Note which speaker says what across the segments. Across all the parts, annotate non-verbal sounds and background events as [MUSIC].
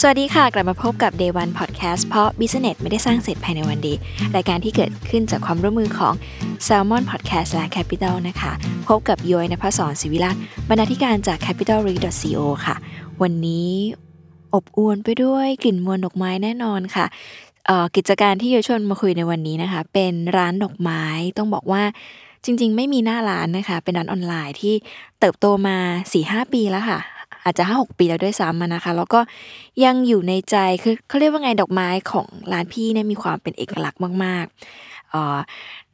Speaker 1: สวัสดีค่ะ กลับมาพบกับ Day One Podcast เพราะ Business ไม่ได้สร้างเสร็จภายในวันเดียวรายการที่เกิดขึ้นจากความร่วมมือของ Salmon Podcast และ Capital นะคะ พบกับย้อยนภศรศิวิราชบรรณาธิการจาก Capital r e a c o ค่ะ วันนี้อบอวลไปด้วยกลิ่นมวลดอกไม้แน่นอนค่ะ เอ่อกิจการที่โยชวนมาคุยในวันนี้นะคะ เป็นร้านดอกไม้ต้องบอกว่าจริง ๆ ไม่มีหน้าร้านนะคะ เป็นร้านออนไลน์ที่เติบโตมา 4-5 ปีแล้วค่ะ อาจจะ 5-6 ปีแล้วด้วยซ้ำอะนะคะ แล้วก็ยังอยู่ในใจคือเขาเรียกว่าไงดอกไม้ของร้านพี่เนี่ยมีความเป็นเอกลักษณ์มากๆเอ่อ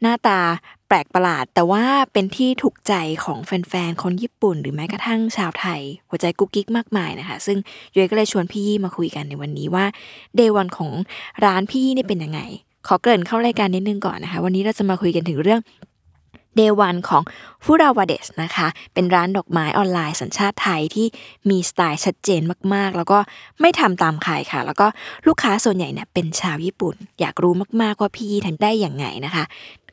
Speaker 1: หน้าตาแปลกประหลาด แต่ว่าเป็นที่ถูกใจของแฟนๆคนญี่ปุ่น หรือแม้กระทั่งชาวไทย หัวใจกุ๊กกิ๊กมากมายนะคะ ซึ่งยุ้ยก็เลยชวนพี่ยี่มาคุยกันในวันนี้ว่า เดวันของร้านพี่ยี่นี่เป็นยังไง ขอเกริ่นเข้ารายการนิดนึงก่อนนะคะ วันนี้เราจะมาคุยกันถึงเรื่อง Day One ของฟูราวาเดสนะคะ เป็นร้านดอกไม้ออนไลน์สัญชาติไทยที่มีสไตล์ชัดเจนมากๆ แล้วก็ไม่ทำตามใครค่ะ แล้วก็ลูกค้าส่วนใหญ่เนี่ยเป็นชาวญี่ปุ่น อยากรู้มากๆว่าพี่ยี่ทำได้อย่างไงนะคะ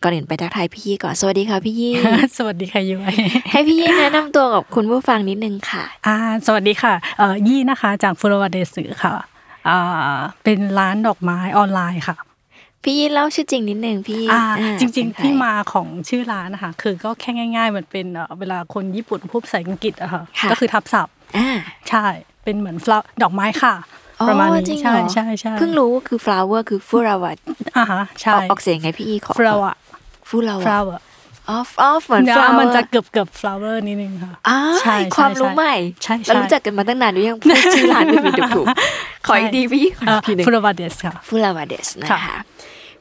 Speaker 1: ก่อนอื่นไปทักทายพี่ยี่ก่อน ส [LAUGHS] วัสดีค่ะพี่
Speaker 2: [LAUGHS]
Speaker 1: ยี่
Speaker 2: สวัสดีค่ะยุ้ย
Speaker 1: ให้พี่ยี่แนะนำตัวกับคุณผู้ฟังนิดนึงค่ะ
Speaker 2: อ่าสวัสดีค่ะเอ่อยี่นะคะจากฟุรวาเดสือค่ะอ่าเป็นร้านดอกไม้ออนไลน์ค่ะ
Speaker 1: พี่ยี่เล่าชื่อจริงนิดนึงพี่ยี่
Speaker 2: อ่า
Speaker 1: อ่า
Speaker 2: จริง
Speaker 1: เป็นใค
Speaker 2: ๆ ที่มาของชื่อร้านนะคะคือก็แค่ง่ายๆเหมือนเป็นเอ่อเวลาคนญี่ปุ่นพูดภาษาอังกฤษอะค่ะ
Speaker 1: ค่ะ
Speaker 2: ก็คือทับศัพท์
Speaker 1: อ่า
Speaker 2: ใช่เป็นเหมือน flower ดอกไม้ค่ะ
Speaker 1: อ๋อ
Speaker 2: ประมาณ
Speaker 1: จริ
Speaker 2: นี้
Speaker 1: งเหร
Speaker 2: ใช่
Speaker 1: อ
Speaker 2: ใช่ใช่
Speaker 1: เพิ่งรู้ว่าคือ flower คือฟูราวา
Speaker 2: อ่าฮะใช่
Speaker 1: ออกออกเสียงไงพี่อีขอ
Speaker 2: ฟลาวะ
Speaker 1: ฟูเรา
Speaker 2: ฟลาวะ
Speaker 1: ออฟออฟเหมือน
Speaker 2: เนื้
Speaker 1: ฟลา
Speaker 2: อ
Speaker 1: มั
Speaker 2: มันจะเกือบเกือบฟลาวเวอร์นิดนึงค่ะ
Speaker 1: อ้าว
Speaker 2: ใช่ใช่
Speaker 1: ความรู้ใหม่
Speaker 2: ใช่ใช่
Speaker 1: เรารู้จักกันมาตั้งนานหรือยังพูดชื่อร้านไม่ผิดถูกๆขออีก
Speaker 2: ใช่
Speaker 1: ทีพี่อีขออีกทีหนึ่ง
Speaker 2: ฟุรวาเดสค่ะ
Speaker 1: ฟูราวาเดสนะ
Speaker 2: ค่ะ
Speaker 1: คะ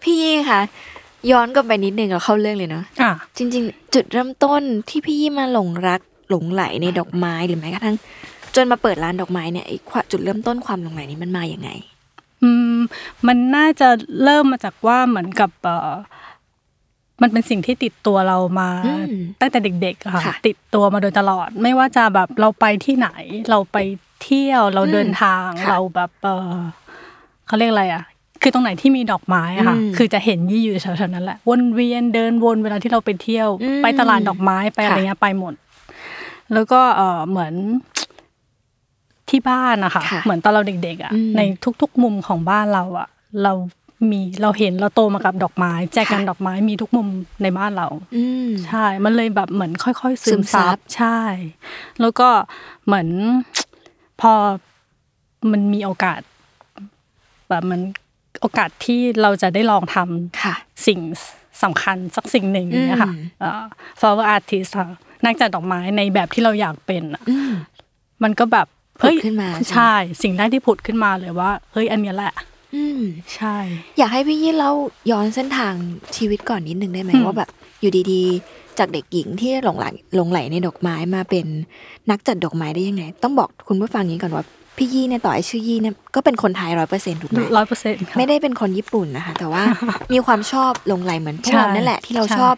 Speaker 1: พี่อีค่ะ ย้อนกลับไปนิดนึงเราเข้าเรื่องเลยเนาะ
Speaker 2: อ่า
Speaker 1: จริง ๆ จุดเริ่มต้นที่พี่ยี่มาหลงรักหลงไหลในดอกไม้หรือแม้กระทั่ง จนมาเปิดร้านดอกไม้เนี่ยไอ้ความจุดเริ่มต้นความหลงไหลนี้มันมาอย่างไง
Speaker 2: อืมมันน่าจะเริ่มมาจากว่าเหมือนกับเอ่อมันเป็นสิ่งที่ติดตัวเรามา
Speaker 1: อืม
Speaker 2: ตั้งแต่เด็กๆอะค่ะ
Speaker 1: ค่ะ
Speaker 2: ติดตัวมาโดยตลอด ไม่ว่าจะแบบเราไปที่ไหน เราไปเที่ยวเรา
Speaker 1: อืม
Speaker 2: เดินทาง
Speaker 1: ค่ะ
Speaker 2: เราแบบเออเขาเรียกอะไรอะคือตรงไหนที่มีดอกไม้อะค่ะ
Speaker 1: อืม
Speaker 2: คือจะเห็นยี่อยู่แถวๆนั้นแหละวนเวียนเดินวนเวลาที่เราไปเที่ยว
Speaker 1: อืม
Speaker 2: ไปตลาดดอกไม้ไปอะไร
Speaker 1: ค่ะ
Speaker 2: เงี้ยไปหมด แล้วก็เออเหมือน ที่บ้านนะคะ
Speaker 1: ค่ะ
Speaker 2: เหมือนตอนเราเด็กๆอ่ะ
Speaker 1: อืม
Speaker 2: ในทุกๆ มุมของบ้านเราอ่ะ เรามีเราเห็นเราโตมากับดอกไม้ แจกัน
Speaker 1: ค่ะ
Speaker 2: ดอกไม้มีทุกมุมในบ้านเรา
Speaker 1: อืม
Speaker 2: ใช่ มันเลยแบบเหมือนค่อย ๆ ซึ
Speaker 1: ซึ
Speaker 2: ม
Speaker 1: มซั
Speaker 2: ซั
Speaker 1: บบ
Speaker 2: ใช่ แล้วก็เหมือน พอมันมีโอกาส แบบมันโอกาสที่เราจะได้ลองทำ
Speaker 1: ค่ะ
Speaker 2: สิ่งสำคัญสักสิ่งหนึ่งนะคะ
Speaker 1: อืม
Speaker 2: เอ่อ flower artist ค่ะนักจัดดอกไม้ในแบบที่เราอยากเป็นอะ
Speaker 1: อืม
Speaker 2: มันก็แบบ
Speaker 1: ผุดขึ้นมา
Speaker 2: เอ้
Speaker 1: ใช่ไห
Speaker 2: ย
Speaker 1: ม
Speaker 2: ใช่ สิ่งแรกที่ผุดขึ้นมาเลยว่า เฮ้ย อันเนี้ยแหละ
Speaker 1: อืม
Speaker 2: ใช่
Speaker 1: อยากให้พี่ยี่เล่าย้อนเส้นทางชีวิตก่อนนิดนึงได้ไหม
Speaker 2: อืม
Speaker 1: ว่าแบบอยู่ดีๆ จากเด็กหญิงที่หลงไหลหลงไหลในดอกไม้มาเป็นนักจัดดอกไม้ได้ยังไง ต้องบอกคุณผู้ฟังอย่างนี้ก่อนว่าพี่ยี่เนี่ยต่อให้ชื่อยี่เนี่ยก็เป็นคนไทยร้อยเปอร์เซ็นต์ถูกไหม
Speaker 2: ร้อยเปอร์เซ็นต์ค่ะ
Speaker 1: ไม่ได้เป็นคนญี่ปุ่นนะคะ แต่ว่า มีความชอบหลงไหลเหมือนพวก
Speaker 2: ใช่
Speaker 1: เรานั่นแหละที่เรา
Speaker 2: ใช่
Speaker 1: ชอบ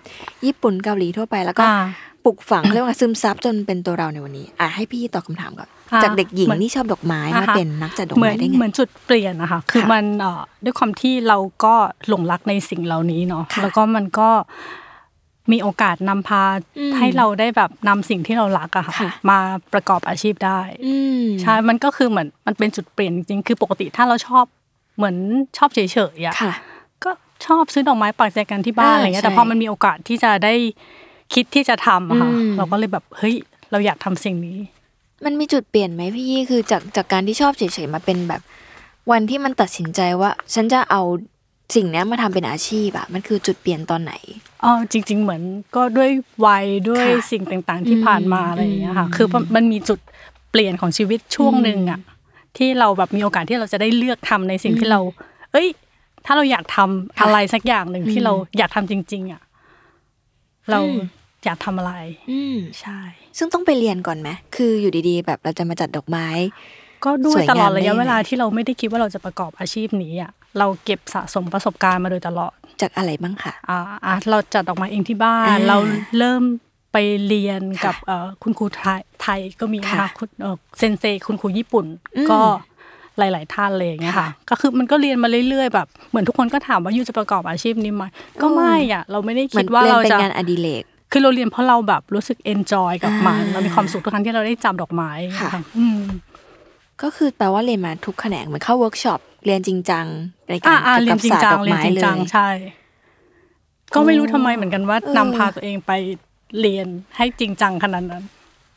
Speaker 1: ญี่ปุ่นเกาหลีทั่วไปแล้วก็
Speaker 2: อ่า
Speaker 1: ปลูกฝังเรียกว่าซึมซับจนเป็นตัวเราในวันนี้อ่ะให้พี่ยี่ตอบคำถามก่อน
Speaker 2: อ่า
Speaker 1: จากเด็กหญิง
Speaker 2: เหมือน
Speaker 1: นี่ชอบดอกไม้มา
Speaker 2: อ่าฮะ
Speaker 1: เป็นนักจัดดอก
Speaker 2: เหมื
Speaker 1: ไม้
Speaker 2: อน
Speaker 1: ได้ไง
Speaker 2: เหมือนจุดเปลี่ยนนะคะคือ
Speaker 1: ค่ะ
Speaker 2: มันเอ่อด้วยความที่เราก็หลงรักในสิ่งเหล่านี้เนาะ
Speaker 1: ค่ะ
Speaker 2: แล้วก็มันก็มีโอกาสนำพา
Speaker 1: อืม
Speaker 2: ให้เราได้แบบนำสิ่งที่เรารักอะ
Speaker 1: ค่ะ
Speaker 2: ค่ะ มาประกอบอาชีพได้
Speaker 1: อืม
Speaker 2: ใช่ มันก็คือเหมือนมันเป็นจุดเปลี่ยนจริงๆคือปกติถ้าเราชอบเหมือนชอบเฉยๆอะ
Speaker 1: ค่ะ
Speaker 2: ก็ชอบซื้อดอกไม้ปักแจกันที่บ้า
Speaker 1: อ่า
Speaker 2: นอะไรเงี้ย
Speaker 1: ใช่
Speaker 2: แต่พอมันมีโอกาสที่จะได้คิดที่จะทำอะค่ะ
Speaker 1: อืม
Speaker 2: เราก็เลยแบบเฮ้ยเราอยากทำสิ่งนี้
Speaker 1: มันมีจุดเปลี่ยนไหมพี่ยี่คือจากจากการที่ชอบเฉยๆมาเป็นแบบ วันที่มันตัดสินใจว่า ฉันจะเอาสิ่งเนี้ยมาทำเป็นอาชีพอะมันคือจุดเปลี่ยนตอนไหน
Speaker 2: อ๋อจริง ๆ เหมือนก็ด้วยวัยด้วย
Speaker 1: ค่ะ
Speaker 2: สิ่งต่างๆที่
Speaker 1: อืม
Speaker 2: ผ่านมาอะไรอย่างเงี้ยค่ะ
Speaker 1: อืม
Speaker 2: คือมันมีจุดเปลี่ยนของชีวิตช่วงหนึ่งอะที่เราแบบมีโอกาสที่เราจะได้เลือกทำในสิ่ง
Speaker 1: อืม
Speaker 2: ที่เรา เอ้ย ถ้าเราอยากทำ
Speaker 1: ค่ะ
Speaker 2: อะไรสักอย่างหนึ่งที่
Speaker 1: อืม
Speaker 2: เราอยากทำจริง ๆอะเรา
Speaker 1: อืม
Speaker 2: อยากทำอะไร
Speaker 1: อืม
Speaker 2: ใช่
Speaker 1: ซึ่งต้องไปเรียนก่อนไหมคืออยู่ดีๆ แบบเราจะมาจัดดอกไม้
Speaker 2: ก็ด้ว
Speaker 1: ส
Speaker 2: ย
Speaker 1: วย
Speaker 2: ตลอด
Speaker 1: งามได้
Speaker 2: ระยะ
Speaker 1: ยังไง
Speaker 2: เวลาที่เราไม่ได้คิดว่าเราจะประกอบอาชีพนี้อ่ะเราเก็บสะสมประสบการณ์มาโดยตลอด
Speaker 1: จากอะไรบ้างค่ะ
Speaker 2: อ่าอ่ะเราจัดออกมาเองที่บ้าน
Speaker 1: อ่า
Speaker 2: เราเริ่มไปเรียนกับ
Speaker 1: ค่ะ
Speaker 2: เอ่อคุณครูไทยไทยก็มีนะ
Speaker 1: ค่ะ
Speaker 2: คะคุณเอ่อเซนเซคุณครูญี่ปุ่น
Speaker 1: อืม
Speaker 2: ก็หลาย ๆ ท่านเลยอย่างเงี้ย
Speaker 1: ค่ะ
Speaker 2: ค่ะ ก็คือมันก็เรียนมาเรื่อย ๆ แบบ เหมือนทุกคนก็ถามว่ายูจะประกอบอาชีพนี้ไหมก็ไม่อ่ะเราไม่ได้
Speaker 1: มั
Speaker 2: คิ
Speaker 1: น
Speaker 2: ดว่า
Speaker 1: เรียน
Speaker 2: เรา
Speaker 1: เป็น
Speaker 2: จะ
Speaker 1: งานอดิเรก
Speaker 2: คือเราเรียนเพราะเราแบบรู้สึกเอนจอยกับมัน
Speaker 1: อ่า
Speaker 2: เรามีความสุขทุกครั้งที่เราได้จับดอกไม้
Speaker 1: ค่ะ
Speaker 2: อืม
Speaker 1: ก็คือแปลว่าเรียนมาทุกแขนงเหมือนเข้าเวิร์กช็อปเรียนจริงจังในกา
Speaker 2: อ่าร อ่าเรียนจริงจัง
Speaker 1: กี่วกับศาสต
Speaker 2: เรียนจริงจัง
Speaker 1: ไม้เลย
Speaker 2: ใช่ ก็ไม่รู้ทำไมเหมือนกันว่า
Speaker 1: เออ
Speaker 2: นำพาตัวเองไปเรียนให้จริงจังขนาดนั้น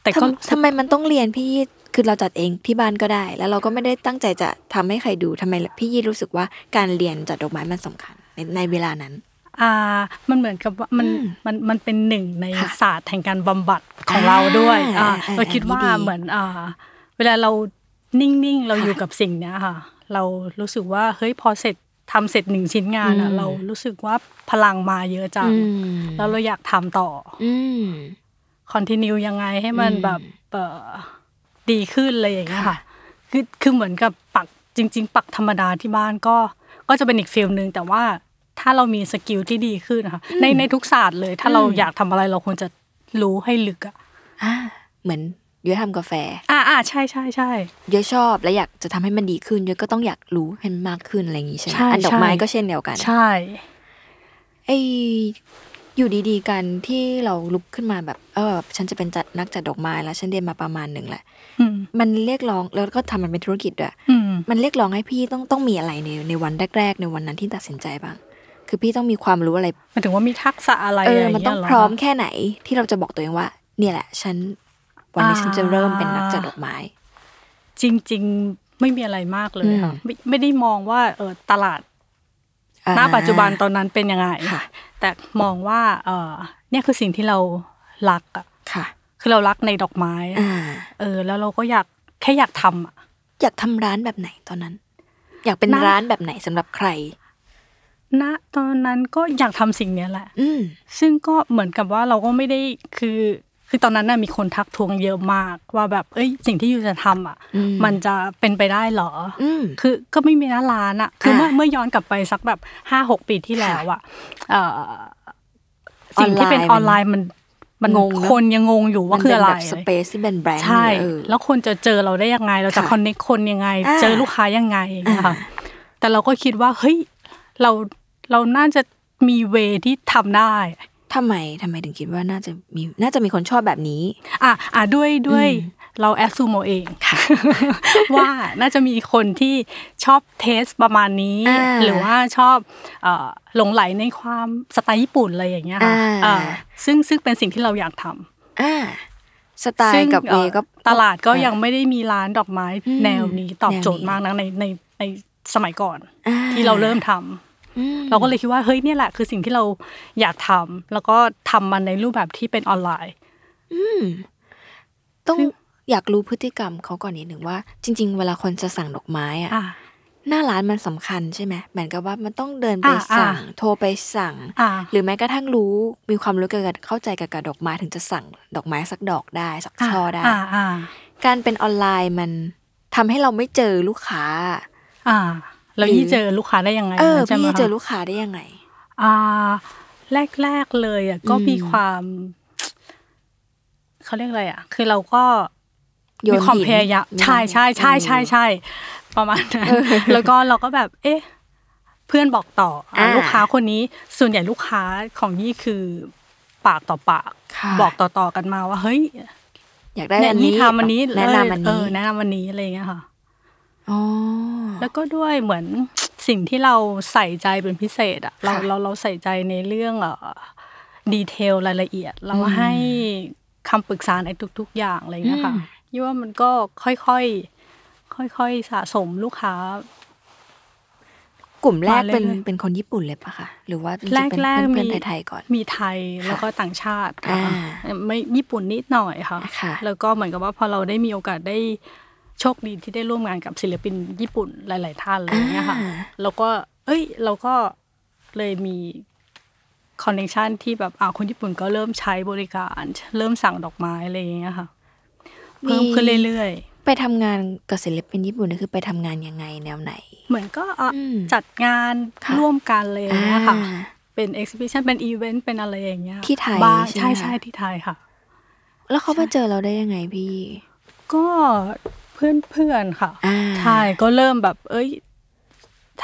Speaker 2: แต่ก็
Speaker 1: ทำ
Speaker 2: รู้สึก
Speaker 1: ทำไมมันต้องเรียนพี่ยีดคือเราจัดเองที่บ้านก็ได้ แล้วเราก็ไม่ได้ตั้งใจจะทำให้ใครดูทำไมพี่ยีดรู้สึกว่าการเรียนจัดดอกไม้มันสำคัญในในเวลานั้น
Speaker 2: อ่า มันเหมือนกับว่ามัน
Speaker 1: อืม
Speaker 2: มันมันเป็นหนึ่งใน
Speaker 1: ค่ะ
Speaker 2: ศาสตร์แห่งการบำบัดของเราด้วย
Speaker 1: อ่า
Speaker 2: อ่า
Speaker 1: อ่า
Speaker 2: เราคิดว่า
Speaker 1: อันนี้ดี
Speaker 2: เหมือนอ่า เวลาเรานิ่งๆเรา
Speaker 1: ค่ะ
Speaker 2: อยู่กับสิ่งเนี้ยค่ะ เรารู้สึกว่าเฮ้ยพอเสร็จทำเสร็จหนึ่งชิ้นงาน
Speaker 1: อื
Speaker 2: อ่ะ
Speaker 1: ม
Speaker 2: เรารู้สึกว่าพลังมาเยอะจัง
Speaker 1: อืม
Speaker 2: แล้วเราอยากทำต่อ
Speaker 1: อืม
Speaker 2: คอนติเนียยังไงให้มัน
Speaker 1: อืม
Speaker 2: แบบเอ่อดีขึ้นอะไรอย่างเงี้ย
Speaker 1: ค่ะ
Speaker 2: ค่ะคือคือเหมือนกับปักจริง ๆ ปักธรรมดาที่บ้านก็ก็จะเป็นอีกฟิลหนึ่งแต่ว่าถ้าเรามีสกิลที่ดีขึ้นนะคะในในทุกศาสตร์เลย ถ้าเรา
Speaker 1: อืม
Speaker 2: อยากทำอะไรเราควรจะรู้ให้ลึกอะ
Speaker 1: อ่าเหมือนย้อยทำกาแฟ
Speaker 2: อ่าอ่าใช่ใช่ใช่
Speaker 1: ย้อยชอบ และอยากจะทำให้มันดีขึ้นย้อยก็ต้องอยากรู้ให้มันมากขึ้นอะไรอย่างนี้ใช่ไหม
Speaker 2: ใช่
Speaker 1: อันดอกไม้
Speaker 2: ใช่
Speaker 1: ก็เช่นเดียวกัน
Speaker 2: ใช่
Speaker 1: ไออยู่ดีๆกันที่เราลุกขึ้นมาแบบเออฉันจะเป็นจัดนักจัดดอกไม้แล้วฉันเรียนมาประมาณหนึ่งแหละ
Speaker 2: อืม
Speaker 1: มันเรียกร้องแล้วก็ทำมันเป็นธุรกิจด้วย
Speaker 2: อืม
Speaker 1: มันเรียกร้องให้พี่ต้องต้องมีอะไรในในวันแรก ๆ ในวันนั้นที่ตัดสินใจบ้าง คือพี่ต้องมีความรู้อะไร
Speaker 2: หมันถึงว่ามีทักษะอะไร
Speaker 1: เออ
Speaker 2: ะไร
Speaker 1: มัน
Speaker 2: ย่า
Speaker 1: ต้อง
Speaker 2: เยเห
Speaker 1: พร้อม
Speaker 2: คะ
Speaker 1: แค่ไหนที่เราจะบอกตัวเองว่า เนี่ยแหละ ฉัน วันนี้
Speaker 2: อ่า
Speaker 1: ฉันจะเริ่มเป็นนักจัดดอกไม้
Speaker 2: จริง ๆ ไม่มีอะไรมากเลยค่ะ
Speaker 1: อืม
Speaker 2: ไม่ไม่ได้มองว่าเออตลาด
Speaker 1: อ่า
Speaker 2: ณปัจจุบันตอนนั้นเป็นยังไง
Speaker 1: ค่ะ
Speaker 2: แต่มองว่าเออเนี่ยคือสิ่งที่เรารักอะ
Speaker 1: ค่ะ
Speaker 2: คือเรารักในดอกไม้อะ
Speaker 1: อ่า
Speaker 2: เออ แล้วเราก็อยากแค่อยากทำอะ
Speaker 1: อยากทำร้านแบบไหนตอนนั้น อยากเป็นร้านแบบไหนสำหรับใคร
Speaker 2: ณตอนนั้นก็อยากทำสิ่งเนี้ยแหละ
Speaker 1: อืม
Speaker 2: ซึ่งก็เหมือนกับว่าเราก็ไม่ได้คือ คือตอนนั้นน่ะมีคนทักทวงเยอะมาก ว่าแบบเอ้ยสิ่งที่อยู่จะทำอ่ะ
Speaker 1: อืม
Speaker 2: มันจะเป็นไปได้เหรออ
Speaker 1: อืม
Speaker 2: คือก็ไม่มีหน้าร้านอ่ะ คือเมื่อเมื่อย้อนกลับไปสักแบบห้าหกปีที่แล้วอ่ะเอ่อสิ่งที่เป็นออนไลน์มันมัน
Speaker 1: งงเนอะ
Speaker 2: คนยังงงอยู่ว่าคืออะไร
Speaker 1: มันเป็นแบบสเปซที่เป็นแบรนด์
Speaker 2: ใช่
Speaker 1: เออ
Speaker 2: แล้วคนจะเจอเราได้ยังไง เราจะ
Speaker 1: ค่ะ
Speaker 2: คอนเนคคนยังไง
Speaker 1: อ่า
Speaker 2: เจอลูกค้ายังไงนะ
Speaker 1: อ่า
Speaker 2: คะแต่เราก็คิดว่าเฮ้ยเราเราน่าจะมีเวที่ทำได้
Speaker 1: ทำไมทำไมถึงคิดว่าน่าจะมีน่าจะมีคนชอบแบบนี้
Speaker 2: อ่ะอ่ะด้วยด้วย
Speaker 1: อืม
Speaker 2: เราแอสซูมเอาเอง [LAUGHS] ว่าน่าจะมีคนที่ชอบเทสประมาณนี้
Speaker 1: อ่า
Speaker 2: หรือว่าชอบเอ่อหลงไหลในความสไตล์ญี่ปุ่นอะไรอย่างเงี้ยค่ะ
Speaker 1: อ่า
Speaker 2: เอ่อซึ่งซึ่งเป็นสิ่งที่เราอยากทำ
Speaker 1: อ่า สไต
Speaker 2: ซึ่ง
Speaker 1: ล์กับเอ
Speaker 2: เอ่อ
Speaker 1: ก็
Speaker 2: ตลาดก็ยังไม่ได้มีร้านดอกไม้
Speaker 1: อืม
Speaker 2: แนวนี้ตอบโจทย์
Speaker 1: แนวนี้
Speaker 2: มากนะในในในสมัยก่อน
Speaker 1: อ่
Speaker 2: ที่เราเริ่มทำ
Speaker 1: อืม
Speaker 2: เราก็เลยคิดว่าเฮ้ยเนี่ยแหละคือสิ่งที่เราอยากทำแล้วก็ทำมันในรูปแบบที่เป็นออนไลน์
Speaker 1: อืมต้อง
Speaker 2: ซึ่ง
Speaker 1: อยากรู้พฤติกรรมเขาก่อนนิดหนึ่งว่า จริง ๆ เวลาคนจะสั่งดอกไม้อะ
Speaker 2: อ่ะ
Speaker 1: หน้าร้านมันสำคัญใช่ไหมเหมือนกับว่ามันต้องเดินไป
Speaker 2: อ่าอ่า
Speaker 1: สั่ง โทรไปสั่ง
Speaker 2: อ่ะ
Speaker 1: หรือแม้กระทั่งรู้มีความรู้เกี่ยวกับเข้าใจเกี่ยวกับดอกไม้ถึงจะสั่งดอกไม้สักดอกได้ สักช่อได้
Speaker 2: อ่ะอ่ะ
Speaker 1: การเป็นออนไลน์มันทำให้เราไม่เจอลูกค้า
Speaker 2: อ่ะแล้ว
Speaker 1: หรือ
Speaker 2: ยี่เจอลูกค้าได้ยังไง
Speaker 1: เออ
Speaker 2: ใช่ไหม
Speaker 1: พี่
Speaker 2: คะ
Speaker 1: เจอลูกค้าได้ยังไง
Speaker 2: อ่าแรกๆเลยอ่ะก็มี
Speaker 1: อืม
Speaker 2: ความเขาเรียกอะไรอ่ะ คือเราก็
Speaker 1: โยน
Speaker 2: มีความ
Speaker 1: หิน
Speaker 2: พยายาม
Speaker 1: ไม่
Speaker 2: ใช่ใช่ใช่ใช่ใช่ประมาณนั้นแล้วก็เราก็แบบ เอ๊ะ เพื่อนบอกต่ออ่ะ
Speaker 1: อ่า
Speaker 2: ลูกค้าคนนี้ส่วนใหญ่ลูกค้าของนี่คือปากต่อปาก
Speaker 1: ค่ะ
Speaker 2: บอกต่อๆกันมาว่า เฮ้ย
Speaker 1: อยากได้
Speaker 2: เนี่ย
Speaker 1: อัน
Speaker 2: นี่
Speaker 1: นี้
Speaker 2: ทำอันนี้
Speaker 1: แนะนำอัน
Speaker 2: เอ
Speaker 1: นี้
Speaker 2: อแนะนำอันนี้อะไรอย่างเงี้ยค่ะ
Speaker 1: อ๋อ
Speaker 2: แล้วก็ด้วยเหมือน สิ่งที่เราใส่ใจเป็นพิเศษอะเรา
Speaker 1: ค่ะ
Speaker 2: เราเราใส่ใจในเรื่องเอ่อดีเทลรายละเอียด เรา
Speaker 1: อืม
Speaker 2: ให้คำปรึกษาในทุก ๆ อย่างอะไรอย่างเงี้ยค่ะ
Speaker 1: อืม
Speaker 2: ยี่ว่ามันก็ค่อยๆค่อยๆสะสมลูกค้า
Speaker 1: กลุ่มแรกเป็น
Speaker 2: มาเรื่อยๆ
Speaker 1: เป็นคนญี่ปุ่นเลยปะคะหรือว่าจริงๆเป็น
Speaker 2: แรกๆ
Speaker 1: เพื่อน
Speaker 2: มี
Speaker 1: ๆไทยๆก่อน
Speaker 2: มีไทยแล้วก็ต่างชาติ
Speaker 1: อ่
Speaker 2: ค่ะ
Speaker 1: า
Speaker 2: ไม่ญี่ปุ่นนิดหน่อยค่ะ
Speaker 1: ค่ะ
Speaker 2: แล้วก็เหมือนกับว่าพอเราได้มีโอกาสได้โชคดีที่ได้ร่วมงานกับศิลปินญี่ปุ่นหลาย ๆ ท่านอะไรอย่างเงี้ยค่ะ
Speaker 1: อ่า
Speaker 2: แล้วก็ เอ้ย เราก็เลยมีคอนเนคชันที่แบบอ่าคนญี่ปุ่นก็เริ่มใช้บริการ เริ่มสั่งดอกไม้อะไรอย่างเงี้ยค่ะ เพิ่มขึ้นเรื่อย
Speaker 1: ไปทำงานกับศิลปินญี่ปุ่นนี่คือไปทำงานยังไงแนวไหน
Speaker 2: เหมือนก็อ่ะ
Speaker 1: อืม
Speaker 2: จัดงาน
Speaker 1: ค่ะ
Speaker 2: ร่วมกันเลยางเงี้ยค่ะ
Speaker 1: อ่า
Speaker 2: เป็น exhibition เป็น event เป็นอะไรอย่างเงี้ย
Speaker 1: ที่ไทย
Speaker 2: บ้าง
Speaker 1: ใช่ไหม
Speaker 2: ใช่ใช่
Speaker 1: คะ
Speaker 2: ที่ไทยค่ะ
Speaker 1: แล้วเขามาเจอเราได้ยังไงพี่
Speaker 2: ก็เพื่อนเพื่อนๆค่ะ
Speaker 1: อ่า
Speaker 2: ใช่ก็เริ่มแบบ เอ้ย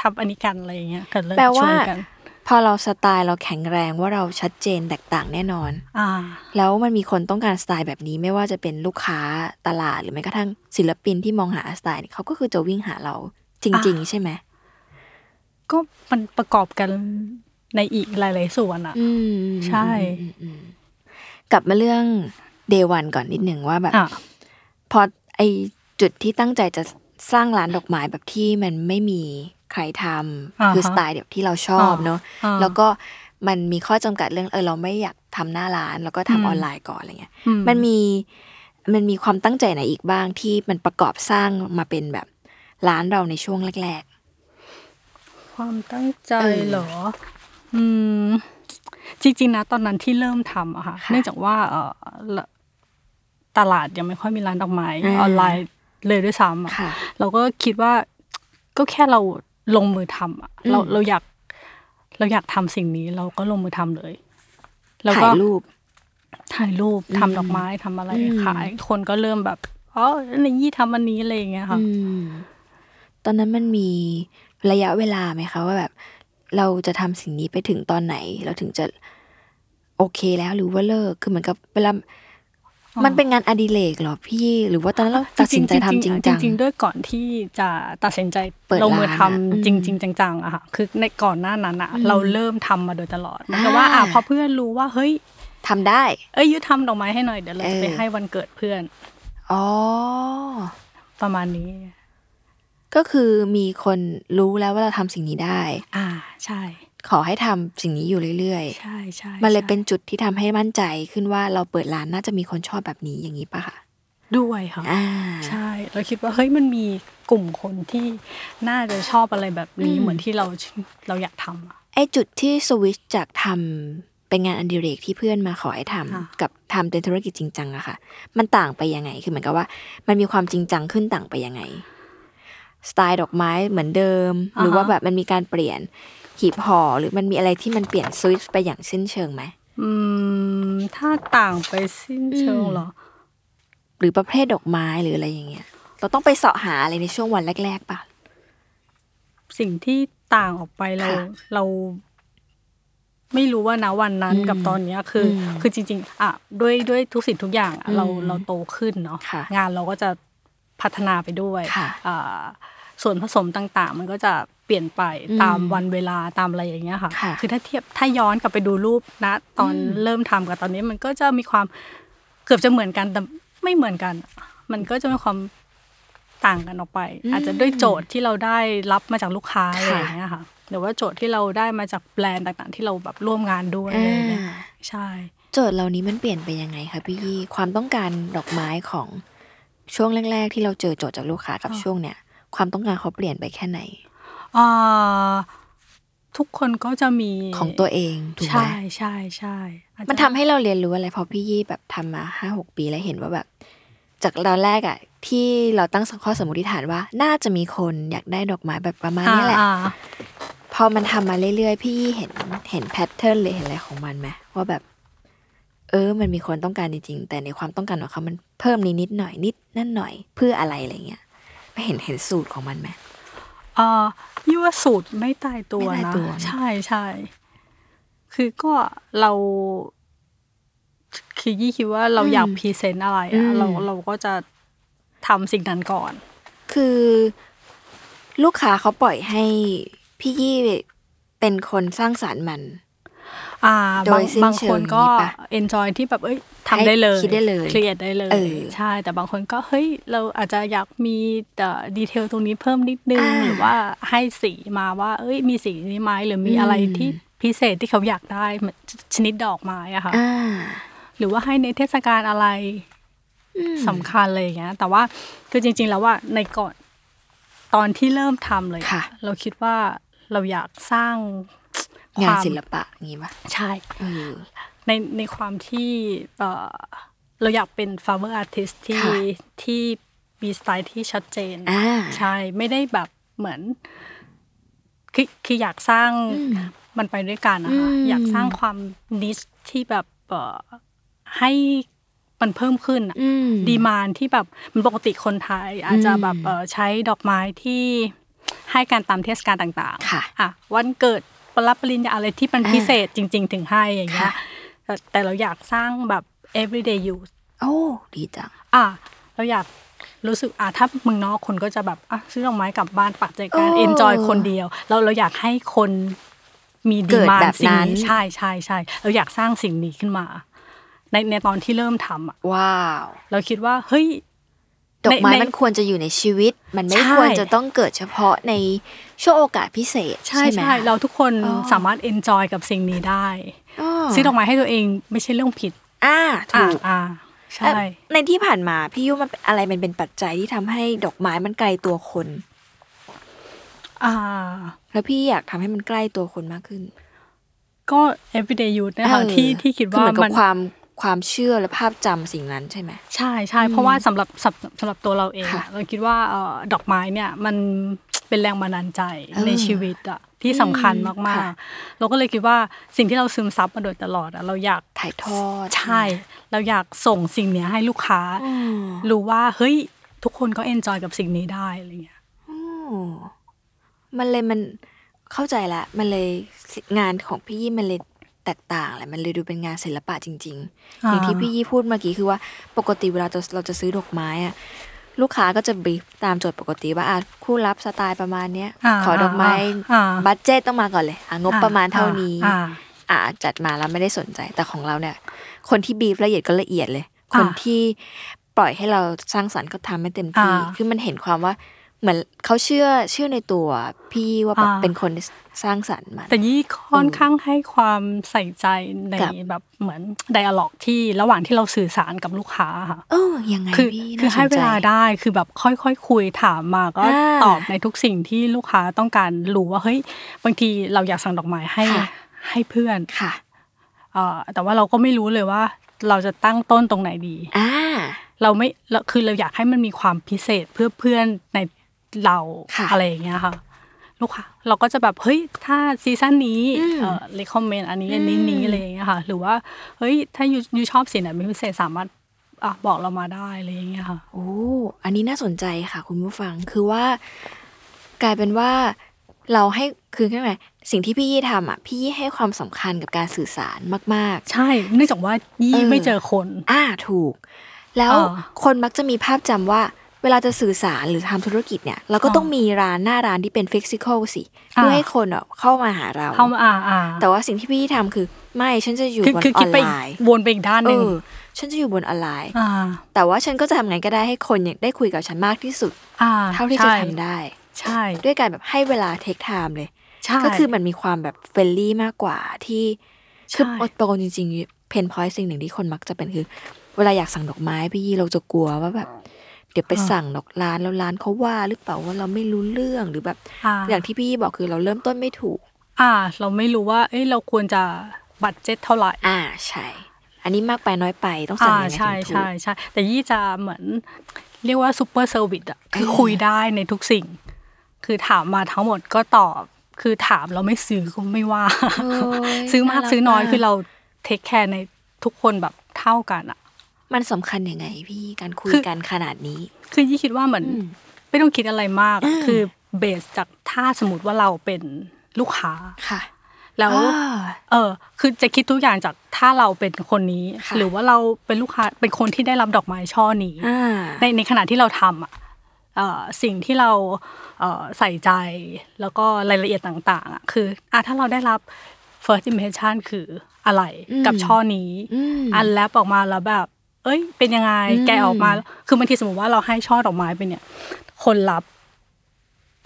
Speaker 2: ทำอันนี้กันอะไรอย่างเงี้ยกันเริ่ม
Speaker 1: แปล
Speaker 2: ช
Speaker 1: ว่า
Speaker 2: วนกัน
Speaker 1: พอเราสไตล์เราแข็งแรงว่าเราชัดเจนแตกต่างแน่นอน
Speaker 2: อ่า
Speaker 1: แล้วมันมีคนต้องการสไตล์แบบนี้ไม่ว่าจะเป็นลูกค้าตลาดหรือแม้กระทั่งศิลปินที่มองหาสไตล์เนี่ยเขาก็คือจะวิ่งหาเราจริง ๆ ใช่ไหม
Speaker 2: ก็มันประกอบกันในอีกหลาย ๆ ส่วนอ่ะ
Speaker 1: อืม
Speaker 2: ใช่
Speaker 1: อืมอืมอืมกลับมาเรื่องเดวันก่อนนิดหนึ่งว่าแบบ
Speaker 2: อ่ะ
Speaker 1: พอไอจุดที่ตั้งใจจะสร้างร้านดอกไม้แบบที่มันไม่มีใครท
Speaker 2: อ่า
Speaker 1: ำ
Speaker 2: ฮะ
Speaker 1: คือสไตล์แบบที่เราชอบ
Speaker 2: อ่า
Speaker 1: เนอะ
Speaker 2: อ่า
Speaker 1: แล้วก็มันมีข้อจำกัดเรื่องเออเราไม่อยากทำหน้าร้าน แล้วก็ทำ
Speaker 2: อืม
Speaker 1: ออนไลน์ก่อนอะไรเงี้ย
Speaker 2: อื
Speaker 1: มันมีมันมีความตั้งใจไหนอีกบ้างที่มันประกอบสร้างมาเป็นแบบร้านเราในช่วงแรก
Speaker 2: ความตั้งใจ
Speaker 1: เออ
Speaker 2: เหรอ อืม จริง ๆ นะ ตอนนั้นที่เริ่มทำอะค่ะ
Speaker 1: ค่ะ
Speaker 2: เนื่องจากว่าเออละตลาดยังไม่ค่อยมีร้านดอกไม้
Speaker 1: อ่า
Speaker 2: ออนไลน์เลยด้วยซ้ำอะ
Speaker 1: ๆ ค่ะ
Speaker 2: เราก็คิดว่า ก็แค่เราลงมือทำอะเรา
Speaker 1: อืม
Speaker 2: เราอยาก เราอยากทำสิ่งนี้ เราก็ลงมือทำเลยแล้ว
Speaker 1: ถ่า
Speaker 2: ก็
Speaker 1: ยรูป
Speaker 2: ถ่ายรูปทำดอกไม้ทำอะไร
Speaker 1: อืม
Speaker 2: ขาย คนก็เริ่มแบบอ๋อนี่ยี่ทำอันนี้อะไรอย่างเงี้ยค่ะ
Speaker 1: อืมตอนนั้นมันมีระยะเวลาไหมคะว่าแบบ เราจะทำสิ่งนี้ไปถึงตอนไหน เราถึงจะโอเคแล้วหรือว่าเลิกคือเหมือนกับเวลามันเป็นงานอดิเรกเหรอพี่ หรือว่าตอนนั้นเราตัดสินใจทำจริง
Speaker 2: จ
Speaker 1: จั
Speaker 2: ริ
Speaker 1: ง
Speaker 2: ง ๆ ด้วยก่อนที่จะตัดสินใจ
Speaker 1: เปิด
Speaker 2: ลงมือทำ
Speaker 1: ร้านอะอืม
Speaker 2: จริงจริงๆจังๆอะค่ะคือในก่อนหน้านั้นอะ
Speaker 1: อืม
Speaker 2: เราเริ่มทำมาโดยตลอดเหมือนกับว่าอ่ะ
Speaker 1: อ่า
Speaker 2: พอเพื่อนรู้ว่าเฮ้ย
Speaker 1: ทำได้
Speaker 2: เอ้ยยุทำดอกไม้ให้หน่อยเดี๋ยวเราจะไป
Speaker 1: เออ
Speaker 2: ให้วันเกิดเพื่อน
Speaker 1: อ๋อ
Speaker 2: ประมาณนี้
Speaker 1: ก็คือมีคนรู้แล้วว่าเราทำสิ่งนี้ได้
Speaker 2: อ่าใช่
Speaker 1: ขอให้ทำสิ่งนี้อยู่เรื่อย
Speaker 2: ใช่ใช่
Speaker 1: ๆ มันเลย
Speaker 2: ใช่
Speaker 1: เป็นจุดที่ทำให้มั่นใจขึ้นว่าเราเปิดร้านน่าจะมีคนชอบแบบนี้อย่างนี้ปะคะ
Speaker 2: ด้วยค่ะ
Speaker 1: อ่า
Speaker 2: ใช่ เราคิดว่าเฮ้ยมันมีกลุ่มคนที่น่าจะชอบอะไรแบบนี้
Speaker 1: อืม
Speaker 2: เหมือนที่เราเราอยากทำอะ
Speaker 1: ไอจุดที่สวิตชจากทำเป็นงานอดิเรกที่เพื่อนมาขอให้ทำ
Speaker 2: ค่ะ
Speaker 1: กับทำเป็นธุรกิจจริงจังอะค่ะ มันต่างไปยังไงคือเหมือนกับว่า มันมีความจริงจังขึ้นต่างไปยังไง สไตล์ดอกไม้เหมือนเดิม หรือว่าแบบมันมีการเปลี่ยนหีบห่อหรือมันมีอะไรที่มันเปลี่ยนสวิตชไปอย่างสิ้นเชิงไหม
Speaker 2: อืม ถ้าต่างไปสิ้นเชิงเหรอ
Speaker 1: หรือประเภทดอกไม้หรืออะไรอย่างเงี้ย เราต้องไปเสาะหาอะไรในช่วงวันแรกๆป่ะ
Speaker 2: สิ่งที่ต่างออกไปเรา
Speaker 1: ค่ะ
Speaker 2: เรา ไม่รู้ว่านะวันนั้น
Speaker 1: อืม
Speaker 2: กับตอนเนี้ยคืออ
Speaker 1: ม
Speaker 2: คือจริง ๆ อ่ะด้วยด้วยทุกสิ่งทุกอย่างอะ
Speaker 1: อืม
Speaker 2: เราเราโตขึ้นเนาะ
Speaker 1: ค่ะ
Speaker 2: งานเราก็จะพัฒนาไปด้วย
Speaker 1: ค่ะ
Speaker 2: อ่าส่วนผสมต่างๆ มันก็จะเปลี่ยนไป
Speaker 1: อืม
Speaker 2: ตามวันเวลาตามอะไรอย่างเงี้ยค่ะ
Speaker 1: ค่ะ
Speaker 2: อถ้าเทียบถ้าย้อนกลับไปดูรูปนะ ตอน
Speaker 1: อืม
Speaker 2: เริ่มทำกับตอนนี้มันก็จะมีความเกือบจะเหมือนกันแต่ไม่เหมือนกัน มันก็จะมีความต่างกันออกไป
Speaker 1: อืม
Speaker 2: อาจจะด้วยโจทย์ที่เราได้รับมาจากลูกค้า
Speaker 1: ค่ะ
Speaker 2: อะไรอย่างเงี้ยค่ะหรือว่าโจทย์ที่เราได้มาจากแบรนด์ต่างๆ ที่เราแบบร่วมงานด้วยอะไรอย่างเงี้ยใช่
Speaker 1: โจทย์เหล่านี้มันเปลี่ยนไปยังไงคะพี่ยี่ความต้องการดอกไม้ของช่วงแรก ๆ ที่เราเจอโจทย์จากลูกค้ากับ
Speaker 2: อ่า
Speaker 1: ช่วงเนี้ยความต้องการเขาเปลี่ยนไปแค่ไหน
Speaker 2: เอ่อทุกคนก็จะมี
Speaker 1: ของตัวเองถูกไหม
Speaker 2: ใช่ใช่ใช่อาจจะ
Speaker 1: มันทำให้เราเรียนรู้อะไรพอพี่ยี่แบบทำมาห้าหกปีแล้วเห็นว่าแบบ จากตอนแรกอะที่เราตั้งข้อสมมติฐานว่า น่าจะมีคนอยากได้ดอกไม้แบบประมาณเนี้ยแหละ
Speaker 2: อ่า
Speaker 1: พอมันทำมาเรื่อยๆ พี่เห็นเห็นแพทเทิร์นหรือเห็นอะไรของมันไหมว่าแบบ เออ มันมีคนต้องการจริงๆ แต่ในความต้องการของเขามันเพิ่มนิดนิดๆหน่อยนิดนั่นหน่อยเพื่ออะไรอะไรเงี้ยไม่เห็นเห็นสูตรของมันไหม
Speaker 2: ๆเอ่อยี่ว่าสูตรไม่ตายตัว
Speaker 1: ไม่ตาย
Speaker 2: นะ
Speaker 1: ตัวนะ
Speaker 2: ใช่ใช่คือก็เราคือยี่คิดว่าเราอยาก
Speaker 1: อืม
Speaker 2: พรีเซนต์อะไร
Speaker 1: อืม
Speaker 2: อะเราเราก็จะทำสิ่งนั้นก่อน
Speaker 1: คือลูกค้าเขาปล่อยให้พี่ยี่เป็นคนสร้างสารรค์มัน
Speaker 2: อ่า
Speaker 1: โด
Speaker 2: บาง
Speaker 1: ยสิ้น
Speaker 2: บางคนก็
Speaker 1: เชิงนี้ปะ
Speaker 2: enjoy ที่แบบเอ้ยทำได้เลย
Speaker 1: ให้คิดได้เลย
Speaker 2: เครียดได้เลย
Speaker 1: เออ
Speaker 2: ใช่ แต่บางคนก็เฮ้ยเราอาจจะอยากมีแต่ดีเทลตรงนี้เพิ่มนิดนึง
Speaker 1: อ่า
Speaker 2: หรือว่าให้สีมาว่า เอ้ย มีสีนี้ไหมหรือมี
Speaker 1: อืม
Speaker 2: อะไรที่พิเศษที่เขาอยากได้เหมือนชนิดดอกไม้อะค่ะ
Speaker 1: อ่า
Speaker 2: หรือว่าให้ในเทศกาลอะไร
Speaker 1: อืม
Speaker 2: สำคัญอะไรอย่างเงี้ยแต่ว่าคือจริง ๆ แล้วว่าในก่อนตอนที่เริ่มทำเลย
Speaker 1: ค่ะ
Speaker 2: เราคิดว่าเราอยากสร้าง
Speaker 1: งาน
Speaker 2: ควม
Speaker 1: ศิลปะอย่างงี้ป่ะ
Speaker 2: ใช่
Speaker 1: เออ
Speaker 2: ในในความที่เอ่อเราอยากเป็น flower artist ที่
Speaker 1: ค่ะ
Speaker 2: ที่ มีสไตล์ที่ชัดเจน
Speaker 1: อ่า
Speaker 2: ใช่ไม่ได้แบบเหมือนคือคืออยากสร้างมันไปด้วยกันนะคะ
Speaker 1: อืม
Speaker 2: อยากสร้างความนิชที่แบบเอ่อให้มันเพิ่มขึ้นอะ
Speaker 1: อืม
Speaker 2: ดีมานที่แบบมันปกติคนไทย อาจจะแบบ
Speaker 1: อืม
Speaker 2: เอ่อใช้ดอกไม้ที่ให้การตามเทศกาลต่าง
Speaker 1: ค่ะ
Speaker 2: อ่ะวันเกิดปรับปริญญาอะไรที่มัน
Speaker 1: อ่า
Speaker 2: พิเศษจริง ๆ ถึงให้อย่างเงี้ย
Speaker 1: ค่ะ
Speaker 2: แต่แต่เราอยากสร้างแบบ everyday use
Speaker 1: โอ้ดีจัง
Speaker 2: อ่ะเราอยากรู้สึกอ่ะถ้าเมืองนอกคนก็จะแบบอ่ะซื้อดอกไม้กลับบ้านปักใจกัน
Speaker 1: โอ้
Speaker 2: เอนจอยคนเดียวเราเราอยากให้คนมี
Speaker 1: เกิ
Speaker 2: ดี
Speaker 1: ด
Speaker 2: มา
Speaker 1: แบบ
Speaker 2: สิ่ง
Speaker 1: นั้
Speaker 2: นี้
Speaker 1: น
Speaker 2: ใช่ใช่ใช่เราอยากสร้างสิ่งนี้ขึ้นมา ในในตอนที่เริ่มทำอ่ะ
Speaker 1: ว้าว
Speaker 2: เราคิดว่าเฮ้ย
Speaker 1: ดอกไม้
Speaker 2: ในใน
Speaker 1: มันควรจะอยู่ในชีวิต มันไม่
Speaker 2: ใช่
Speaker 1: ควรจะต้องเกิดเฉพาะในช่วงโอกาสพิเศษ
Speaker 2: ใช่
Speaker 1: ไหม
Speaker 2: ใช่
Speaker 1: คะ
Speaker 2: เราทุกคน
Speaker 1: อ๋อ
Speaker 2: สามารถเอนจอยกับสิ่งนี้ได้
Speaker 1: อ๋อ
Speaker 2: ซื้อดอกไม้ให้ตัวเองไม่ใช่เรื่องผิด
Speaker 1: อ่าถู
Speaker 2: อ่าก อ่า
Speaker 1: เอ่
Speaker 2: ใช่
Speaker 1: อในที่ผ่านมาพี่ยุมันอะไรมันเป็นปัจจัยที่ทำให้ดอกไม้มันไกลตัวคน
Speaker 2: อ่า
Speaker 1: แล้วพี่อยากทำให้มันใกล้ตัวคนมากขึ้น
Speaker 2: ก็ everyday use นะคะ
Speaker 1: เออ
Speaker 2: ที่ที่คิด
Speaker 1: อ
Speaker 2: ว่า
Speaker 1: เหมือนกับ
Speaker 2: มัน
Speaker 1: ความความเชื่อและภาพจำสิ่งนั้นใช่ไหม
Speaker 2: ใช่ใช่เพราะว่าสำหรับสำสำหรับตัวเราเอง
Speaker 1: ค่ะ
Speaker 2: อะเราคิดว่าเอ่อดอกไม้เนี่ยมันเป็นแรงบันดาลใจ
Speaker 1: เออ
Speaker 2: ในชีวิตอะที่สำคัญ
Speaker 1: อืม
Speaker 2: มา
Speaker 1: ค่ะ
Speaker 2: กๆ เราก็เลยคิดว่าสิ่งที่เราซึมซับมาโดยตลอดอะเราอยาก
Speaker 1: ถ่ายทอด
Speaker 2: ใช่ เราอยากส่งสิ่งเนี้ยให้ลูกค้า
Speaker 1: อ๋อ
Speaker 2: รู้ว่าเฮ้ยทุกคนก็เอนจอยกับสิ่งนี้ได้อะไรเงี้ย
Speaker 1: มันเลยมันเข้าใจละ มันเลยงานของพี่ยี่มันเลยแตกต่างแหละมันเลยดูเป็นงานศิลปะจริง ๆ อย่างที่พี่ยี่พูดเมื่อกี้คือว่าปกติเวลาเราเราจะซื้อดอกไม้อะลูกค้าก็จะบรีฟตามโจทย์ปกติว่าอ่ะคู่รับสไตล์ประมาณเนี้ย
Speaker 2: า
Speaker 1: ขอดอกไม้
Speaker 2: อ่า
Speaker 1: บัตเจตต้องมาก่อนเลยอ่ะงบประมาณเท่านี้
Speaker 2: อ่า
Speaker 1: อ่ะจัดมาแล้วไม่ได้สนใจ แต่ของเราเนี่ย คนที่บีฟละเอียดก็ละเอียดเลย คนที่ปล่อยให้เราสร้างสรรค์ก็ทำให้เต็มที่
Speaker 2: อ่า
Speaker 1: คือมันเห็นความว่า เหมือนเขาเชื่อเชื่อในตัวพี่ว่าแบบ
Speaker 2: อ่า
Speaker 1: เป็นคนสร้างสรรค์มัน
Speaker 2: แต่ยี่ค่อนข้างให้ความใส่ใจใน
Speaker 1: กับ
Speaker 2: แบบเหมือนไดอะล็อกที่ระหว่างที่เราสื่อสารกับลูกค้าค่ะ
Speaker 1: เออยังไง
Speaker 2: คือ
Speaker 1: พี่
Speaker 2: คือ
Speaker 1: น่สนจ
Speaker 2: ให้เวลาได้คือแบบค่อยๆคุยถามมาก็
Speaker 1: อ่า
Speaker 2: ตอบในทุกสิ่งที่ลูกค้าต้องการรู้ว่าเฮ้ยบางทีเราอยากสั่งดอกไม้ให้
Speaker 1: ค่ะ
Speaker 2: ให้เพื่อน
Speaker 1: ค่ะ
Speaker 2: เอ่อแต่ว่าเราก็ไม่รู้เลยว่า เราจะตั้งต้นตรงไหนดี
Speaker 1: อ่า
Speaker 2: เราไม่เราคือเราอยากให้มันมีความพิเศษเพื่อเพื่อนในเรา
Speaker 1: ค่ะ
Speaker 2: อะไรอย่างเงี้ยค่ะ ลูกค้าเราก็จะแบบเฮ้ยถ้าซีซั่นนี้เออเลคอมเมนต์อันนี้อันนี้นี้อะไรอย่างเงี้ยค่ะ หรือว่าเฮ้ยถ้ายูยูชอบสีไหนเป็นพิเศษสามารถอ่ะบอกเรามาได้อะไรอย่างเงี้ยค่ะ
Speaker 1: โอ้ อันนี้น่าสนใจค่ะ คุณผู้ฟัง คือว่า กลายเป็นว่าเราให้คือแค่ไหนสิ่งที่พี่ยี่ทำอ่ะ พี่ยี่ให้ความสำคัญกับการสื่อสารมาก
Speaker 2: ใช่เนื่องจากว่า
Speaker 1: เอ
Speaker 2: ยี่
Speaker 1: อ
Speaker 2: ไม่เจอคน
Speaker 1: ๆ อ่าถูก แล้ว
Speaker 2: อ่า
Speaker 1: คนมักจะมีภาพจำว่า เวลาจะสื่อสารหรือทำธุรกิจเนี่ย เราก็ต้อง
Speaker 2: อ่ามี
Speaker 1: มีร้านหน้าร้านที่เป็นฟิสิกอลสิเพื่ออา ให้คนอ่ะเข้ามาหาเรา
Speaker 2: เข้ามาอ่าอ่า
Speaker 1: แต่ว่าสิ่งที่พี่ยี่ทำคือ ไม่ฉันจะอยู่
Speaker 2: คือบ
Speaker 1: น
Speaker 2: คือ
Speaker 1: อ
Speaker 2: คิด
Speaker 1: อน
Speaker 2: ไป
Speaker 1: ไลน์
Speaker 2: วนไปอีกด้านห
Speaker 1: เอ
Speaker 2: นึ่ง
Speaker 1: อฉันจะอยู่บนออนไลน์
Speaker 2: อ่า
Speaker 1: แต่ว่าฉันก็จะทำไงก็ได้ให้คนเนี่ยได้คุยกับฉันมากที่สุด
Speaker 2: อ่า
Speaker 1: เท่าที่จะ
Speaker 2: ใช่
Speaker 1: ทำได้
Speaker 2: ใช่
Speaker 1: ด้วยการแบบให้เวลาเทคไทม์เลย
Speaker 2: ใช่
Speaker 1: ก็คือมันมีความแบบเฟรนลี่มากกว่าที่คือ
Speaker 2: ใช่
Speaker 1: โดตรงจริงๆเพนพอยสิ่งหนึ่งที่คนมักจะเป็นคือ เวลาอยากสั่งดอกไม้พี่ยี่เราจะกลัวว่าแบบ เดี๋ยวไป
Speaker 2: อ่า
Speaker 1: สั่งดอกร้านแล้วร้านเขาว่า หรือเปล่าว่าเราไม่รู้เรื่องหรือแบบ
Speaker 2: อ่า
Speaker 1: อย่างที่พี่ยี่บอกคือเราเริ่มต้นไม่ถูก
Speaker 2: อ่าเราไม่รู้ว่า เอ้ยเราควรจะบัตเจ็ตเท่าไหร่
Speaker 1: อ่าใช่ อันนี้มากไปน้อยไปต้องสั่ง
Speaker 2: อ่า
Speaker 1: ยังไงถึง
Speaker 2: ใช่
Speaker 1: ถูก
Speaker 2: ใช่ใช่แต่ยี่จะเหมือน เรียกว่าซูเปอร์เซอร์วิสอ่ะคือ
Speaker 1: เออ
Speaker 2: คุยได้ในทุกสิ่ง คือถามมาทั้งหมดก็ตอบ คือถามเราไม่ซื้อก็ไม่ว่า
Speaker 1: โอ้ย
Speaker 2: ซื้อมาก
Speaker 1: รั
Speaker 2: ซื้อน้อยคือ
Speaker 1: มาก
Speaker 2: เราเทคแคร์ในทุกคนแบบเท่ากันอ่ะ
Speaker 1: มันสำคัญยังไงพี่การคุย
Speaker 2: คือ
Speaker 1: กันขนาดนี้
Speaker 2: คือยี่คิดว่าเหมือน
Speaker 1: อืม
Speaker 2: ไม่ต้องคิดอะไรมาก
Speaker 1: อื
Speaker 2: อะ
Speaker 1: ม
Speaker 2: คือเบสจากถ้าสมมติว่าเราเป็นลูกค้า
Speaker 1: ค่ะ
Speaker 2: แล้ว
Speaker 1: อ่า
Speaker 2: เออคือจะคิดทุกอย่างจากถ้าเราเป็นคนนี้
Speaker 1: ค่ะ
Speaker 2: หรือว่าเราเป็นลูกค้าเป็นคนที่ได้รับดอกไม้ช่อนี้
Speaker 1: อ่า
Speaker 2: ในในขณะที่เราทำอ่ะเอ่อสิ่งที่เราเอ่อใส่ใจแล้วก็รายละเอียดต่าง ๆอ่ะคืออ่ะถ้าเราได้รับ first impression คืออะไร
Speaker 1: อืม
Speaker 2: กับช่อนี้
Speaker 1: อืม
Speaker 2: อันแลบออกมาแล้วแบบ เอ้ย เป็นยังไง
Speaker 1: อืม
Speaker 2: แกะออกมา คือบางทีสมมติว่าเราให้ช่อดอกไม้ไปเนี่ย คนรับ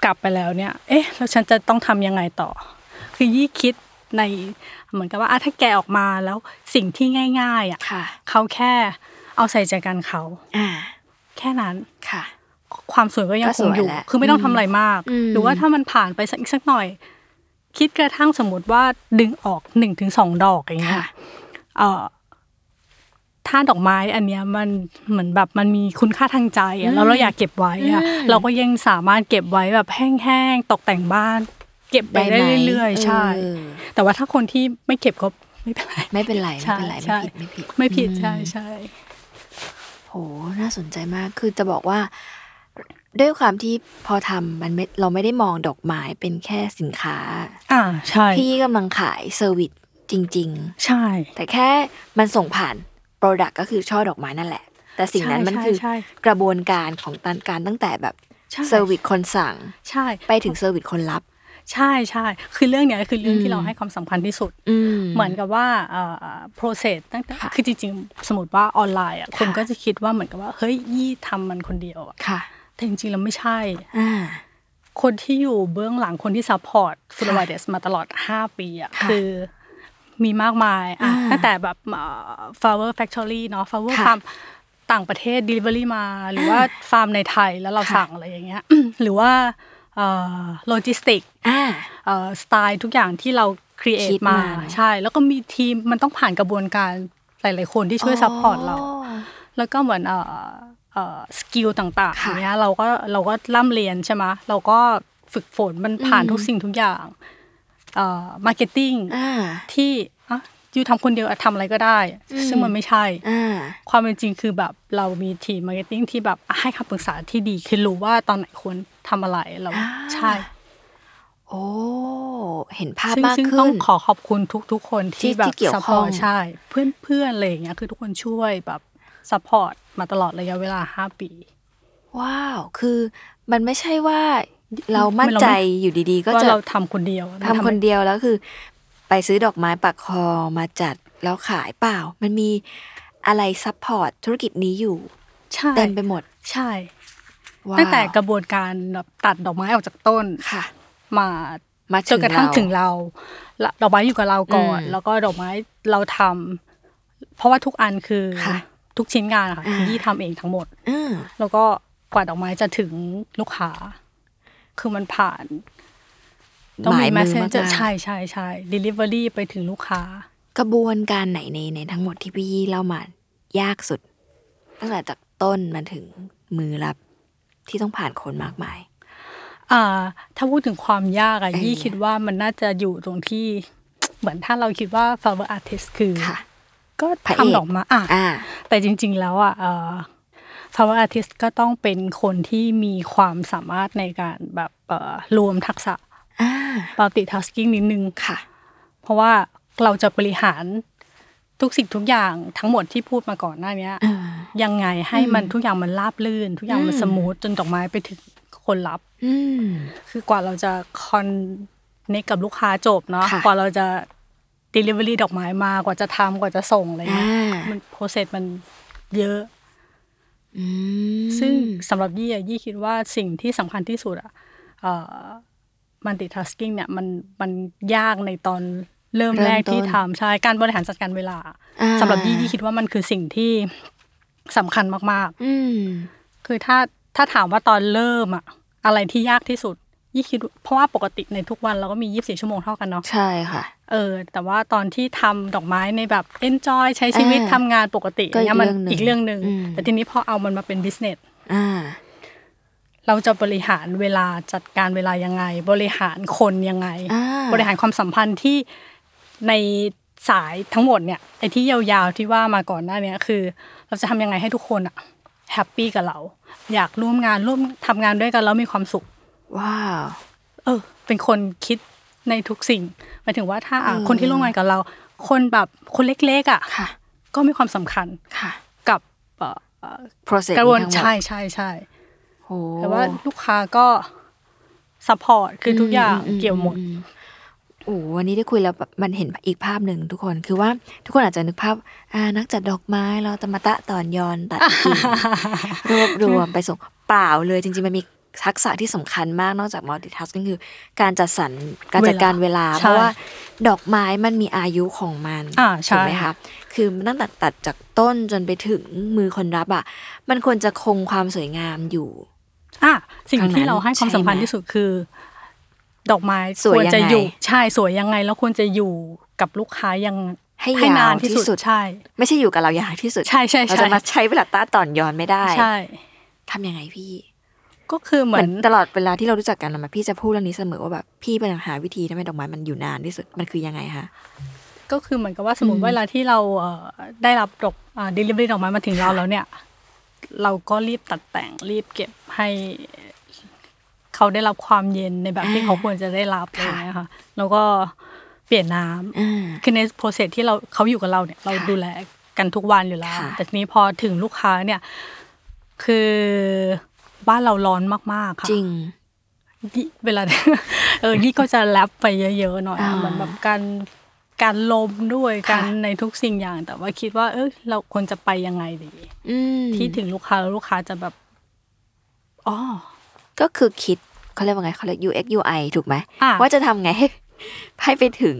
Speaker 2: กลับไปแล้วเนี่ย เอ๊ะ แล้วฉันจะต้องทำยังไงต่อ คือยี่คิดในเหมือนกับว่าอ่ะถ้าแกะออกมาแล้วสิ่งที่ง่าย ๆอ่ะ
Speaker 1: ค่ะ
Speaker 2: เขาแค่เอาใส่ใจกันเขา
Speaker 1: อ่า
Speaker 2: แค่นั้น
Speaker 1: ค่ะ
Speaker 2: ความสวยก็ยังคงอยู่
Speaker 1: ก็สวยแล้ว
Speaker 2: คือไม่ต้องทำอะไรมาก
Speaker 1: อืม
Speaker 2: หรือว่าถ้ามันผ่านไปสักอีกสักหน่อย คิดกระทั่งสมมติว่าดึงออกหนึ่งถึงสองดอกอย่างเงี้ย
Speaker 1: ค่ะ
Speaker 2: เอ่อ ถ้าดอกไม้อันเนี้ยมันเหมือนแบบมันมีคุณค่าทางใจอะแล้วเราอยากเก็บไว้อะเราก็ยังสามารถเก็บไว้แบบแห้งๆตกแต่งบ้าน เก็บไปได้
Speaker 1: หม
Speaker 2: เรื่อยๆใช่
Speaker 1: เออ
Speaker 2: แต่ว่าถ้าคนที่ไม่เก็บก็ไม่เป็นไร
Speaker 1: ไม่เป็นไร
Speaker 2: ใช่
Speaker 1: ไม่เป็นไร
Speaker 2: ใช่
Speaker 1: ไม่ผิดไม่ผิด
Speaker 2: ไม่ผิดใช่
Speaker 1: อืม
Speaker 2: ใช่
Speaker 1: โห น่าสนใจมาก คือจะบอกว่า ด้วยความที่พอทำมันไม่เราไม่ได้มองดอกไม้เป็นแค่สินค้า
Speaker 2: อ่าใช่
Speaker 1: พี่กำลังขายเซอร์วิสจริง
Speaker 2: ใช่
Speaker 1: ๆ แต่แค่มันส่งผ่านโปรดักก็คือช่อดอกไม้นั่นแหละ แต่สิ่งนั้นมัน
Speaker 2: ใช่
Speaker 1: คือ
Speaker 2: ใช่
Speaker 1: กระบวนการของตันการตั้งแต่แบบ
Speaker 2: ใช่
Speaker 1: เซอร์วิสคนสั่ง
Speaker 2: ใช่
Speaker 1: ไปถึงเซอร์วิสคนรับ
Speaker 2: ใช่ใช่คือเรื่องเนี้ยคือเรื่อง
Speaker 1: อื
Speaker 2: ที่
Speaker 1: ม
Speaker 2: เราให้ความสำคัญที่สุด
Speaker 1: อืม
Speaker 2: เหมือนกับว่าเอ่อ process ตั้งแต่
Speaker 1: ค่ะ
Speaker 2: คือจริงๆ สมมติว่าออนไลน์อ่ะคน
Speaker 1: ค่ะ
Speaker 2: ก็จะคิดว่าเหมือนกับว่า เฮ้ยยี่ทำมันคนเดียวอะ
Speaker 1: ค่ะ
Speaker 2: แต่จริงๆ แล้วไม่ใช่
Speaker 1: อ่า
Speaker 2: คนที่อยู่เบื้องหลังคนที่ซัพพอร์ตฟูลวาเดสมาตลอด 5 ปีอ่ะ
Speaker 1: ค่ะ
Speaker 2: คือมีมากมายอ่ะ
Speaker 1: อ่า
Speaker 2: ตั้งแต่แบบเอ่อ flower factory เนาะ flower
Speaker 1: ค่ะ
Speaker 2: farm ต่างประเทศ delivery มา หรือว่าฟาร์มในไทยแล้วเราสั่งอะไรอย่างเงี้ย [CLEARS THROAT] หรือว่าโลจิสติก
Speaker 1: อ่า
Speaker 2: เอ่อสไตล์ทุกอย่างที่เราครีเอ
Speaker 1: คิ
Speaker 2: ท
Speaker 1: ดมา
Speaker 2: มา
Speaker 1: เนอะ
Speaker 2: ใช่ แล้วก็มีทีมมันต้องผ่านกระบวนการหลาย ๆ คนที่ช่วยซัพพอร์ตเรา แล้วก็เหมือนเอ่อเอ่อสกิลต่าง ๆ
Speaker 1: ค่ะ
Speaker 2: อย่างเนี้ยเราก็เราก็ร่ำเรียนใช่ไหมเราก็ฝึกฝนมันผ่าน
Speaker 1: อืม
Speaker 2: ทุกสิ่งทุกอย่างเอ่อมาร์เก็ตติ้ง
Speaker 1: อ่า
Speaker 2: ที่อ่ะยูทำคนเดียวอ่ะทำอะไรก็ได้
Speaker 1: อืม
Speaker 2: ซึ่งมันไม่ใช่
Speaker 1: อ่า
Speaker 2: ความเป็นจริงคือแบบเรามีทีมมาร์เก็ตติ้งที่แบบให้คำปรึกษาที่ดีคือรู้ว่าตอนไหนควรทำอะไรเรา
Speaker 1: อ่า
Speaker 2: ใช่
Speaker 1: โอ้เห็นภาพ
Speaker 2: ซึ่ง
Speaker 1: มาก
Speaker 2: ซึ่ง
Speaker 1: ขึ้
Speaker 2: ต้อง
Speaker 1: น
Speaker 2: ขอขอบคุณทุก ๆ คนที่
Speaker 1: ที่
Speaker 2: แบ
Speaker 1: ที่
Speaker 2: บ
Speaker 1: เกี่ยว
Speaker 2: ซัพ
Speaker 1: ข้
Speaker 2: พ
Speaker 1: อ
Speaker 2: อง ร์ตใช่ เพื่อนเพื่อนๆอะไรอย่างเงี้ยคือทุกคนช่วยแบบซัพพอร์ตมาตลอดระยะเวลาห้าปี
Speaker 1: ว้าว คือมันไม่ใช่ว่าเรามั่นใจอยู่ดีๆ ก็
Speaker 2: ว่า
Speaker 1: จะ
Speaker 2: เราทำคนเดียว
Speaker 1: ทำคนเดียวแล้วคือ ไปซื้อดอกไม้ปักคอมาจัดแล้วขายเปล่า มันมีอะไรซัพพอร์ตธุรกิจนี้อยู่
Speaker 2: ใช่
Speaker 1: เต็มไปหมด
Speaker 2: ใช่
Speaker 1: ว้าว
Speaker 2: ตั้งแต่กระบวนการแบบตัดดอกไม้ออกจากต้น
Speaker 1: ค่ะ
Speaker 2: มา
Speaker 1: มา
Speaker 2: จนกระทั่ง
Speaker 1: เา
Speaker 2: ถึงเราละดอกไม้อยู่กับเราก่อน
Speaker 1: อืม
Speaker 2: แล้วก็ดอกไม้เราทำเพราะว่าทุกอันคือ
Speaker 1: ค่ะ
Speaker 2: ทุกชิ้นงานอะค่ะ
Speaker 1: อ่า
Speaker 2: ที่ทำเองทั้งหมด
Speaker 1: อืม
Speaker 2: แล้วก็กว่าดอกไม้จะถึงลูกค้า คือมันผ่าน ต้อง
Speaker 1: ห
Speaker 2: มี
Speaker 1: มายมือมาก
Speaker 2: messenger
Speaker 1: ๆ
Speaker 2: ใช่ใช่ใช่ delivery ไปถึงลูกค้า
Speaker 1: กระบวนการไหนในในทั้งหมดที่พี่ยี่เล่ามายากสุด ตั้งแต่จากต้นมาถึงมือรับ ที่ต้องผ่านคนมากมาย
Speaker 2: อ่า ถ้าพูดถึงความยากอะ
Speaker 1: เอ่ย
Speaker 2: ยี่คิดว่ามันน่าจะอยู่ตรงที่ เหมือนถ้าเราคิดว่า flower artist คือ
Speaker 1: ค่ะ
Speaker 2: ก็
Speaker 1: พระเอก
Speaker 2: ทำดอกไมาอ่ะ
Speaker 1: อ่า
Speaker 2: แต่จริง ๆ แล้วอ่ะเอ่อ flower artist ก็ต้องเป็นคนที่มีความสามารถในการแบบเอ่อรวมทักษะ
Speaker 1: อ่า
Speaker 2: multitasking นิดนึง
Speaker 1: ค่ะ
Speaker 2: เพราะว่าเราจะบริหารทุกสิ่งทุกอย่างทั้งหมดที่พูดมาก่อนหน้าเนี้ย
Speaker 1: อ่า
Speaker 2: ยังไงให้มันทุกอย่างมันราบลื่น ทุกอย่างมัน
Speaker 1: อืม
Speaker 2: สมูทจนดอกไม้ไปถึงคนรับ
Speaker 1: อืม
Speaker 2: คือกว่าเราจะคอนเนคกับลูกค้าจบเนาะ
Speaker 1: ค่ะ
Speaker 2: กว่าเราจะ Delivery ดอกไม้มากว่าจะทำกว่าจะส่งอะไร
Speaker 1: อ่า
Speaker 2: เงี้ยมันโปรเซสมันเยอะ
Speaker 1: อืม
Speaker 2: ซึ่งสำหรับยี่อะยี่คิดว่าสิ่งที่สำคัญที่สุดอะมันติทัสกิ้งเนี่ยมันมันยากในตอนเริ่มแรกที่ทำใช่การบริหารจัดการเวลา
Speaker 1: อ่า
Speaker 2: สำหรับยี่ยี่คิดว่ามันคือสิ่งที่สำคัญมากๆ
Speaker 1: อืม
Speaker 2: คือถ้าถ้าถามว่าตอนเริ่มอะอะไรที่ยากที่สุดยี่คิดเพราะว่าปกติในทุกวันเราก็มี 24 ชั่วโมงเท่ากันเนาะ
Speaker 1: ใช่ค่ะ
Speaker 2: เออ แต่ว่าตอนที่ทำดอกไม้ในแบบ enjoy ใช้ชีวิต
Speaker 1: อ่า
Speaker 2: ทำงานปกติ
Speaker 1: ก็อีก
Speaker 2: เนี่ยมั
Speaker 1: เรื่องหนึ่ง
Speaker 2: อีกเรื่องหนึ่ง
Speaker 1: อืม
Speaker 2: แต่ทีนี้พอเอามันมาเป็น business
Speaker 1: อ่า
Speaker 2: เราจะบริหารเวลาจัดการเวลายังไง บริหารคนยังไง
Speaker 1: อ่า
Speaker 2: บริหารความสัมพันธ์ที่ในสายทั้งหมดเนี่ยไอ้ที่ยาวๆที่ว่ามาก่อนหน้าเนี้ยคือ เราจะทำยังไงให้ทุกคนอะแฮปปี้กับเรา อยากร่วมงานร่วมทำงานด้วยกันแล้วมีความสุข
Speaker 1: ว้าว
Speaker 2: เออ เป็นคนคิดในทุกสิ่งหมายถึงว่าถ้าอ่ะ
Speaker 1: อืม
Speaker 2: คนที่ร่วมงานกับเรา คนแบบคนเล็กๆอ่ะ
Speaker 1: ค่ะ
Speaker 2: ก็มีความสำคัญ
Speaker 1: ค่ะ
Speaker 2: กับเอ่อเอ่อ
Speaker 1: process
Speaker 2: กระบวน
Speaker 1: ทั้งหมด
Speaker 2: ใช่ใช่ใช่
Speaker 1: โอ้
Speaker 2: แต่ว่าลูกค้าก็ซัพพอร์ตคือทุกอย่าง
Speaker 1: ม
Speaker 2: เกี่ยวหมด
Speaker 1: อืโอ้วันนี้ได้คุยแล้วแบบมันเห็นอีกภาพหนึ่งทุกคนคือว่าทุกคนอาจจะนึกภาพอ่านักจัดดอกไม้เราจะมาตะตอนยอน [LAUGHS] ตัดกิ่ง รวบรวมไปส่งเปล่าเลยจริงๆ มันมีทักษะที่สำคัญมากนอกจาก multitasking คือ การจัดสรรการจัดการเวลา
Speaker 2: เวลา
Speaker 1: เพราะว่าดอกไม้มันมีอายุของมัน
Speaker 2: อ่าใช่
Speaker 1: ถูกไหมคะคือมันตั้งแต่ตัดจากต้นจนไปถึงมือคนรับอ่ะ มันควรจะคงความสวยงามอยู่
Speaker 2: อ่ะสิ่ง
Speaker 1: ทางนั้น
Speaker 2: ที่เราให้ความสำคัญ
Speaker 1: ใช่ไหม
Speaker 2: ที่สุดคือ ดอกไม้
Speaker 1: สวย
Speaker 2: ควรจะ
Speaker 1: ยังไง
Speaker 2: อยู่ ใช่สวยยังไงแล้วควรจะอยู่กับลูกค้ายัง
Speaker 1: แฮ ให้ยาน
Speaker 2: ให้าว ที่
Speaker 1: ที่
Speaker 2: สุ
Speaker 1: สุ
Speaker 2: ด
Speaker 1: ด
Speaker 2: ใช่
Speaker 1: ไม่ใช่อยู่กับเรายาวที่สุด
Speaker 2: ใช่ใช่ใช่
Speaker 1: เราจะมาใช้เวลาตาต่อนย้อนไม่ได้
Speaker 2: ใช่
Speaker 1: ทำยังไงพี่
Speaker 2: ก็คือเห
Speaker 1: เห
Speaker 2: มื
Speaker 1: มื
Speaker 2: อ
Speaker 1: อน
Speaker 2: น
Speaker 1: ตลอดเวลาที่เรารู้จักกันมาพี่จะพูดเรื่องนี้เสมอว่าแบบพี่เป็นหาวิธีทำให้ดอกไม้มันอยู่นานที่สุดมันคือยังไงคะ
Speaker 2: ก็คือเหมือนกับว่าสมมติเวลาที่เราเอ่อได้รับดอกเดลิเวอรี่ดอกไม้มาถึงเราแล้วเนี่ย เราก็รีบตัดแต่งรีบเก็บให้เขาได้รับความเย็นในแบบที่เขาควรจะได้รับอะไรอย่างเงี้ยค่ะ แล้วก็เปลี่ยนน้ำ
Speaker 1: อ่า
Speaker 2: คือในโปรเซสที่เราเขาอยู่กับเราเนี่ยเรา
Speaker 1: ค่ะ
Speaker 2: ดูแลกันทุกวันอยู่แล้ว
Speaker 1: ค่ะ
Speaker 2: แต่ทีนี้พอถึงลูกค้าเนี่ย คือบ้านเราร้อนมากๆค่ะ
Speaker 1: จริง
Speaker 2: ยี่เวลา [LAUGHS] เออยี่ก็จะแรปไปเยอะๆหน่อย
Speaker 1: อ่า
Speaker 2: เหมือนแบบการการลมด้วย
Speaker 1: ค่ะ
Speaker 2: การในทุกสิ่งอย่าง แต่ว่าคิดว่า เออเราควรจะไปยังไงดี
Speaker 1: อืม
Speaker 2: ที่ถึงลูกค้าแล้วลูกค้าจะแบบอ๋อ
Speaker 1: ก็คือคิดเขาเรียกว่าไงเขาเรียก UX UI ถูกไหม
Speaker 2: อ่ะ
Speaker 1: ว่าจะทำไง [LAUGHS] ให้ให้ไปถึง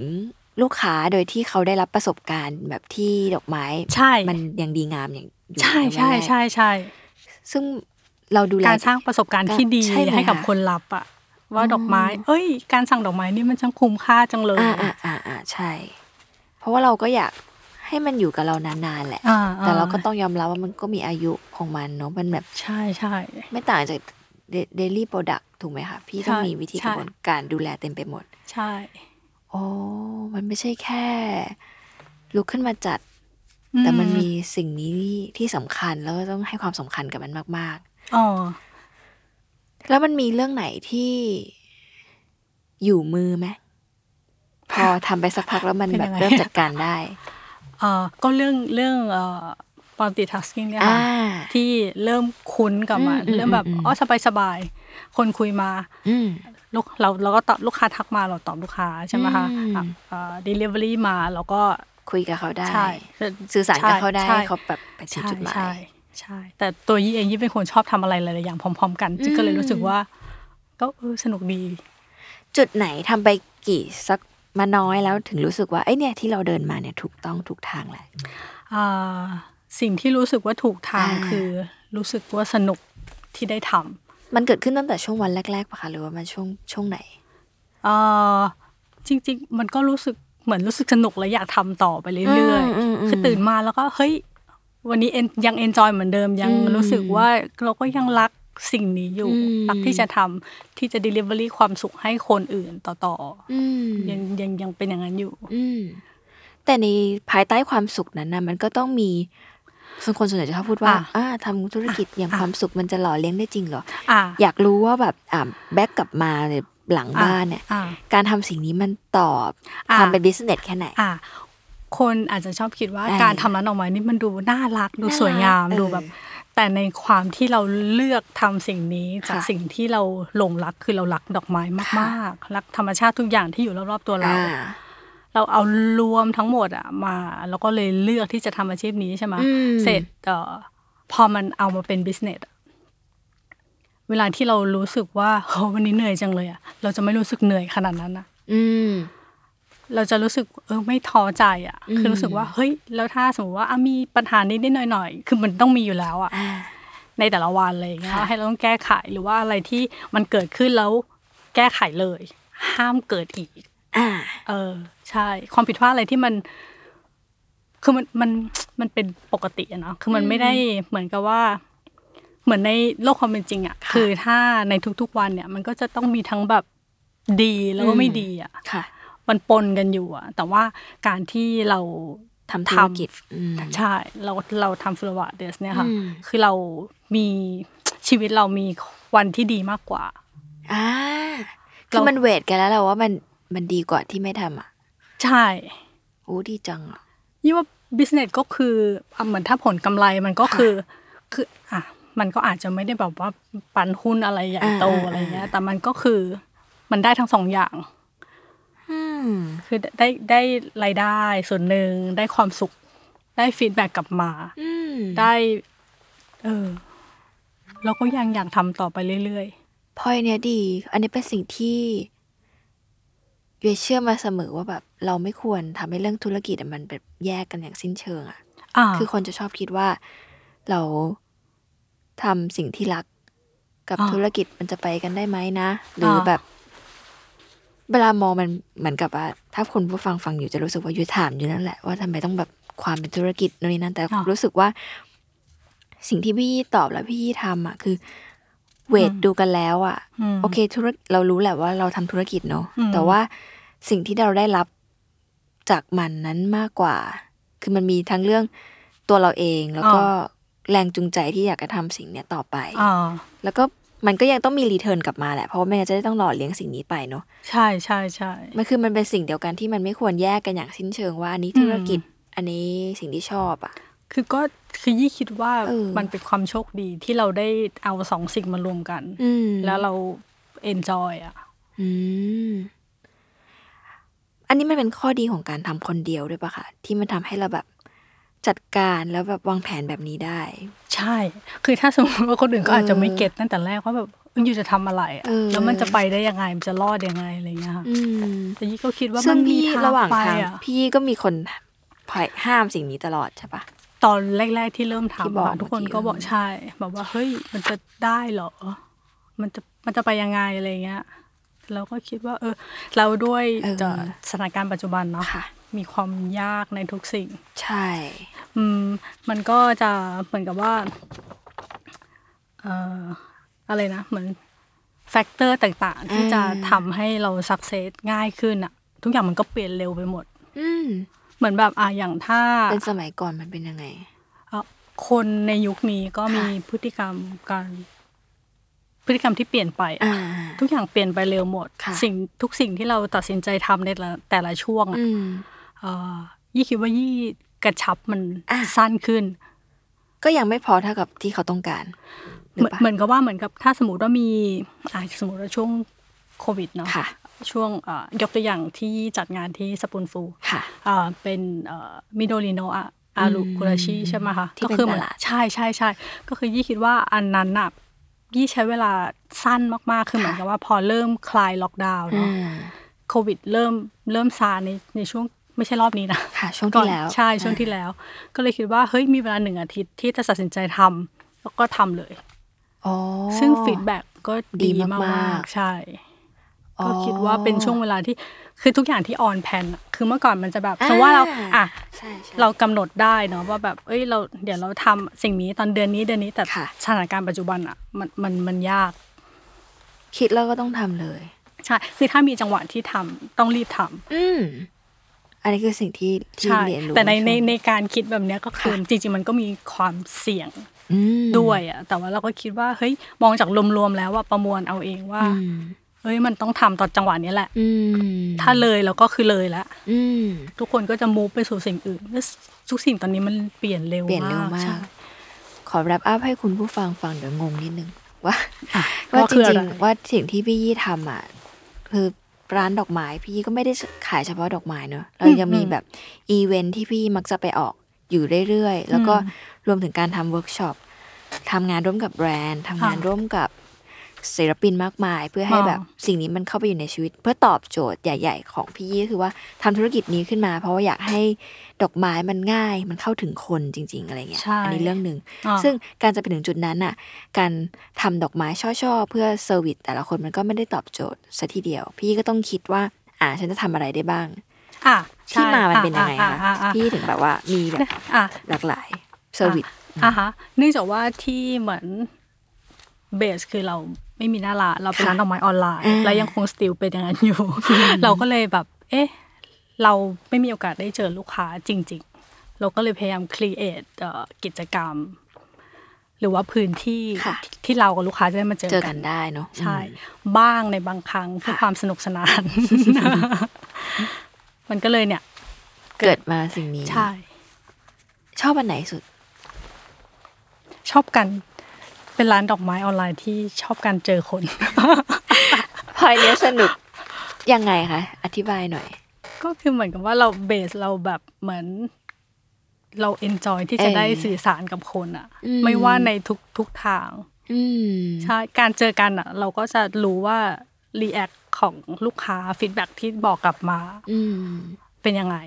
Speaker 1: ลูกค้าโดยที่เขาได้รับประสบการณ์แบบที่ดอกไม้
Speaker 2: ใช่
Speaker 1: มันยังดีงามอย่างอยู่
Speaker 2: ใช่
Speaker 1: นวัน
Speaker 2: ใช่
Speaker 1: แรก
Speaker 2: ใช่ใช่
Speaker 1: ซึ่งเราดูแล
Speaker 2: การสร้างประสบการณ์ที่ดี
Speaker 1: ใช่ไหม
Speaker 2: ให้กับ
Speaker 1: คะ
Speaker 2: คนรับอะว่า
Speaker 1: อืม
Speaker 2: ดอกไม้ เอ้ย การสั่งดอกไม้นี่มันช่างคุ้มค่าจังเลย
Speaker 1: อ่าอ่าอ่าอ่าใช่ เพราะว่าเราก็อยากให้มันอยู่กับเรานานๆแหละ
Speaker 2: อ่า
Speaker 1: แต่เราก็ต้องยอมรับว่ามันก็มีอายุของมันเนาะมันแบบ
Speaker 2: ใช่ใช่
Speaker 1: ไม่ต่างจากเดลี่โปรดักถูกไหมคะพี่ต้อง
Speaker 2: ใช่
Speaker 1: มีวิธี
Speaker 2: ใช่
Speaker 1: กระบวนการดูแลเต็มไปหมด
Speaker 2: ใช่
Speaker 1: โอ้มันไม่ใช่แค่ ลุกขึ้นมาจัด
Speaker 2: อื
Speaker 1: แต่มันมีสิ่งนี้ที่สำคัญแล้วก็ต้องให้ความสำคัญกับมันมาก
Speaker 2: อ๋อ
Speaker 1: ๆ แล้วมันมีเรื่องไหนที่อยู่มือไหมพอทำไปสักพักแล้วมันแบบเริ่มจัดการ [LAUGHS] ได้
Speaker 2: เอ่อก็เรื่องเรื่องเอ่อ multitasking เนี่ย
Speaker 1: อ่า
Speaker 2: ค่ะที่เริ่มคุ้นกับมัน
Speaker 1: อืมอืม
Speaker 2: เริ่มแบบ
Speaker 1: อืม
Speaker 2: อ๋อสบายสบายๆคนคุยมา
Speaker 1: อืม
Speaker 2: ลูกเราเราก็ตอบลูกค้าทักมาเราตอบลูกค้าใช่ไหมคะ
Speaker 1: อืม
Speaker 2: อ่ะเอ่อ delivery มาเราก็
Speaker 1: คุยกับเขาได้
Speaker 2: ใช่
Speaker 1: สื่อสารกับเขาได้
Speaker 2: ใช่
Speaker 1: ให้เขาแบบไปถึง
Speaker 2: ใช่
Speaker 1: จุดหมาย
Speaker 2: ใช่ใช่ แต่ตัวยี่เองยี่เป็นคนชอบทำอะไรหลายๆอย่างพร้อม ๆ กันจึงก็เลย
Speaker 1: อืม
Speaker 2: รู้สึกว่า ก็เออสนุกดี
Speaker 1: จุดไหนทำไปกี่สักมาน้อยแล้วถึงรู้สึกว่าไอยเนี่ยที่เราเดินมาเนี่ยถูกต้องถูกทางแหละ
Speaker 2: อ่าสิ่งที่รู้สึกว่าถูกทาง
Speaker 1: อ่า
Speaker 2: คือรู้สึกว่าสนุกที่ได้ท
Speaker 1: มันเกิดขึ้นตั้งแต่ช่วงวันแรกๆปะคะหรือว่ามันช่วงช่วงไหน
Speaker 2: ำอ่าจริง ๆ มันก็รู้สึกเหมือนรู้สึกสนุกและอยากทำต่อไปเรื่อย
Speaker 1: อืมอืมอืม
Speaker 2: คือตื่นมาแล้วก็เฮ้ยวันนี้ en- ยังเอนจอยเหมือนเดิมยัง
Speaker 1: อืม
Speaker 2: รู้สึกว่าเราก็ยังรักสิ่งนี้อยู่
Speaker 1: อืม
Speaker 2: รักที่จะทำที่จะ delivery ความสุขให้คนอื่นต่อๆ
Speaker 1: อืม
Speaker 2: ยังยังยังเป็นอย่างนั้นอยู่
Speaker 1: อืมแต่ในภายใต้ความสุขนั้นนะมันก็ต้องมีส่วนคนส่วนใหญ่จะชอบพูดว่า
Speaker 2: อ่ะ
Speaker 1: อ่าทำธุรกิจอย่าง
Speaker 2: อ่ะ
Speaker 1: ความสุขมันจะหล่อเลี้ยงได้จริงเหรอ
Speaker 2: อ่า
Speaker 1: อยากรู้ว่าแบบอ่าแบกกลับมาเนี่ยหลังบ้านเนี่ย
Speaker 2: อ่า
Speaker 1: การทำสิ่งนี้มันตอบ
Speaker 2: อ่ะ
Speaker 1: ความเป็นบิสเนสแค่ไหน
Speaker 2: อ่า คนอาจจะชอบคิดว่า
Speaker 1: อ่า
Speaker 2: การทำร้านดอกไม้นี่มันดูน่ารักดู
Speaker 1: น่ารัก
Speaker 2: สวยงาม
Speaker 1: เออ
Speaker 2: ดูแบบ แต่ในความที่เราเลือกทำสิ่งนี้จาก
Speaker 1: ค่ะ
Speaker 2: สิ่งที่เราหลงรักคือเรารักดอกไม้มากๆรักธรรมชาติทุกอย่างที่อยู่รอบๆตัวเรา
Speaker 1: อ่า
Speaker 2: เราเอารวมทั้งหมดอะมา แล้วก็เลยเลือกที่จะทำอาชีพนี้ใช่ไหม
Speaker 1: อืม
Speaker 2: เสร็จเอ่อพอมันเอามาเป็นบิสเนสอะเวลาที่เรารู้สึกว่าโหวันนี้เหนื่อยจังเลยอะเราจะไม่รู้สึกเหนื่อยขนาดนั้นนะ
Speaker 1: อืม
Speaker 2: เราจะรู้สึกเออไม่ท้อใจอ่ะ
Speaker 1: อืม
Speaker 2: คือรู้สึกว่าเฮ้ยแล้วถ้าสมมติว่าอ่ะมีปัญหานิดนิดหน่อยหน่อยๆคือมันต้องมีอยู่แล้วอ่ะ
Speaker 1: อ่า
Speaker 2: ในแต่ละวันอะไรอย่างเงี้ย
Speaker 1: ค่ะ
Speaker 2: ให้เราต้องแก้ไขหรือว่าอะไรที่มันเกิดขึ้นแล้วแก้ไขเลย ห้ามเกิดอีก
Speaker 1: อ่า
Speaker 2: เออ ใช่ ความผิดพลาดอะไรที่มัน คือมันมันมันเป็นปกติอะเนาะคือมันไม่ได้เหมือนกับว่า เหมือนในโลกความเป็นจริงอ่ะ
Speaker 1: ค่ะ
Speaker 2: คือถ้าในทุกๆวันเนี่ย มันก็จะต้องมีทั้งแบบดีแล้วก็ไม่
Speaker 1: อืม
Speaker 2: ดีอ่ะ
Speaker 1: ค่ะ
Speaker 2: มันปนกันอยู่อะแต่ว่าการที่เรา
Speaker 1: ทำธุรกิจอืม
Speaker 2: ใช่ เราเราทำฟลวาเดสเนี่ยค่ะ
Speaker 1: อืม
Speaker 2: คือเรามี ชีวิตเรามีวันที่ดีมากกว่า
Speaker 1: อ่าคือมันเวทกันแล้วเราว่ามันมันดีกว่าที่ไม่ทำอ่ะ
Speaker 2: ใช่
Speaker 1: โอ้ดีจังอ่ะ
Speaker 2: ยี่ว่าบิสเนสก็คืออ่ะเหมือนถ้าผลกำไรมันก็คือ คืออ่ะมันก็อาจจะไม่ได้แบบว่าปันหุ้นอะไรใหญ่โต
Speaker 1: อ่าอ่า
Speaker 2: อะไรเงี้ย แต่มันก็คือมันได้ทั้งสองอย่าง
Speaker 1: อืม
Speaker 2: คือได้ได้รายได้ส่วนหนึ่งได้ความสุข ได้ฟีดแบ็กกลับมา
Speaker 1: อืม
Speaker 2: ได้ เออ เราก็ยังอยากทำต่อไปเรื่อย
Speaker 1: พอยเนี้ยดี อันนี้เป็นสิ่งที่เวยเชื่อมาเสมอว่าแบบ เราไม่ควรทำให้เรื่องธุรกิจอะมันแบบแยกกันอย่างสิ้นเชิงอ่ะ
Speaker 2: ๆ อ่า
Speaker 1: คือคนจะชอบคิดว่าเราทำสิ่งที่รัก กับ
Speaker 2: อ่า
Speaker 1: ธุรกิจมันจะไปกันได้ไหมนะ หรืออา แบบ เวลามองมันเหมือนกับว่า ถ้าคนผู้ฟังฟังอยู่จะรู้สึกว่ายุยถามอยู่นั่นแหละว่าทำไมต้องแบบความเป็นธุรกิจโน่นนี่นั่นแต่
Speaker 2: อ่ะ
Speaker 1: รู้สึกว่า สิ่งที่พี่ยี่ตอบแล้วพี่ยี่ทำอ่ะคือ เวทดูกันแล้วอ่ะ
Speaker 2: ม
Speaker 1: โอเคธุรเรารู้แหละว่าเราทำธุรกิจเนอะ
Speaker 2: อืม
Speaker 1: แต่ว่าสิ่งที่เราได้รับจากมันนั้นมากกว่า คือมันมีทั้งเรื่องตัวเราเองแล้วก็แรงจูงใจที่อยากจะทำสิ่งเนี้ยต่อไป
Speaker 2: อ่า
Speaker 1: แล้วก็มันก็ยังต้องมีรีเทิร์นกลับมาแหละเพราะว่าไม่งั้นจะได้ต้องหล่อเลี้ยงสิ่งนี้ไปเนอะ
Speaker 2: ใช่ใช่ใช่
Speaker 1: มันคือมันเป็นสิ่งเดียวกันที่มันไม่ควรแยกกันอย่างสิ้นเชิงว่าอันนี้ธุรกิจอันนี้สิ่งที่ชอบอ่ะ
Speaker 2: คือก็คือยี่คิดว่า
Speaker 1: เออ
Speaker 2: มันเป็นความโชคดีที่เราได้เอาสองสิ่งมารวมกัน
Speaker 1: อืม
Speaker 2: แล้วเราเอนจอยอ่ะ
Speaker 1: อืมอันนี้มันเป็นข้อดีของการทำคนเดียวด้วยปะคะที่มันทำให้เราแบบจัดการแล้วแบบวางแผนแบบนี้ได้
Speaker 2: ใช่ คือถ้าสมมติว่าคนอื่นก็
Speaker 1: เอออ
Speaker 2: อาจจะไม่เก็ตตั้งแต่แรกว่าแบบเอ้ยอยู่จะทำอะไรอะ
Speaker 1: เออ
Speaker 2: แล้วมันจะไปได้ยังไง มันจะรอดยังไงอะไรเงี้ยค่ะ
Speaker 1: อืม
Speaker 2: แต่ยี่ก็คิดว่า
Speaker 1: ซึ่
Speaker 2: มั
Speaker 1: ง
Speaker 2: นมี
Speaker 1: พี่
Speaker 2: ทาง
Speaker 1: ระหว่าง
Speaker 2: ไป
Speaker 1: ทาง
Speaker 2: อ่ะ
Speaker 1: พี่ก็มีคนพอยห้ามสิ่งนี้ตลอดใช่ปะ
Speaker 2: ตอนแรก ๆที่เริ่ม
Speaker 1: ที่
Speaker 2: ทำ
Speaker 1: บอก
Speaker 2: อะทุกคน
Speaker 1: เมื่อกี้
Speaker 2: ก็บอก
Speaker 1: เออ
Speaker 2: ใช่แบบว่าเฮ้ยมันจะได้เหรอ มันจะมันจะไปยังไงอะไรเงี้ยเราก็คิดว่า เออ เราด้วยจะสถานการณ์ปัจจุบันเนาะ
Speaker 1: ค่ะ
Speaker 2: มีความยากในทุกสิ่ง
Speaker 1: ใช่
Speaker 2: อืมมันก็จะเหมือนกับว่าเอ่ออะไรนะ เหมือนแฟกเตอร์ต่างๆ ที่
Speaker 1: อ่า
Speaker 2: จะทำให้เราสักเซสง่ายขึ้นอะทุกอย่างมันก็เปลี่ยนเร็วไปหมด
Speaker 1: อืม
Speaker 2: เหมือนแบบอ่ะอย่างถ้า
Speaker 1: เป็นสมัยก่อนมันเป็นยังไง
Speaker 2: เอ่อคนในยุคนี้ก็มีพฤติกรรมการ พฤติกรรมที่เปลี่ยนไปอะ
Speaker 1: อ่า
Speaker 2: ทุกอย่างเปลี่ยนไปเร็วหมด
Speaker 1: ค่ะ
Speaker 2: สิ่งทุกสิ่งที่เราตัดสินใจทำในแต่ละแต่ละช่วงอะ
Speaker 1: อืม
Speaker 2: เอ่อยี่คิดว่ายี่กระชับมัน
Speaker 1: อ่ะ
Speaker 2: สั้นขึ้น
Speaker 1: ก็ยังไม่พอเท่ากับที่เขาต้องการหรื
Speaker 2: เหมื
Speaker 1: อ
Speaker 2: อน
Speaker 1: ปะ
Speaker 2: เหมือนกับว่าเหมือนกับถ้าสมมติว่ามีอ่าสมมติว่าช่วงโควิดเนาะ
Speaker 1: ค่ะ
Speaker 2: ช่วงเอ่อยกตัวอย่างที่จัดงานที่สปูนฟู
Speaker 1: ค่ะ
Speaker 2: อ่าเป็นมิโดริโนอารุ
Speaker 1: อืม
Speaker 2: กุราชิใช่ไหมคะ
Speaker 1: ที่
Speaker 2: ก็
Speaker 1: เป็น
Speaker 2: คือเหมืน
Speaker 1: ตลาด
Speaker 2: ใช่ใช่ใช่ก็คือยี่คิดว่าอันนั้นน่ะยี่ใช้เวลาสั้นมากๆคือเหมือน
Speaker 1: ค่ะ
Speaker 2: กับว่าพอเริ่มคลายล็อกดาวน์
Speaker 1: อ่
Speaker 2: เนาะ
Speaker 1: า
Speaker 2: โควิดเริ่มเริ่มซาในในช่วงไม่ใช่รอบนี้นะ
Speaker 1: ค่ะ ช่วง
Speaker 2: ก่อ
Speaker 1: ที่
Speaker 2: น
Speaker 1: แล้ว
Speaker 2: ใช่ช่วงที่
Speaker 1: อ่า
Speaker 2: แล้ว ก็เลยคิดว่าเฮ้ยมีเวลาหนึ่งอาทิตย์ที่จะตัดสินใจทำแล้วก็ทำเลย
Speaker 1: อ๋อ
Speaker 2: ซึ่งฟีดแบ็กก็ดี
Speaker 1: ดีมากๆ
Speaker 2: มากๆใช่
Speaker 1: อ๋อ
Speaker 2: ก็คิดว่าเป็นช่วงเวลาที่คือทุกอย่างที่ออนแพนคือเมื่อก่อนมันจะแบบ
Speaker 1: อ่า
Speaker 2: สมมติว่าเราอ่ะ
Speaker 1: ใช่ใช่
Speaker 2: เรากำหนดได้เนาะว่าแบบเอ้ยเราเดี๋ยวเราทำสิ่งนี้ตอนเดือนนี้เดือนนี้แต่
Speaker 1: ค่ะ
Speaker 2: สถานการณ์ปัจจุบันอ่ะมันมันมันยาก
Speaker 1: คิดแล้วก็ต้องทำเลย
Speaker 2: ใช่คือถ้ามีจังหวะที่ทำต้องรีบทำ
Speaker 1: อืม อันนี้คือสิ่งที่ที่
Speaker 2: ใช่
Speaker 1: เรียนรู้
Speaker 2: แต่ใน
Speaker 1: ช่วง
Speaker 2: ในในการคิดแบบเนี้ยก็คือจริงๆ มันก็มีความเสี่ยง
Speaker 1: อืม
Speaker 2: ด้วยอะแต่ว่าเราก็คิดว่าเฮ้ยมองจากรวมๆแล้วว่าประมวลเอาเองว่า
Speaker 1: อืม
Speaker 2: เฮ้ยมันต้องทำตอนจังหวะเนี้ยแหละ
Speaker 1: อืม
Speaker 2: ถ้าเลยแล้วก็คือเลยละ
Speaker 1: อืม
Speaker 2: ทุกคนก็จะมูฟไปสู่สิ่งอื่นแล้วทุกสิ่งตอนนี้มันเปลี่ยนเร็ว
Speaker 1: เปลี่ยนเร็วมาก
Speaker 2: ใช่
Speaker 1: ขอแรปอัพให้คุณผู้ฟังฟังเดี๋ยวงงนิดนึงว่า
Speaker 2: อ่ะ
Speaker 1: ว่า
Speaker 2: ว่า
Speaker 1: จ
Speaker 2: คืออะไร
Speaker 1: ริงๆว่าสิ่งที่พี่ยี่ทำอ่ะคือร้านดอกไม้พี่ยี่ก็ไม่ได้ขายเฉพาะดอกไม้เนอะเรายังมีแบบอีเวนท์ที่พี่ยี่มักจะไปออกอยู่เรื่อยๆ แล้วก็รวมถึงการทำเวิร์กช็อปทำงานร่วมกับแบรนด์ทำงานร่วมกับศิลปินมากมาย เพื่อให้แบบสิ่งนี้มันเข้าไปอยู่ในชีวิต เพื่อตอบโจทย์ใหญ่ ๆ ของพี่ยี่คือว่าทำธุรกิจนี้ขึ้นมา เพราะว่าอยากให้ดอกไม้มันง่าย มันเข้าถึงคนจริง ๆ อะไรเงี้ย
Speaker 2: ใช่
Speaker 1: อันี้เรื่องหนึ่ง
Speaker 2: อ่า
Speaker 1: ซึ่งการจะไปถึงจุดนั้นน่ะ การทำดอกไม้ช่อๆ เพื่อเซอร์วิสแต่ละคนมันก็ไม่ได้ตอบโจทย์ซะทีเดียว พี่ก็ต้องคิดว่า อ่าฉันจะทำอะไรได้บ้าง
Speaker 2: อ่ะใช่
Speaker 1: ที่มามันเป็นยังไง
Speaker 2: อ่
Speaker 1: คะ
Speaker 2: อ่อ่อ่
Speaker 1: พี่ถึงแบบว่ามีแบบ
Speaker 2: อ่ะ
Speaker 1: หลากหลายเซอร์วิส
Speaker 2: อ่ะฮะเนื่องจากว่าที่เหมือนเบสคือเราไม่มีหน้าร้านเราเป็น
Speaker 1: ค่ะ
Speaker 2: ร้านดอกไม้ออนไลน์
Speaker 1: อ่า
Speaker 2: และยังคงสติลเป็นอย่างนั้นอยู่ เราก็เลยแบบ เอ๊ะ เราไม่มีโอกาสได้เจอลูกค้าจริง ๆ เราก็เลยพยายามครีเอทกิจกรรม หรือว่าพื้นที่
Speaker 1: ค่ะ
Speaker 2: ที่เรากับลูกค้าจะได้มาเจอ
Speaker 1: เจอ
Speaker 2: กั
Speaker 1: กัน นได้เนาะ
Speaker 2: ใช่
Speaker 1: อืม
Speaker 2: บ้างในบางครั้งเพื่อ
Speaker 1: ค่ะ
Speaker 2: ความสนุกสนาน
Speaker 1: [LAUGHS]
Speaker 2: มันก็เลยเนี่ย เกิ
Speaker 1: เกิ
Speaker 2: ด
Speaker 1: ดมาสิ่งนี้
Speaker 2: ใช่
Speaker 1: ชอบอันไหนสุด
Speaker 2: ชอบกันเป็นร้านดอกไม้ออนไลน์ที่ชอบการเจอคน
Speaker 1: พ
Speaker 2: [LAUGHS]
Speaker 1: อยเนี้ยสนุก [LAUGHS] ยังไงคะ อธิบายหน่อย
Speaker 2: ก็คือเหมือนกับว่าเราเบสเราแบบเหมือน เราเอนจอยที่จะ
Speaker 1: เออ
Speaker 2: ได้สื่อสารกับคนอะ
Speaker 1: อืม
Speaker 2: ไม่ว่าในทุกทุกทาง
Speaker 1: อืม
Speaker 2: ใช่การเจอกันอะเราก็จะรู้ว่ารีแอคของลูกค้าฟีดแบ็ที่บอกกลับมา
Speaker 1: อืม
Speaker 2: เป็นยังไง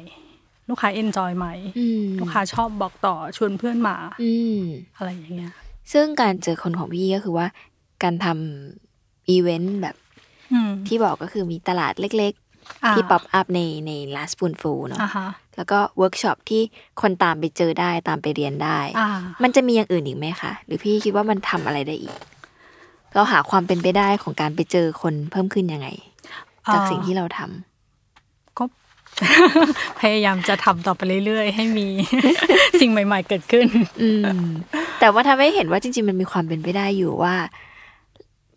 Speaker 2: ลูกค้าเอนจอยไหม
Speaker 1: อืม
Speaker 2: ลูกค้าชอบบอกต่อชวนเพื่อนมา
Speaker 1: อืม
Speaker 2: อะไรอย่างเงี้ย
Speaker 1: ซึ่งการเจอคนของพี่ก็คือว่า การทำอีเวนต์แบบ
Speaker 2: อืม
Speaker 1: ที่บอกก็คือมีตลาดเล็ก
Speaker 2: อ่า
Speaker 1: ๆ ที่ป๊อปอัพในใน last spoonful เนอะ
Speaker 2: อ่าฮะ
Speaker 1: แล้วก็เวิร์กช็อปที่คนตามไปเจอได้ตามไปเรียนได้
Speaker 2: อ่า
Speaker 1: มันจะมีอย่างอื่นอีกไหมคะ หรือพี่คิดว่ามันทำอะไรได้อีก เราหาความเป็นไปได้ของการไปเจอคนเพิ่มขึ้นยังไง จากสิ่งที่เราทำ
Speaker 2: ก็ [LAUGHS] พยายามจะทำต่อไปเรื่อย ๆ ให้มี [LAUGHS] สิ่งใหม่ ๆ เกิดขึ้น
Speaker 1: อืม แต่ว่าทำให้เห็นว่าจริง ๆ มันมีความเป็นไปได้อยู่ว่า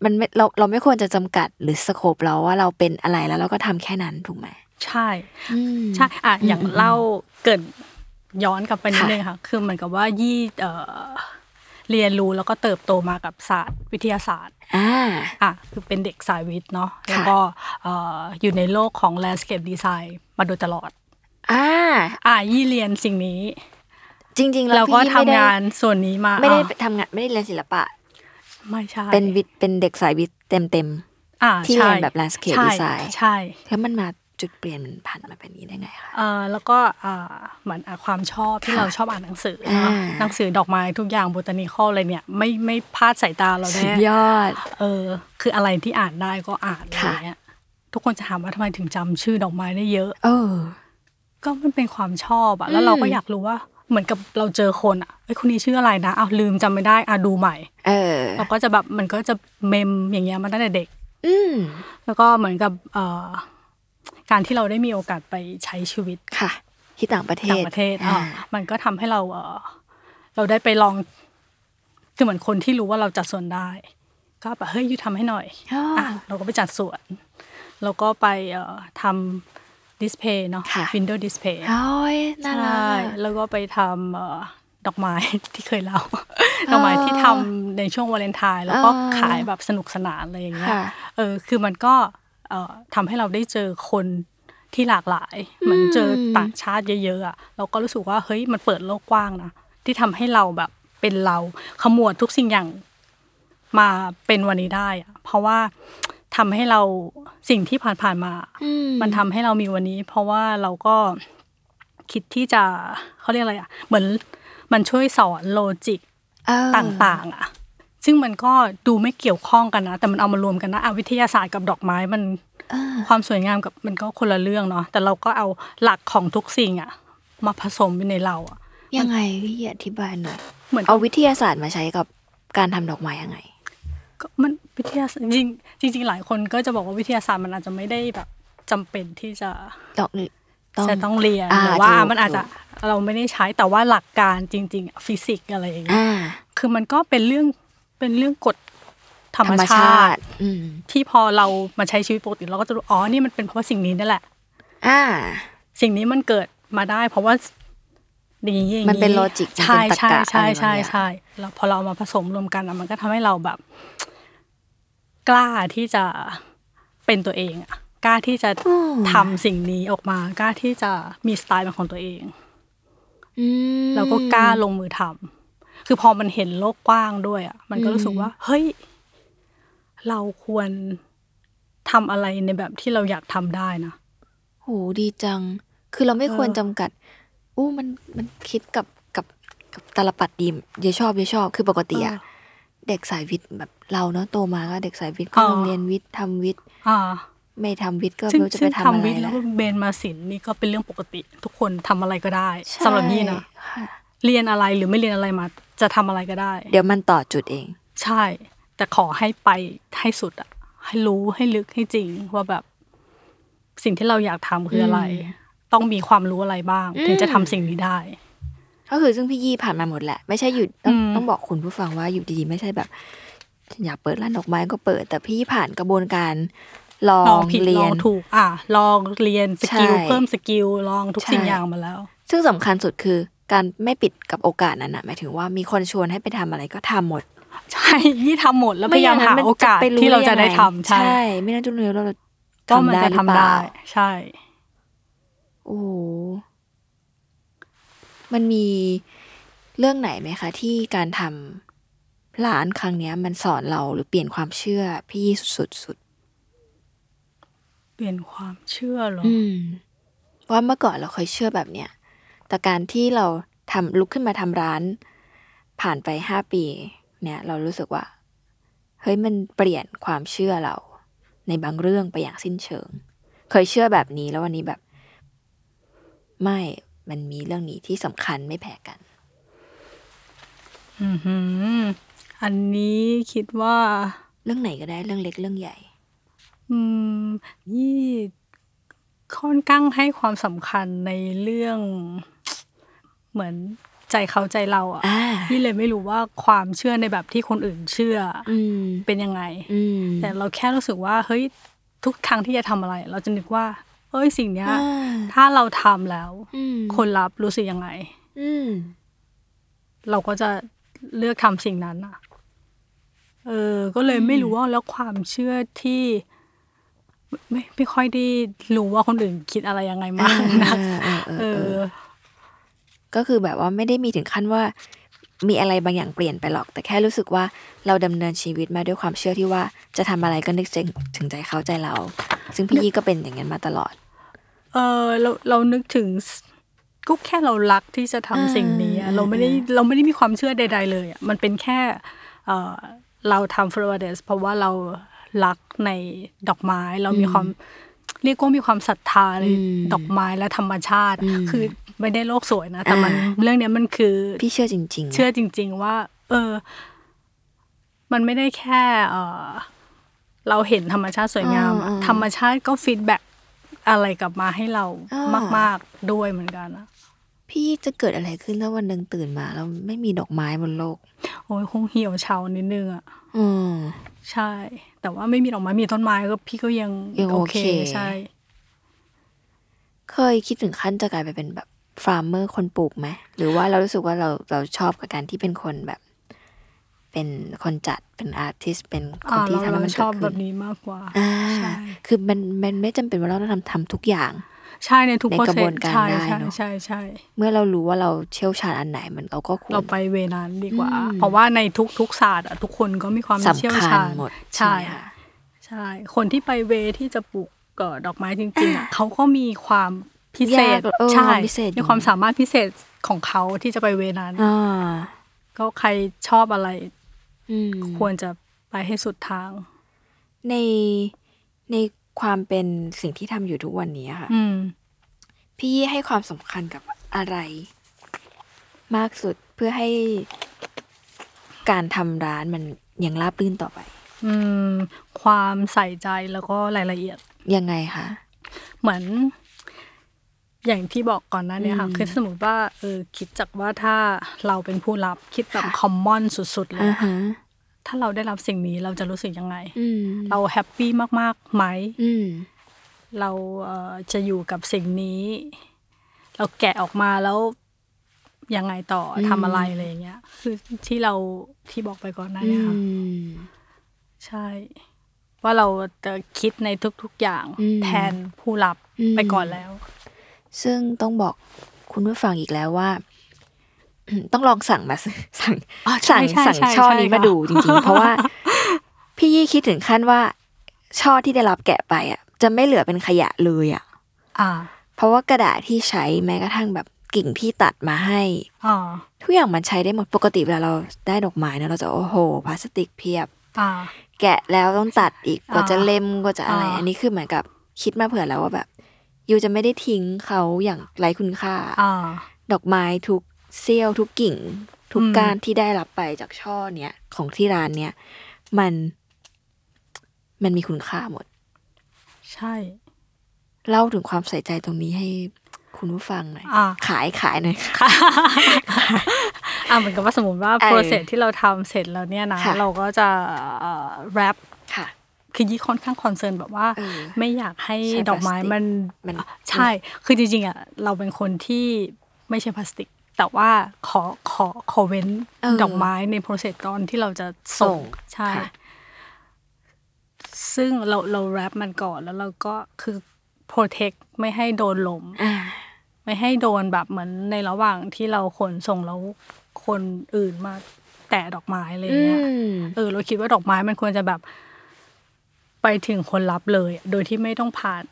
Speaker 1: มันไม่เราเราไม่ควรจะจำกัดหรือสโคปเราว่าเราเป็นอะไรแล้วเราก็ทำแค่นั้นถูกไหม
Speaker 2: ใช่
Speaker 1: อืม
Speaker 2: ใช่อ่ะอย่างเล่าเกิดย้อนกลับไปนิด
Speaker 1: ค่ะ
Speaker 2: นึงค่ะ คือเหมือนกับว่ายี่เอ่อเรียนรู้แล้วก็เติบโตมากับศาสตร์วิทยาศาสตร์
Speaker 1: อ่า
Speaker 2: อ่ะคือเป็นเด็กสายวิทย์เนาะ
Speaker 1: ค่ะ
Speaker 2: แล้วก็เอ่ออยู่ในโลกของ landscape design มาโดยตลอด
Speaker 1: อ่า
Speaker 2: อ่ะยี่เรียนสิ่งนี้
Speaker 1: จริง ๆ แล้
Speaker 2: เรา
Speaker 1: ว
Speaker 2: ก็
Speaker 1: พี่
Speaker 2: ทำ
Speaker 1: ไม่ได้
Speaker 2: งานส่วนนี้มา
Speaker 1: ไม่ได้
Speaker 2: อ่ะ
Speaker 1: ทำงานไม่ได้เรียนศิลปะ
Speaker 2: ไม่ใช่
Speaker 1: เป็นวิทย์เป็นเด็กสายวิทย์เต็มเต็ม
Speaker 2: อ่ะ
Speaker 1: ที่เรียน
Speaker 2: ใช่
Speaker 1: แบบ landscape
Speaker 2: ใช่
Speaker 1: design
Speaker 2: ใช่
Speaker 1: ๆแล้วมันมาจุดเปลี่ยนมันผ่านมาเป็นนี้ได้ไงคะ
Speaker 2: เอ่อแล้วก็อ่ะเหมือนอ่ะความชอบที่
Speaker 1: ค่ะ
Speaker 2: เราชอบอ่านหนังสือเนาะ
Speaker 1: อ่า
Speaker 2: หนังสือดอกไม้ทุกอย่างบ o ต a น i ค a ลอะไรเนี่ยไม่ไม่พลาดสายตาเรา
Speaker 1: สุ
Speaker 2: แน่
Speaker 1: ดยอด
Speaker 2: เออคืออะไรที่อ่านได้ก็อ่านอะไร
Speaker 1: ค่ะ
Speaker 2: เงี้ยทุกคนจะถามว่าทำไมถึงจำชื่อดอกไม้ได้เยอะ
Speaker 1: เออ
Speaker 2: ก็มันเป็นความชอบอะแล้วเราก็อยากรู้ว่าเหมือนกับเราเจอคนอะเอ้ยคนนี้ชื่ออะไรนะอ้าวลืมจำไม่ได้อ่ะดูใหม่
Speaker 1: เออ
Speaker 2: เราก็จะแบบมันก็จะเมมอย่างเงี้ยมาตั้งแต่เด็ก
Speaker 1: อืม
Speaker 2: แล้วก็เหมือนกับเอ่อการที่เราได้มีโอกาสไปใช้ชีวิต
Speaker 1: ค่ะ ที่ต่างประเทศ
Speaker 2: ต่างประเทศ
Speaker 1: อ่า
Speaker 2: อ่ะมันก็ทำให้เราเออเราได้ไปลองคือเหมือนคนที่รู้ว่าเราจัดส่วนได้ ก็แบบเฮ้ยยูทำให้หน่อย
Speaker 1: อ๋อ
Speaker 2: อ่ะเราก็ไปจัดสวน แล้วก็ไปเอ่อทำดิสเพย์เนาะ
Speaker 1: ค่ะ
Speaker 2: วินโดว์ดิสเพย์
Speaker 1: โอ้ยน่า
Speaker 2: ใช
Speaker 1: รั่ ก
Speaker 2: แล้วก็ไปทำเอ่อดอกไม้ [LAUGHS] ที่เคยเล่า ดอกไม้ที่ทำในช่วงวาเลนไทน์แล้วก็
Speaker 1: อ่า
Speaker 2: ขายแบบสนุกสนานอะไรอย่างเงี้ย
Speaker 1: ค่ะ
Speaker 2: เออคือมันก็เอ่อทำให้เราได้เจอคนที่หลากหลาย เหมือนเจอต่างชาติเยอะๆอ่ะเราก็รู้สึกว่าเฮ้ยมันเปิดโลกกว้างนะที่ทำให้เราแบบเป็นเราขมวดทุกสิ่งอย่าง มาเป็นวันนี้ได้อะเพราะว่าทำให้เราสิ่งที่ผ่านๆมา
Speaker 1: อืม
Speaker 2: มันทำให้เรามีวันนี้ เพราะว่าเราก็คิดที่จะเขาเรียกอะไรอะเหมือนมันช่วยสอนโลจิก
Speaker 1: เออ
Speaker 2: ต่างๆอะซึ่งมันก็ดูไม่เกี่ยวข้องกันนะ แต่มันเอามารวมกันนะอะวิทยาศาสตร์กับดอกไม้มัน
Speaker 1: เออ
Speaker 2: ความสวยงามกับมันก็คนละเรื่องเนาะแต่เราก็เอาหลักของทุกสิ่งอะมาผสมอยู่ในเราอะ
Speaker 1: ยังไงพี่อธิบายหน่อย
Speaker 2: เหมือน
Speaker 1: เอาวิทยาศาสตร์มาใช้กับการทำดอกไม้ยังไง
Speaker 2: ก็มันวิทยาศาสตร์จริงจริง ๆ หลายคนก็จะบอกว่าวิทยาศาสตร์มันอาจจะไม่ได้แบบจำเป็นที่จะ
Speaker 1: ดอกต้อง
Speaker 2: จะต้องเรียน
Speaker 1: อ่า
Speaker 2: หรือว่า
Speaker 1: ถูก
Speaker 2: มันอาจจะ
Speaker 1: ถู
Speaker 2: เราไม่ได้ใช้แต่ว่าหลักการจริง ๆ ฟิสิกส์อะไรอย่างเงี้ย
Speaker 1: อ่า
Speaker 2: คือมันก็เป็นเรื่องเป็นเรื่องกฎธรร
Speaker 1: ธร
Speaker 2: ม
Speaker 1: รมช
Speaker 2: ชา
Speaker 1: า
Speaker 2: ติ
Speaker 1: ติ อืม
Speaker 2: ที่พอเรามาใช้ชีวิตปกติเราก็จะรู้อ๋อนี่มันเป็นเพราะว่าสิ่งนี้นั่นแหละ
Speaker 1: อ่า
Speaker 2: สิ่งนี้มันเกิดมาได้ เพราะว่าอย่างนี้อย่าง
Speaker 1: มันเป็น logic มัน
Speaker 2: ใช่
Speaker 1: เป็นตรร
Speaker 2: ใช่
Speaker 1: กะ
Speaker 2: ใช่
Speaker 1: อะไรบาง
Speaker 2: ใช่
Speaker 1: อย่าง
Speaker 2: ใช่แล้วพอเราเอามาผสมรวมกันอะมันก็ทำให้เราแบบ กล้าที่จะเป็นตัวเองอะกล้าที่จะ
Speaker 1: อืม
Speaker 2: ทำสิ่งนี้ออกมา กล้าที่จะมีสไตล์เป็นของตัวเอง
Speaker 1: อืม
Speaker 2: แล้วก็กล้าลงมือทำคือพอมันเห็นโลกกว้างด้วยอะมันก็รู้สึกว่า เฮ้ย เราควรทำอะไรในแบบที่เราอยากทำได้นะ
Speaker 1: โหดีจัง คือเราไม่ควร
Speaker 2: เออ
Speaker 1: จำกัด อู้มันมันคิดกับกับกับตาลปัดดีมเยอะชอบเยอะชอบ คือปกติอะเด็กสายวิทย์แบบเราเนาะโตมาก็เด็กสายวิทย์ก็ต้องเรียนวิทย์ทำวิทย์
Speaker 2: อ่า
Speaker 1: ไม่ทำวิทย์ก็
Speaker 2: ซึ่
Speaker 1: ไม่
Speaker 2: ง
Speaker 1: รู้จะ
Speaker 2: ซึ่
Speaker 1: ไป
Speaker 2: ง
Speaker 1: ทำอะ
Speaker 2: ทำ
Speaker 1: ไร
Speaker 2: วิทย์แล้
Speaker 1: แล้ว ว
Speaker 2: เบนมาสินนี่ก็เป็นเรื่องปกติ ทุกคนทำอะไรก็ได้สำหรับยี่นะ
Speaker 1: ใช่ค่
Speaker 2: เรียนอะไรหรือไม่เรียนอะไรมา จะทำอะไรก็ได้
Speaker 1: เดี๋ยวมันต่อจุดเอง
Speaker 2: ใช่ แต่ขอให้ไปให้สุดอะให้รู้ให้ลึกให้จริงว่าแบบ สิ่งที่เราอยากทำคืออะไร
Speaker 1: อืม
Speaker 2: ต้องมีความรู้อะไรบ้าง
Speaker 1: อืม
Speaker 2: ถึงจะทำสิ่งนี้ได้
Speaker 1: ก็คือซึ่งพี่ยี่ผ่านมาหมดแหละ ไม่ใช่อยู่ต้อง
Speaker 2: อืม
Speaker 1: ต้องบอกคุณผู้ฟังว่าอยู่ดีๆ ไม่ใช่แบบฉันอยากเปิดร้านดอกไม้ก็เปิด แต่พี่ยี่ผ่านกระบวนการลอ
Speaker 2: ลอง
Speaker 1: ง
Speaker 2: ผิด
Speaker 1: เรี
Speaker 2: ล
Speaker 1: ย
Speaker 2: อง
Speaker 1: น
Speaker 2: ถูก อ่ะลองเรียนสกิล
Speaker 1: ใช่
Speaker 2: เพิ่มสกิลลองทุก
Speaker 1: ใช่
Speaker 2: สิ่งอย่างมาแล้ว
Speaker 1: ซึ่งสำคัญสุดคือการไม่ปิดกับโอกาสนั้นนะหมายถึงว่ามีคนชวนให้ไปทำอะไรก็ทำหมด
Speaker 2: ใช่ยี่ทำหมดแล้วพยายามหาโอกาส
Speaker 1: ไม่อย่งนั้นมันไป
Speaker 2: ที่เราจะ
Speaker 1: ยังง
Speaker 2: ได้ทำใช่
Speaker 1: ใช่ ไม่น่าจะรู้ว่าเรา
Speaker 2: ก็มันจะ
Speaker 1: ห
Speaker 2: ทำ
Speaker 1: รือเปล่า
Speaker 2: ได้ ใช่
Speaker 1: โอ้โหมันมีเรื่องไหนไหมคะ ที่การทำร้านครั้งเนี้ย มันสอนเราหรือเปลี่ยนความเชื่อพี่สุดๆสุด
Speaker 2: เปลี่ยนความเชื่อเหรอ
Speaker 1: ๆอืมว่าเมื่อก่อนเราเคยเชื่อแบบเนี้ยแต่การที่เราทำลุกขึ้นมาทำร้าน ผ่านไปห้าปี เนี่ย เรารู้สึกว่า เฮ้ยมันเปลี่ยนความเชื่อเรา ในบางเรื่องไปอย่างสิ้นเชิง เคยเชื่อแบบนี้แล้ววันนี้แบบ ไม่มันมีเรื่องนี้ที่สำคัญไม่แพ้กัน
Speaker 2: อือหืออันนี้คิดว่า
Speaker 1: เรื่องไหนก็ได้เรื่องเล็กเรื่องใหญ่
Speaker 2: อืมยี่ค่อนข้างให้ความสำคัญในเรื่อง เหมือนใจเขาใจเราอ่ะ
Speaker 1: อ่า
Speaker 2: ยี่เลยไม่รู้ว่าความเชื่อในแบบที่คนอื่นเชื่ออ
Speaker 1: อืม
Speaker 2: เป็นยังไง
Speaker 1: อืม
Speaker 2: แต่เราแค่รู้สึกว่าเฮ้ยทุกครั้งที่จะทำอะไร เราจะนึกว่าเอ้ยสิ่งเนี้ย
Speaker 1: อ่า
Speaker 2: ถ้าเราทำแล้ว
Speaker 1: อืม
Speaker 2: คนรับรู้สึกยังไง
Speaker 1: อืม
Speaker 2: เราก็จะเลือกทำสิ่งนั้นอ่ะ เออ ก็เลยไม่รู้ว่าแล้วความเชื่อที่ไม่ไม่ไม่ค่อยได้รู้ว่าคนอื่นคิดอะไรยังไงมากนะ
Speaker 1: เออเออ
Speaker 2: เอ
Speaker 1: เออ
Speaker 2: อ
Speaker 1: ก็คือแบบว่าไม่ได้มีถึงขั้นว่า มีอะไรบางอย่างเปลี่ยนไปหรอก แต่แค่รู้สึกว่าเราดำเนินชีวิตมาด้วยความเชื่อที่ว่าจะทำอะไรก็นึกถึงถึงใจเขาใจเรา ซึ่งพี่ยี่ก็เป็นอย่างนั้นมาตลอด
Speaker 2: เออเราเรานึกถึงสก็แค่เรารักที่จะทำ
Speaker 1: อ่า
Speaker 2: สิ่งนี้อะ
Speaker 1: อ่า
Speaker 2: เราไม่ได้เราไม่ได้มีความเชื่อใด ๆ เลยอะมันเป็นแค่เออเราทำฟลอเดสเพราะว่าเรารักในดอกไม้ เรามีความเรียกว่ามีความศรัทธาใน
Speaker 1: อืม
Speaker 2: ดอกไม้และธรรมชาติ
Speaker 1: อืม
Speaker 2: คือไม่ได้โลกสวยนะ แต่มัน
Speaker 1: อ่า
Speaker 2: เรื่องเนี้ยมันคือ
Speaker 1: พี่เชื่อจริงๆ
Speaker 2: เชื่อจริง ๆ ว่า เออ มันไม่ได้แค่เออเราเห็นธรรมชาติสวยงามอะ
Speaker 1: อ่าๆ
Speaker 2: ธรรมชาติก็ฟีดแบ็ อะไรกลับมาให้เรา
Speaker 1: อ่าม
Speaker 2: มาก ๆ ด้วยเหมือนกันอะ
Speaker 1: พี่จะเกิดอะไรขึ้นถ้าวันหนึ่งตื่นมาแล้วไม่มีดอกไม้บนโลก
Speaker 2: โอ้ยคงเหี่ยวเฉานิดนึงอะ
Speaker 1: อืม
Speaker 2: ใช่ แต่ว่าไม่มีดอกไม้มีต้นไม้ก็พี่ก็ยัง
Speaker 1: ยังโอ
Speaker 2: โอ
Speaker 1: เค
Speaker 2: เคใช่
Speaker 1: เคยคิดถึงขั้นจะกลายไปเป็นแบบฟาร์มเมอร์คนปลูกไหมหรือว่าเรารู้สึกว่าเราเราชอบกับการที่เป็นคนแบบ เป็นคนจัดเป็นอาร์ติสเป็นคน
Speaker 2: อ่า
Speaker 1: ที่
Speaker 2: เรา
Speaker 1: ทำให้
Speaker 2: เรา
Speaker 1: มัน
Speaker 2: ช
Speaker 1: เกิ
Speaker 2: อบ
Speaker 1: ด
Speaker 2: แบ
Speaker 1: ขึ้น
Speaker 2: บนี้มากกว่า
Speaker 1: อ่า
Speaker 2: ใช่
Speaker 1: คือมันมันไม่จำเป็นว่าเราต้องทำทำทุกอย่าง
Speaker 2: ใช่ในทุก
Speaker 1: ใน
Speaker 2: โปร
Speaker 1: กระ
Speaker 2: เซ
Speaker 1: บว
Speaker 2: ส
Speaker 1: นการ
Speaker 2: ใช่
Speaker 1: ได้
Speaker 2: ใช่
Speaker 1: เนอะ
Speaker 2: ใช่ใช่
Speaker 1: เมื่อเรารู้ว่าเราเชี่ยวชาญอันไหนมันเราก็ควร
Speaker 2: เราไปเวนั้นดีกว่า
Speaker 1: อืม
Speaker 2: เพราะว่าในทุก ๆ ศาสตร์อะทุกคนก็มีความเชี่ยว
Speaker 1: สำคั
Speaker 2: ชา
Speaker 1: ญ
Speaker 2: ญ
Speaker 1: หมด
Speaker 2: ใช่
Speaker 1: ไหมคะ
Speaker 2: ใช่ คนที่ไปเวที่จะปลูกเอ่อดอกไม้จริง ๆอะเขาก็มีความพิเศษ
Speaker 1: ยากออค
Speaker 2: ใช่
Speaker 1: วามพิเศษอยู่
Speaker 2: มีความสามารถพิเศษของเขาที่จะไปเวนั้น
Speaker 1: อ่า
Speaker 2: ก็ใครชอบอะไร
Speaker 1: อืม
Speaker 2: ควรจะไปให้สุดทาง
Speaker 1: ในในความเป็นสิ่งที่ทำอยู่ทุกวันนี้ค่ะ
Speaker 2: อืม
Speaker 1: พี่ให้ความสำคัญกับอะไร มากสุดเพื่อให้การทำร้านมันยังราบรื่นต่อไป
Speaker 2: อืม ความใส่ใจแล้วก็รายละเอียด
Speaker 1: ยังไงคะ
Speaker 2: เหมือน อย่างที่บอกก่อนหน้าเนี้ค่ะ
Speaker 1: อืม
Speaker 2: คือถ้าสมมติว่าเออคิดจากว่าถ้าเราเป็นผู้รับคิดแบบ
Speaker 1: ค่ะ
Speaker 2: คอมมอนสุดๆเลย
Speaker 1: อ่า
Speaker 2: อะ
Speaker 1: ฮะ
Speaker 2: ถ้าเราได้รับสิ่งนี้เราจะรู้สึกยังไง
Speaker 1: อืม
Speaker 2: เราแฮปปี้มากๆไหม
Speaker 1: อืม
Speaker 2: เราเอ่อจะอยู่กับสิ่งนี้ เราแกะออกมาแล้วยังไงต่ออ
Speaker 1: ม
Speaker 2: ทำอะไรอะไรอย่างเงี้ย คือที่เราที่บอกไปก่อนหน้า
Speaker 1: อื
Speaker 2: เนี้ค่ะ
Speaker 1: ม
Speaker 2: ใช่ ว่าเราจะคิดในทุก ๆ อย่าง
Speaker 1: อืม
Speaker 2: แทนผู้รับ
Speaker 1: อืม
Speaker 2: ไปก่อนแล้ว
Speaker 1: ซึ่งต้องบอกคุณผู้ฟังอีกแล้วว่า [COUGHS] ต้องลองสั่งมาซื้อ [COUGHS] สั่ง
Speaker 2: ใช่
Speaker 1: สั่ง
Speaker 2: ใช่
Speaker 1: สั่ง
Speaker 2: ใช่
Speaker 1: ช่อ
Speaker 2: ใช่
Speaker 1: นี้
Speaker 2: ค่ะ
Speaker 1: มาดูจริงๆ เพราะว่า [LAUGHS] พี่ยี่คิดถึงขั้นว่า ช่อที่ได้รับแกะไปอ่ะ จะไม่เหลือเป็นขยะเลยอ่ะ
Speaker 2: อ่า
Speaker 1: เพราะว่ากระดาษที่ใช้แม้กระทั่งแบบกิ่งที่ตัดมาให้
Speaker 2: อ่า
Speaker 1: ทุกอย่างมันใช้ได้หมดปกติเวลาเราได้ดอกไม้เนอะเราจะโอ้โหพลาสติกเพียบ
Speaker 2: อ่า
Speaker 1: แกะแล้วต้องตัดอีกกว่าจะ
Speaker 2: อ่า
Speaker 1: เล่มกว่าจะอะไร
Speaker 2: อ่า
Speaker 1: อันนี้คือเหมือนกับคิดมาเผื่อแล้วว่าแบบยูจะไม่ได้ทิ้งเขาอย่างไร้คุณค่า
Speaker 2: อ่า
Speaker 1: ดอกไม้ทุกเซี่ยวทุกกิ่ง ทุก
Speaker 2: อืม
Speaker 1: ก้านที่ได้รับไปจากช่อเนี้ยของที่ร้านเนี้ยมันมันมีคุณค่าหมด
Speaker 2: ใช่
Speaker 1: เล่าถึงความใส่ใจตรงนี้ให้คุณผู้ฟังหน่อย
Speaker 2: อ่า
Speaker 1: ขายขายหน่อยค่ะ
Speaker 2: อ่าเหมือนกับว่าสมมติว่า
Speaker 1: เออ
Speaker 2: โปรเซสที่เราทำเสร็จแล้วเนี่ยนะ
Speaker 1: ค่ะ
Speaker 2: เราก็จะเอ่อแรป
Speaker 1: ค่ะ
Speaker 2: คือยี่ค่อนข้างคอนเซิร์นแบบว่า
Speaker 1: เออ
Speaker 2: ไม่อยากให้
Speaker 1: ใช้
Speaker 2: ดอกไม้
Speaker 1: พลาสติก
Speaker 2: มัน
Speaker 1: มัน
Speaker 2: ใช่ คือจริงๆอ่ะเราเป็นคนที่ไม่ใช่พลาสติก แต่ว่าขอขอขอเว้น
Speaker 1: เออ
Speaker 2: ดอกไม้ในโปรเซสตอนที่เราจะส่
Speaker 1: ส่
Speaker 2: ง
Speaker 1: ง
Speaker 2: ใช่
Speaker 1: ค่ะ
Speaker 2: ซึ่งเราเราแรปมันก่อนแล้วเราก็คือโปรเทคไม่ให้โดนลม
Speaker 1: อ่า
Speaker 2: ไม่ให้โดนแบบเหมือนในระหว่างที่เราขนส่งแล้วคนอื่นมาแตะดอกไม้อะไรอย่างเงี้ย เออเราคิดว่าดอกไม้มันควรจะแบบ ไปถึงคนรับเลย โดยที่ไม่ต้องผ่าน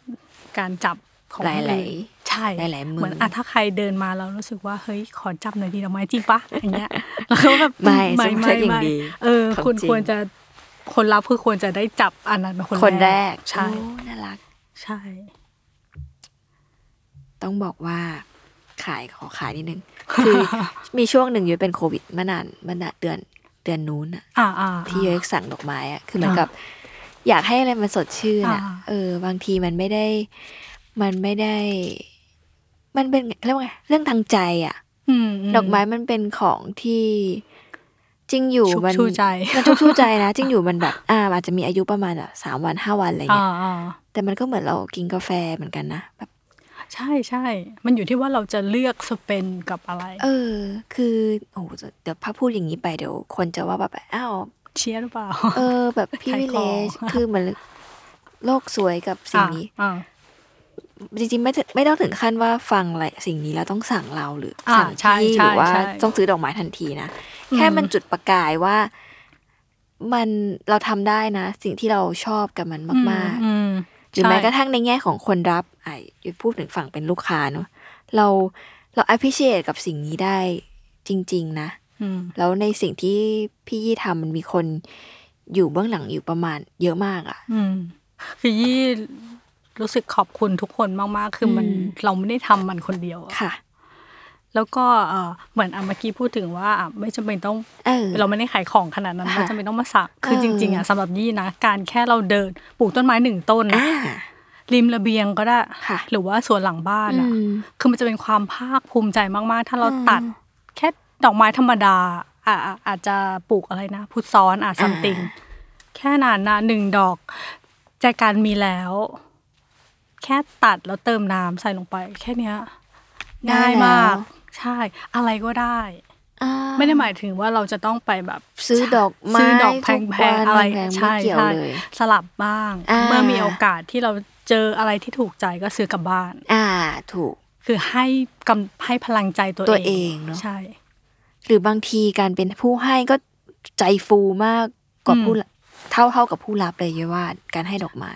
Speaker 2: การจับของ
Speaker 1: หลายๆ
Speaker 2: คนอื่นใช่
Speaker 1: หลายๆมือ
Speaker 2: เหมือนอ่ะถ้าใครเดินมาเรารู้สึกว่าเฮ้ยขอจับหน่อยดี
Speaker 1: [LAUGHS]
Speaker 2: ดอกไม้จริงปะอย่างเงี้ยแล้วก็แบบ
Speaker 1: ไม่ไม่ไม่อย่าง
Speaker 2: ไม่
Speaker 1: ดี
Speaker 2: เออ
Speaker 1: ของ
Speaker 2: คุณ
Speaker 1: จริง
Speaker 2: ควรจะ คนรับคือควรจะได้จับอันนั้นเป็นคน
Speaker 1: คนแรก
Speaker 2: ใช่
Speaker 1: โอ้น่ารัก
Speaker 2: ใช่
Speaker 1: ต้องบอกว่าขายขอขายนิดนึง คือมีช่วงหนึ่งยุ้ยเป็นโควิดมานานมานานเดือนเดือนนู้นอะ
Speaker 2: อ่าอ่า
Speaker 1: ที่ยุ้ยสั่งดอกไม้อะคือเหมือนกับ อยากให้อะไรมันสดชื่นอะ
Speaker 2: อ่า
Speaker 1: เออ บางทีมันไม่ได้ มันไม่ได้ มันเป็นเรียกว่าไงเรื่องทางใจอะ
Speaker 2: อืม
Speaker 1: ดอกไม้มันเป็นของที่จริงอยู่
Speaker 2: ชุบ
Speaker 1: มัน
Speaker 2: ชูใจ
Speaker 1: มันชุบชูใจนะจริงอยู่มันแบบ อ่าอาจจะมีอายุประมาณแบบสามวันห้าวันอะไร
Speaker 2: อ่า
Speaker 1: เงี้ย
Speaker 2: อ่า
Speaker 1: แต่มันก็เหมือนเรากินกาแฟเหมือนกันนะแบบ
Speaker 2: ใช่ใช่มันอยู่ที่ว่าเราจะเลือกสเปนกับอะไร
Speaker 1: เออ คือโอ้โหเดี๋ยวพอพูดอย่างนี้ไปเดี๋ยว คนจะว่าแบบอ้าว
Speaker 2: เชียร์หรือเปล่า
Speaker 1: เออ แบบพี่
Speaker 2: ขาย
Speaker 1: วิ
Speaker 2: ข
Speaker 1: เล
Speaker 2: อง
Speaker 1: ชคือเหมือนโลกสวยกับสิ่งนี้
Speaker 2: อ่า
Speaker 1: จริงๆไม่ถึงไม่ต้องถึงขั้นว่าฟังอะไรสิ่งนี้แล้วต้องสั่งเราหรือ
Speaker 2: อ่า
Speaker 1: สั่ง
Speaker 2: ใช่
Speaker 1: พี่
Speaker 2: ใช่
Speaker 1: หรือว่า
Speaker 2: ใช่
Speaker 1: ต้องซื้อดอกไม้ทันทีนะ
Speaker 2: อืม
Speaker 1: แค่มันจุดประกายว่า มันเราทำได้นะ สิ่งที่เราชอบกับมัน
Speaker 2: อ่าม
Speaker 1: าก
Speaker 2: อืม
Speaker 1: ๆหรือแม้ก
Speaker 2: ใช่
Speaker 1: ระทั่งในแง่ของคนรับไอ้ยยพูดถึงฝั่งเป็นลูกค้าเนอะเราเรา appreciate กับสิ่งนี้ได้จริง ๆ นะ
Speaker 2: อืม
Speaker 1: แล้วในสิ่งที่พี่ยี่ทำมันมีคนอยู่เบื้องหลังอยู่ประมาณเยอะมากอะ
Speaker 2: อืมคือยี่รู้สึกขอบคุณทุกคนมาก ๆ คือมัน
Speaker 1: อืม
Speaker 2: เราไม่ได้ทำมันคนเดียวอะ
Speaker 1: ค่ะ
Speaker 2: แล้วก็เอ่อเหมือนอะเมื่อกี้พูดถึงว่าอ่ะไม่จำเป็นต้อง
Speaker 1: เออ
Speaker 2: เราไม่ได้ขายของขนาดนั้น
Speaker 1: ค่ะ
Speaker 2: ไม่จำเป็นต้องมาสัก คือ
Speaker 1: เออ
Speaker 2: จริง ๆอ่ะสำหรับยี่นะ การแค่เราเดินปลูกต้นไม้หนึ่งต้นนะ
Speaker 1: อ่า
Speaker 2: ริมระเบียงก็ได้
Speaker 1: ค่ะ
Speaker 2: หรือว่าสวนหลังบ้าน
Speaker 1: อื
Speaker 2: อ่ะ
Speaker 1: ม
Speaker 2: คือมันจะเป็นความภาคภูมิใจมากๆ ถ้าเรา
Speaker 1: อืม
Speaker 2: ตัดแค่ดอกไม้ธรรมดาอ่ะอ่ะอาจจะปลูกอะไรนะพุทซ้อนอ่ะซัมติง
Speaker 1: อ่า
Speaker 2: แค่นั้นนะหนึ่งดอกใจการมีแล้ว แค่ตัดแล้วเติมน้ำใส่ลงไป แค่เนี้ยง่ายมาก ใช่ อะไรก็ได้
Speaker 1: อ่า
Speaker 2: ไม่ได้หมายถึงว่าเราจะต้องไปแบบ
Speaker 1: ซื้อดอกไม้
Speaker 2: ซื้อดอกแ
Speaker 1: ทุ
Speaker 2: พ
Speaker 1: วัน
Speaker 2: งๆอะไร
Speaker 1: แพงๆไม่
Speaker 2: ใช่
Speaker 1: เกี่ยว
Speaker 2: ใช่
Speaker 1: เลย
Speaker 2: สลับบ้าง
Speaker 1: อ่า
Speaker 2: เมื่อมีโอกาสที่เราเจออะไรที่ถูกใจก็ซื้อกลับบ้าน
Speaker 1: อ่า ถูก
Speaker 2: คือให้กำให้พลังใจตัว
Speaker 1: ตัวเองเนอะ
Speaker 2: ใช่
Speaker 1: หรือบางทีการเป็นผู้ให้ก็ใจฟูมากกว่า
Speaker 2: อืม
Speaker 1: ผู้รับเท่าเท่ากับผู้รับเลยเยอะว่าการให้ดอกไม้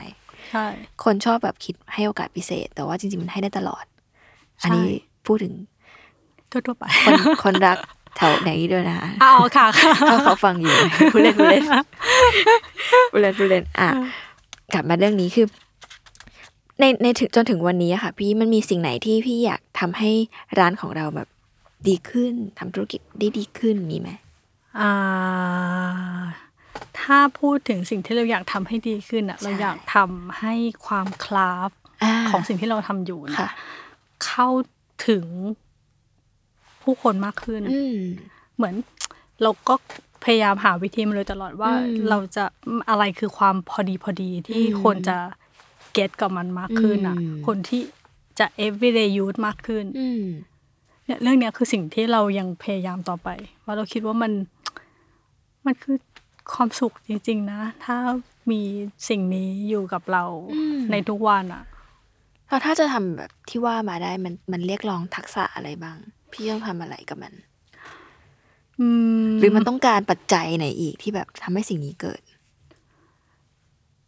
Speaker 2: ใช่
Speaker 1: คนชอบแบบคิดให้โอกาสพิเศษ แต่ว่าจริงๆมันให้ได้ตลอด อันนี้
Speaker 2: ใช่
Speaker 1: พูดถึง
Speaker 2: ทั่วๆไป [LAUGHS]
Speaker 1: คน [LAUGHS] คนรักแถวไหนด้วยนะ
Speaker 2: อ๋อค่ะ [LAUGHS] ค่ะ
Speaker 1: ถ้าเขาฟังอยู่ [LAUGHS] ผู้เล่นผู้เล่นผู้เล่นผู้เล่นอ่ะกลับมาเรื่องนี้คือในในถึงจนถึงวันนี้อะค่ะ พี่มันมีสิ่งไหนที่พี่อยากทำให้ร้านของเราแบบดีขึ้นทำธุรกิจได้ดีขึ้นมีไหม
Speaker 2: อ่าถ้าพูดถึงสิ่งที่เราอยากทำให้ดีขึ้นอ่ะ
Speaker 1: ใช่
Speaker 2: เราอยากทำให้ความคลาฟ
Speaker 1: อ่า
Speaker 2: ของสิ่งที่เราทำอยู่นะ
Speaker 1: ค่ะ
Speaker 2: เข้าถึงผู้คนมากขึ้น
Speaker 1: อืม
Speaker 2: เหมือนเราก็พยายามหาวิธีมาโดยตลอดว่า
Speaker 1: อืม
Speaker 2: เราจะอะไรคือความพอดีพอดีที่
Speaker 1: อืม
Speaker 2: คนจะเก็ตกับมันมากขึ้นอ่ะ
Speaker 1: อืม
Speaker 2: คนที่จะ everyday use มากขึ้น
Speaker 1: อืม
Speaker 2: เนี่ยเรื่องเนี้ยคือสิ่งที่เรายังพยายามต่อไป ว่าเราคิดว่ามัน มันคือความสุขจริง ๆ นะ ถ้ามีสิ่งนี้อยู่กับเรา
Speaker 1: อืม
Speaker 2: ในทุกวันอ่ะ
Speaker 1: เราถ้าจะทำแบบที่ว่ามาได้มันมันเรียกร้องทักษะอะไรบ้าง พี่ต้องทำอะไรกับมัน
Speaker 2: อืม
Speaker 1: หรือมันต้องการปัจจัยไหนอีกที่แบบทำให้สิ่งนี้เกิด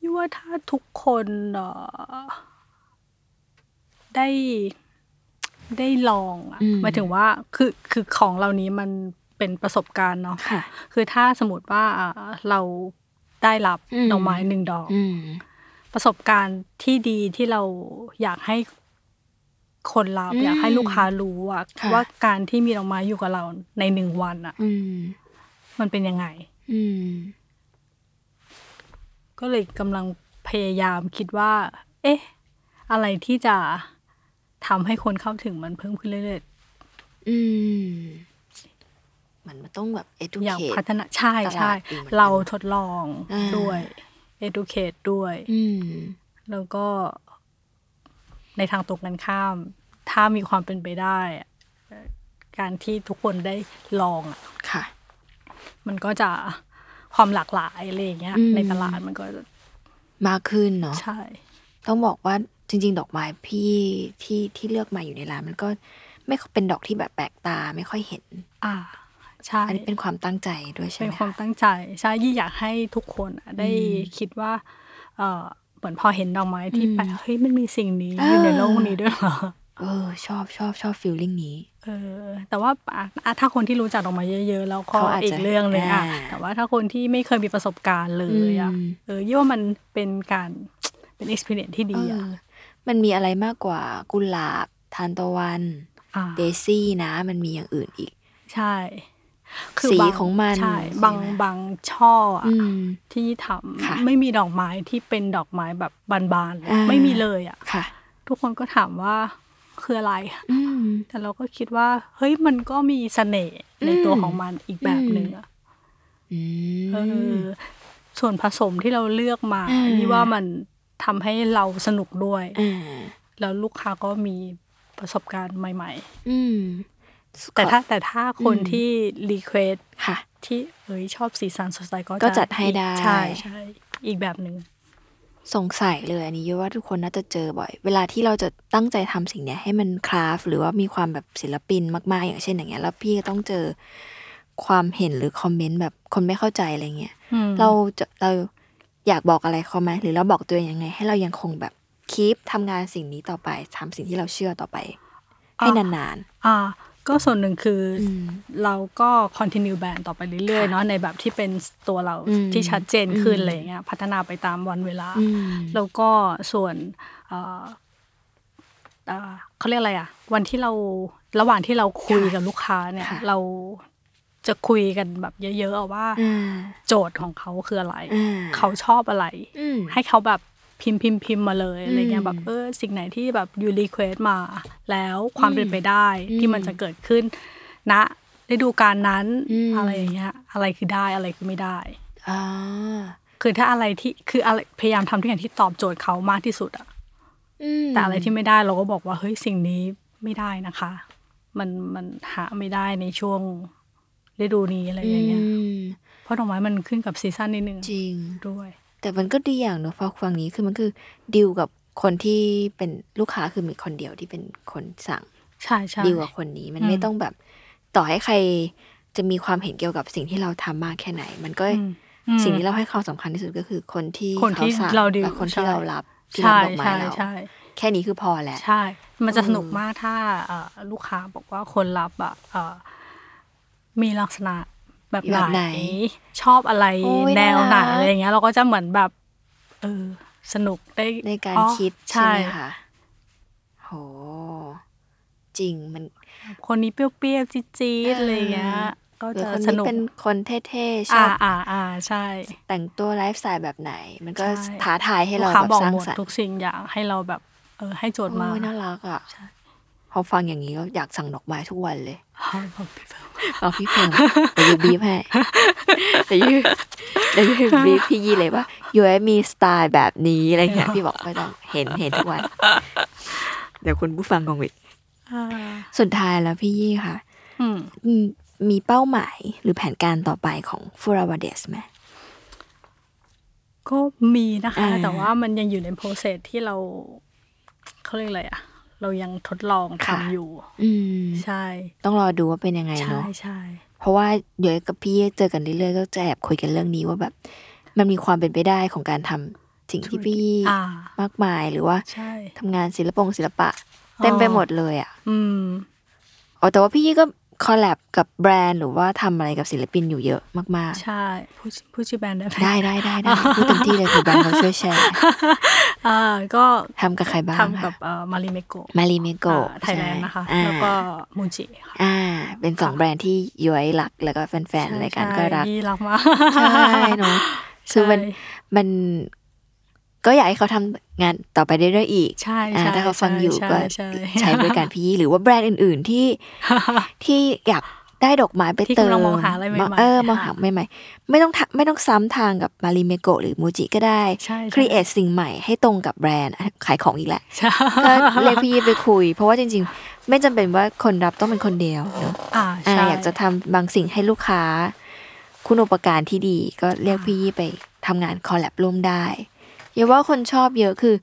Speaker 2: ยี่ว่าถ้าทุกคนเอ่อได้ได้ลองอ่ะ
Speaker 1: อืม
Speaker 2: หมายถึงว่าคือคือของเหล่านี้มันเป็นประสบการณ์เนาะ
Speaker 1: ค่ะ
Speaker 2: คือถ้าสมมติว่าอ่าเราได้รับ
Speaker 1: อืม
Speaker 2: ดอกไม้หนึ่งดอก
Speaker 1: อืม
Speaker 2: ประสบการณ์ที่ดีที่เราอยากให้คนรับ
Speaker 1: อืม
Speaker 2: อยากให้ลูกค้ารู้อะ
Speaker 1: ค่ะ
Speaker 2: ว่าการที่มีดอกไม้อยู่กับเราในหนึ่งวันอะ
Speaker 1: อืม
Speaker 2: มันเป็นยังไง
Speaker 1: อืม
Speaker 2: ก็เลยกำลังพยายามคิดว่า เอ๊ะ อะไรที่จะทำให้คนเข้าถึงมันเพิ่มขึ้นเรื่อย
Speaker 1: อืมมันมันต้องแบบ
Speaker 2: ๆ อย่าง
Speaker 1: educate
Speaker 2: พัฒนาใช่
Speaker 1: ต
Speaker 2: ใช่
Speaker 1: ลาดอีกเหมือนกัน
Speaker 2: เราทดลอง
Speaker 1: อ่า
Speaker 2: ด้วย educate ด้วย
Speaker 1: อืม
Speaker 2: แล้วก็ในทางตรงกันข้าม ถ้ามีความเป็นไปได้อะเอ่อการที่ทุกคนได้ลองอะ
Speaker 1: ค่ะ
Speaker 2: มันก็จะความหลากหลายอะไรอย่างเงี้ย
Speaker 1: อืม
Speaker 2: ในตลาดมันก็จะ
Speaker 1: มากขึ้นเนาะ
Speaker 2: ใช่
Speaker 1: ต้องบอกว่าจริง ๆ ดอกไม้พี่ที่ที่เลือกมาอยู่ในร้านมันก็ไม่ค่อยเป็นดอกที่แบบแปลกตาไม่ค่อยเห็น
Speaker 2: อ่า ใช่
Speaker 1: อันนี้เป็นความตั้งใจด้วยใช่
Speaker 2: เป็
Speaker 1: ไห
Speaker 2: นความ
Speaker 1: มะ
Speaker 2: ตั้งใจ ใช่ยี่อยากให้ทุกคนอะได้คิดว่า เออเหมือนพอเห็นดอกไม้ที่
Speaker 1: อืม
Speaker 2: แปลกเฮ้ยมันมีสิ่งนี้
Speaker 1: เอ
Speaker 2: อ
Speaker 1: ออ
Speaker 2: ยู่ในโลกนี้ด้วยเหรอ
Speaker 1: เออ ชอบชอบชอบฟีลลิ่งนี้
Speaker 2: เออแต่ว่าอ่ะอ่ะถ้าคนที่รู้จักออกมาเยอะ ๆ แล้วก็
Speaker 1: เขาอาจจะ
Speaker 2: อีกเรื่องเลยอ่ะ
Speaker 1: อ่า
Speaker 2: แต่ว่าถ้าคนที่ไม่เคยมีประสบการณ์เลยอ่ะ
Speaker 1: อืม
Speaker 2: เออยี่ว่ามันเป็นการเป็น experience ที่ดีอ่ะ
Speaker 1: เออมันมีอะไรมากกว่ากุหลาบทานตะวัน
Speaker 2: อ่า
Speaker 1: เดซี่นะ มันมีอย่างอื่นอีก
Speaker 2: ใช่
Speaker 1: สี
Speaker 2: บา
Speaker 1: ของมัน
Speaker 2: ใช่
Speaker 1: ใช่ไหม
Speaker 2: บางบางช่ออ่ะ
Speaker 1: อืม
Speaker 2: ที่ท
Speaker 1: ค่ะ
Speaker 2: ำไม่มีดอกไม้ที่เป็นดอกไม้แบบบานๆเลย
Speaker 1: อ่า
Speaker 2: ไม่มีเลยอ่ะ
Speaker 1: ค่ะ
Speaker 2: ทุกคนก็ถามว่าคืออะไร
Speaker 1: อืม
Speaker 2: แต่เราก็คิดว่า เฮ้ยมันก็มีเสน่ห์ในตัว
Speaker 1: อืม
Speaker 2: ของมันอีกแบบหนึ่งอะ
Speaker 1: อืม
Speaker 2: เออส่วนผสมที่เราเลือกมา
Speaker 1: อ่า
Speaker 2: นี่ว่ามันทำให้เราสนุกด้วย
Speaker 1: อ่า
Speaker 2: แล้วลูกค้าก็มีประสบการณ์ใหม่
Speaker 1: อืม
Speaker 2: ๆ แต่
Speaker 1: ขอ
Speaker 2: ถ้าแต่ถ้าคนที่รีเควส
Speaker 1: ค่ะ
Speaker 2: ที่เอ้ยชอบสีสันสดใสก็
Speaker 1: ก็จัดให้ได้
Speaker 2: ใช่ใช่อีกแบบหนึ่ง
Speaker 1: สงสัยเลยอันนี้เยอะว่าทุกคนน่าจะเจอบ่อย เวลาที่เราจะตั้งใจทำสิ่งเนี้ยให้มันคราฟหรือว่ามีความแบบศิลปินมากๆ อย่างเช่นอย่างเงี้ยแล้วพี่ก็ต้องเจอความเห็นหรือคอมเมนต์แบบคนไม่เข้าใจอะไรเงี้ย
Speaker 2: อืม
Speaker 1: เราจะเราอยากบอกอะไรเขาไหมหรือเราบอกตัวเองยังไง ให้เรายังคงแบบคีปทำงานสิ่งนี้ต่อไปทำสิ่งที่เราเชื่อต่อไป ให้นาน
Speaker 2: อ่า ก็ส่วนหนึ่งคือ
Speaker 1: ๆ
Speaker 2: อ
Speaker 1: อืม
Speaker 2: เราก็คอนติเนียแบรนด์ต่อไปเรื่อยๆเนาะในแบบที่เป็นตัวเรา
Speaker 1: อืม
Speaker 2: ที่ชัดเจนขึ้น
Speaker 1: อืม
Speaker 2: อะไรอย่างเงี้ยพัฒนาไปตามวันเวลา
Speaker 1: อืม
Speaker 2: แล้วก็ส่วนเอ่อเอ่อเขาเรียกอะไรอะวันที่เราระหว่างที่เราคุยกับลูกค้าเนี่ย
Speaker 1: ค่ะ
Speaker 2: เราจะคุยกันแบบเยอะๆอะว่า
Speaker 1: อ่า
Speaker 2: โจทย์ของเขาคืออะไร
Speaker 1: อ่า
Speaker 2: เขาชอบอะไร
Speaker 1: อืม
Speaker 2: ให้เขาแบบพิมพ์พิมพ์พิมพ์มาเลยอะไรเงี้
Speaker 1: อื
Speaker 2: ย
Speaker 1: ม
Speaker 2: แบบเออสิ่งไหนที่แบบยูรีเควสมา แล้วความ
Speaker 1: อืม
Speaker 2: เป็นไปได้ที่มันจะเกิดขึ้นณฤดูกาลนั้น
Speaker 1: อืม
Speaker 2: อะไรอย่างเงี้ย อะไรคือได้อะไรคือไม่ได้
Speaker 1: อ่า
Speaker 2: คือถ้าอะไรที่คืออะไรพยายามทำทุกอย่างที่ตอบโจทย์เขามากที่สุดอะ
Speaker 1: อืม
Speaker 2: แต่อะไรที่ไม่ได้เราก็บอกว่าเฮ้ยสิ่งนี้ไม่ได้นะคะ มันมันหาไม่ได้ในช่วงฤดูนี้อะไรอย่างเงี้ย
Speaker 1: อืม
Speaker 2: เพราะดอกไม้มันขึ้นกับซีซั่นนิดนึง
Speaker 1: จริง
Speaker 2: ด้วย
Speaker 1: แต่มันก็ดีอย่างเนอะฟังฟังนี้คือมันคือดิวกับคนที่เป็นลูกค้าคือมีคนเดียวที่เป็นคนสั่ง
Speaker 2: ใช่ใช่
Speaker 1: ดีกว่าคนนี้มัน
Speaker 2: อืม
Speaker 1: ไม่ต้องแบบต่อให้ใครจะมีความเห็นเกี่ยวกับสิ่งที่เราทำมากแค่ไหน มันก็
Speaker 2: อืมอืม
Speaker 1: สิ่งที่เราให้ความสำคัญที่สุดก็คือคนที่
Speaker 2: คนที่
Speaker 1: เขาสั่ง
Speaker 2: เราดีล
Speaker 1: และคนที่
Speaker 2: ใช่
Speaker 1: เรารับที่รับ
Speaker 2: ใช่
Speaker 1: ดอกไม้
Speaker 2: ใช่
Speaker 1: เรา
Speaker 2: ใช่
Speaker 1: แค่นี้คือพอแหละ
Speaker 2: ใช่ มันจะสนุกมากถ้าเอ่อลูกค้าบอกว่าคนรับอ่ะเอ่อมีลักษณะแบบ
Speaker 1: แบบ
Speaker 2: ไห
Speaker 1: ไห
Speaker 2: น
Speaker 1: น
Speaker 2: ชอบอะไร
Speaker 1: โอ้ย
Speaker 2: แนวไห
Speaker 1: น่า
Speaker 2: น
Speaker 1: รัก
Speaker 2: อะไรอย่างเงี้ยเราก็จะเหมือนแบบเออสนุกได้
Speaker 1: ในการ
Speaker 2: อ๋อ
Speaker 1: คิดใช่ไหมคะโหจริงมัน
Speaker 2: คนนี้เปรี้ยวๆจี๊ดๆอะไรอย่างเงี้ยก็
Speaker 1: หรือ
Speaker 2: จะ
Speaker 1: คน
Speaker 2: ส
Speaker 1: นี้
Speaker 2: นุก
Speaker 1: เป็นคนเท่ๆ ช
Speaker 2: อ่า
Speaker 1: อบ
Speaker 2: อ่าอ่าใช่
Speaker 1: แต่งตัวไลฟ์สไตล์แบบไหน มันก็
Speaker 2: ใช่
Speaker 1: ท้าทายให้
Speaker 2: ลู
Speaker 1: เรา
Speaker 2: กค้า
Speaker 1: แบบ
Speaker 2: บอก
Speaker 1: สร้าง
Speaker 2: หมด
Speaker 1: สรร
Speaker 2: ทุ
Speaker 1: ค์
Speaker 2: กสิ่งอย่างให้เราแบบเออให้โจทย์มา
Speaker 1: โอ้ยน่ารักอ่ะพอฟังอย่างนี้ก็อยากสั่งดอกไม้ทุกวันเลย
Speaker 2: เอาแบบพี่เฟิร์น
Speaker 1: เอาพี่เพลงเดี๋ยวยูบีบให้เดี๋ยวยูเดี๋ยวยูบีบพี่ยี่เลยว่ายูมีสไตล์แบบนี้อะไรเงี้ยพี่บอกไม่ต้องเห็นเห็นทุกวัน เดี๋ยวคุณผู้ฟังคงวิด
Speaker 2: อ่า
Speaker 1: สุดท้ายแล้วพี่ยี่ค่ะ
Speaker 2: อืม
Speaker 1: อืมมีเป้าหมายหรือแผนการต่อไปของฟูราวาเดสไหม
Speaker 2: ก็มีนะคะ
Speaker 1: อ่า
Speaker 2: แต่ว่ามันยังอยู่ในโปรเซสที่เราเขาเรียกอะไรอะเรายังทดลองทำอยู่
Speaker 1: อืม
Speaker 2: ใช่
Speaker 1: ต้องรอดูว่าเป็นยังไง
Speaker 2: ใช่
Speaker 1: เนาะ
Speaker 2: ใช่
Speaker 1: เพราะว่าเดี๋ยวกับพี่เจอกันเรื่อยๆก็จะแอบคุยกันเรื่องนี้ว่าแบบ มันมีความเป็นไปได้ของการทำสิ่งที่พี่ยี่
Speaker 2: อ่าม
Speaker 1: ากมายหรือว่า
Speaker 2: ใช่
Speaker 1: ทำงานศิลปงศิลปะ เต็มไปหมดเลยอ่ะ
Speaker 2: อืม
Speaker 1: อ๋อแต่ว่าพี่ยี่ก็คอลแลบกับแบรนด์หรือว่าทำอะไรกับศิลปินอยู่เยอะมาก
Speaker 2: ใช่พูดพูดชื่อแบรนด์ได้ไหม
Speaker 1: ๆ ได้ได้ได้ได้พูดเต็มที่เลยเผื่อแบรนด์เขาช่วยแชร์
Speaker 2: อ่าก็
Speaker 1: ทำกับใครบ้าง
Speaker 2: ทำกับ
Speaker 1: คะ
Speaker 2: มาริเมโก
Speaker 1: มารีเมโก
Speaker 2: ไทยแลนด์นะคะ
Speaker 1: อ่า
Speaker 2: แล้วก็มูจิค่ะ
Speaker 1: อ่า เป็นสองแบรนด์ที่ย้อยหลักแล้วก็แฟนๆรายการก็รัก
Speaker 2: ใช่รักมาก
Speaker 1: ใช่เนาะคือมัน
Speaker 2: ใช่
Speaker 1: มันก็อยากให้เขาทำงานต่อไปเรื่อยๆอีก
Speaker 2: ใช่
Speaker 1: อ่า
Speaker 2: ใช่
Speaker 1: ถ้าเขาฟังอยู่
Speaker 2: ใช่
Speaker 1: ก็
Speaker 2: ใช่
Speaker 1: ใช้บริการพี่
Speaker 2: [LAUGHS]
Speaker 1: ยี่หรือว่าแบรนด์อื่น ๆ ที่ ที่อยากได้ดอกไม้ไป
Speaker 2: ที่
Speaker 1: เติม
Speaker 2: กำลังมองหาอะไรใหม่ๆ
Speaker 1: เออ
Speaker 2: ค่ะ
Speaker 1: มองหาใหม่ๆไม่ต้องทะไม่ต้องซ้ำทางกับมารีเมโกหรือมูจิก็ได้
Speaker 2: ใช่ใช่
Speaker 1: ครีเอทสิ่งใหม่ให้ตรงกับแบรนด์อ่ะขายของอีกแหละ
Speaker 2: ใช่
Speaker 1: ก็เรียกพี่ยี่ไปคุย เพราะว่าจริง ๆ ไม่จำเป็นว่าคนรับต้องเป็นคนเดียวเนอะ
Speaker 2: อ่า
Speaker 1: อ่า
Speaker 2: ใช่
Speaker 1: อยากจะทำบางสิ่งให้ลูกค้า คุณอุปการที่ดี ก็เรียกพี่ยี่ไปทำงานคอลแลบร่วมได้อย่าว่าคนชอบเยอะคือ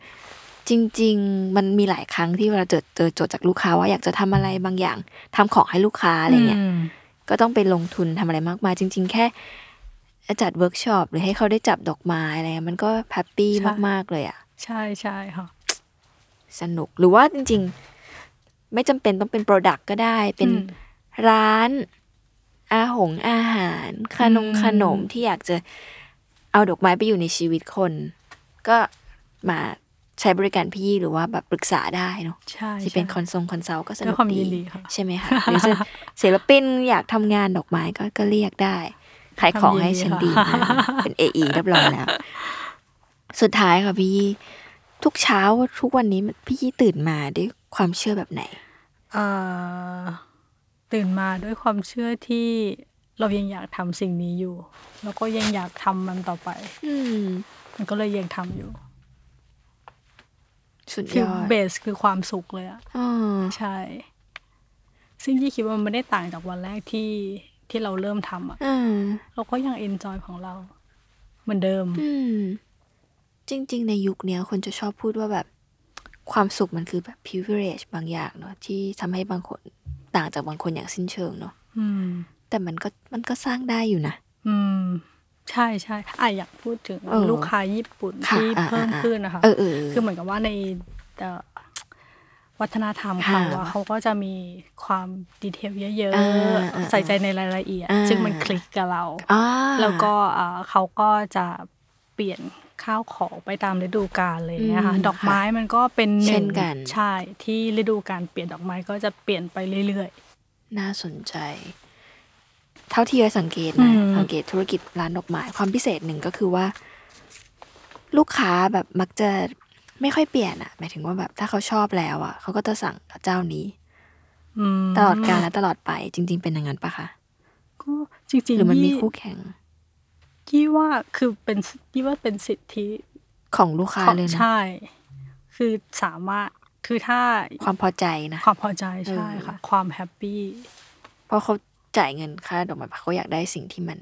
Speaker 1: จริง ๆ มันมีหลายครั้งที่เวลาเจอเจอโจทย์จากลูกค้าว่าอยากจะทำอะไรบางอย่างทำของให้ลูกค้าอะไรเงี้ย
Speaker 2: ม
Speaker 1: ก็ต้องไปลงทุนทำอะไรมากมาย จริง ๆ แค่จัดเวิร์กช็อปหรือให้เขาได้จับดอกไม้อะไรเงี้ยมันก็แฮปปี้มาก ๆ เลยอะ
Speaker 2: ใช่ใช่ค่ะ
Speaker 1: สนุกหรือว่าจริง ไม่จำเป็นต้องเป็นโปรดักต์ก็ได้ เป็น
Speaker 2: อืม
Speaker 1: ร้าน อาหงอาหารขนม
Speaker 2: อืม
Speaker 1: ขนมที่อยากจะเอาดอกไม้ไปอยู่ในชีวิตคน ก็มาใช้บริการพี่ยี่หรือว่าแบบปรึกษาได้เนาะ
Speaker 2: ใช่
Speaker 1: ที่เป็นค
Speaker 2: ใช่
Speaker 1: อนทรงคอนซัลท์ก็สนุ
Speaker 2: ด้
Speaker 1: ก
Speaker 2: วยความ
Speaker 1: ดี
Speaker 2: ยินดีค่ะ
Speaker 1: ใช่ไหมคะ หรือจะศิลปินอยากทำงานดอกไม้ก็ก็เรียกได้ ขายของให้ฉันดี
Speaker 2: ความยินดี
Speaker 1: นะ
Speaker 2: ค่ะ
Speaker 1: เป็นเออีรับรองแล้ว สุดท้ายค่ะพี่ยี่ทุกเช้าทุกวันนี้พี่ยี่ตื่นมาด้วยความเชื่อแบบไหน
Speaker 2: เอ่อตื่นมาด้วยความเชื่อที่เรายังอยากทำสิ่งนี้อยู่ แล้วก็ยังอยากทำมันต่อไป
Speaker 1: อืม
Speaker 2: มันก็เลยยังทำอยู่
Speaker 1: สุด
Speaker 2: คื
Speaker 1: ย
Speaker 2: อ
Speaker 1: อด
Speaker 2: เบสคือความสุขเลยอะ
Speaker 1: อ๋อ
Speaker 2: ใช่ ซึ่งยี่คิดว่ามันไม่ได้ต่างจากวันแรกที่ที่เราเริ่มทำอะ
Speaker 1: อืม
Speaker 2: เราก็ยังเอนจอยของเราเหมือนเดิม
Speaker 1: อืม จริง ๆ ในยุคเนี้ยคนจะชอบพูดว่าแบบ ความสุขมันคือแบบ privilege บางอย่างเนาะที่ทำให้บางคนต่างจากบางคนอย่างสิ้นเชิงเนาะ
Speaker 2: อืม
Speaker 1: แต่มันก็มันก็สร้างได้อยู่นะ
Speaker 2: อืม ใช่ใช่อ่ะอยากพูดถึง
Speaker 1: เออ
Speaker 2: ลูกค้าญี่ปุ่น
Speaker 1: ค่ะ
Speaker 2: ที่
Speaker 1: อ่า
Speaker 2: เพิ่ม
Speaker 1: อ่า
Speaker 2: ขึ้นนะคะ
Speaker 1: เออเออ
Speaker 2: คือเหมือนกับว่าในเอ่อวัฒนธรรมเขาอะ
Speaker 1: ค่ะ
Speaker 2: เขาก็จะมีความดีเทลเยอะ
Speaker 1: อ่าอ่า
Speaker 2: ๆ ใส่ใจในรายละเอียด
Speaker 1: อ่า
Speaker 2: ซึ่งมันคลิกกับเรา
Speaker 1: อ่า
Speaker 2: แล้วก็เอ่อเขาก็จะเปลี่ยนข้าวของไปตามฤดูกาลเลยางเนะคะ
Speaker 1: อืม
Speaker 2: ดอกไม้มันก็เป็นห
Speaker 1: เช่
Speaker 2: นึ่ง
Speaker 1: นกัน
Speaker 2: ใช่ ที่ฤดูกาลเปลี่ยนดอกไม้ก็จะเปลี่ยนไปเรื่อย
Speaker 1: น่าสนใจ เท่าที่เราสังเกตนะ
Speaker 2: อืม
Speaker 1: สังเกตธุรกิจร้านดอกไม้ความพิเศษหนึ่งก็คือว่า ลูกค้าแบบมักจะไม่ค่อยเปลี่ยนอะหมายถึงว่าแบบถ้าเขาชอบแล้วอะเขาก็จะสั่งเจ้านี้
Speaker 2: ๆอืม
Speaker 1: ตลอดกาลและตลอดไป จริง ๆ เป็นอย่างนั้นปะคะ
Speaker 2: ก็จริง
Speaker 1: ห
Speaker 2: ๆ
Speaker 1: รือมันมี
Speaker 2: ยี่
Speaker 1: คู่แข่ง
Speaker 2: ยี่ว่าคือเป็นยี่ว่าเป็นสิทธิ
Speaker 1: ของลูกค้า
Speaker 2: ของ
Speaker 1: เลยนะ
Speaker 2: ใช่ คือสามารถคือถ้า
Speaker 1: ความพอใจนะ
Speaker 2: ความพอใจใช่
Speaker 1: เออ
Speaker 2: ค่ะ ความแฮปปี้
Speaker 1: เพราะเขาจ่ายเงินค่าดอกไม้เขาอยากได้สิ่งที่มัน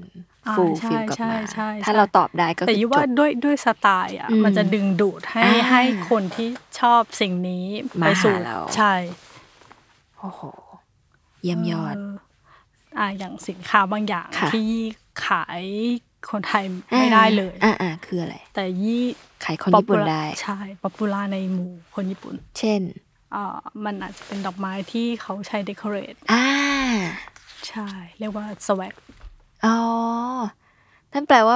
Speaker 2: อ่า
Speaker 1: ฟูล
Speaker 2: ใช่
Speaker 1: ฟิลกลับ
Speaker 2: ใช่
Speaker 1: มา
Speaker 2: ใช่
Speaker 1: ถ้า
Speaker 2: ใช่
Speaker 1: เราตอบได้ก็
Speaker 2: แต่
Speaker 1: คือ
Speaker 2: ยี่
Speaker 1: จ
Speaker 2: ว่า
Speaker 1: บ
Speaker 2: ด้วยด้วยสไตล์อ่ะ
Speaker 1: อืม
Speaker 2: มันจะดึงดูดให้
Speaker 1: อ่า
Speaker 2: ให้คนที่ชอบสิ่งนี้ไป
Speaker 1: มาหา
Speaker 2: สู่
Speaker 1: เรา
Speaker 2: ใช่
Speaker 1: โอ้โห เยี่ยมยอด
Speaker 2: เอ่าอย่างสินค้าบางอย่าง
Speaker 1: ค่ะ
Speaker 2: ที่ยี่ขายคนไทยไม่ได้เลย
Speaker 1: อ่าอ่าคืออะไร
Speaker 2: แต่ยี่
Speaker 1: ขายคนญี่ปุ่นได้
Speaker 2: ใช่ป๊อปปูล่าในหมู่คนญี่ปุ่น
Speaker 1: เช่น
Speaker 2: เอ่อมันอาจจะเป็นดอกไม้ที่เขาใช้เดคอเรท
Speaker 1: อ่า
Speaker 2: ใช่ เรียกว่าสวัก
Speaker 1: อ๋อ นั่นแปลว่า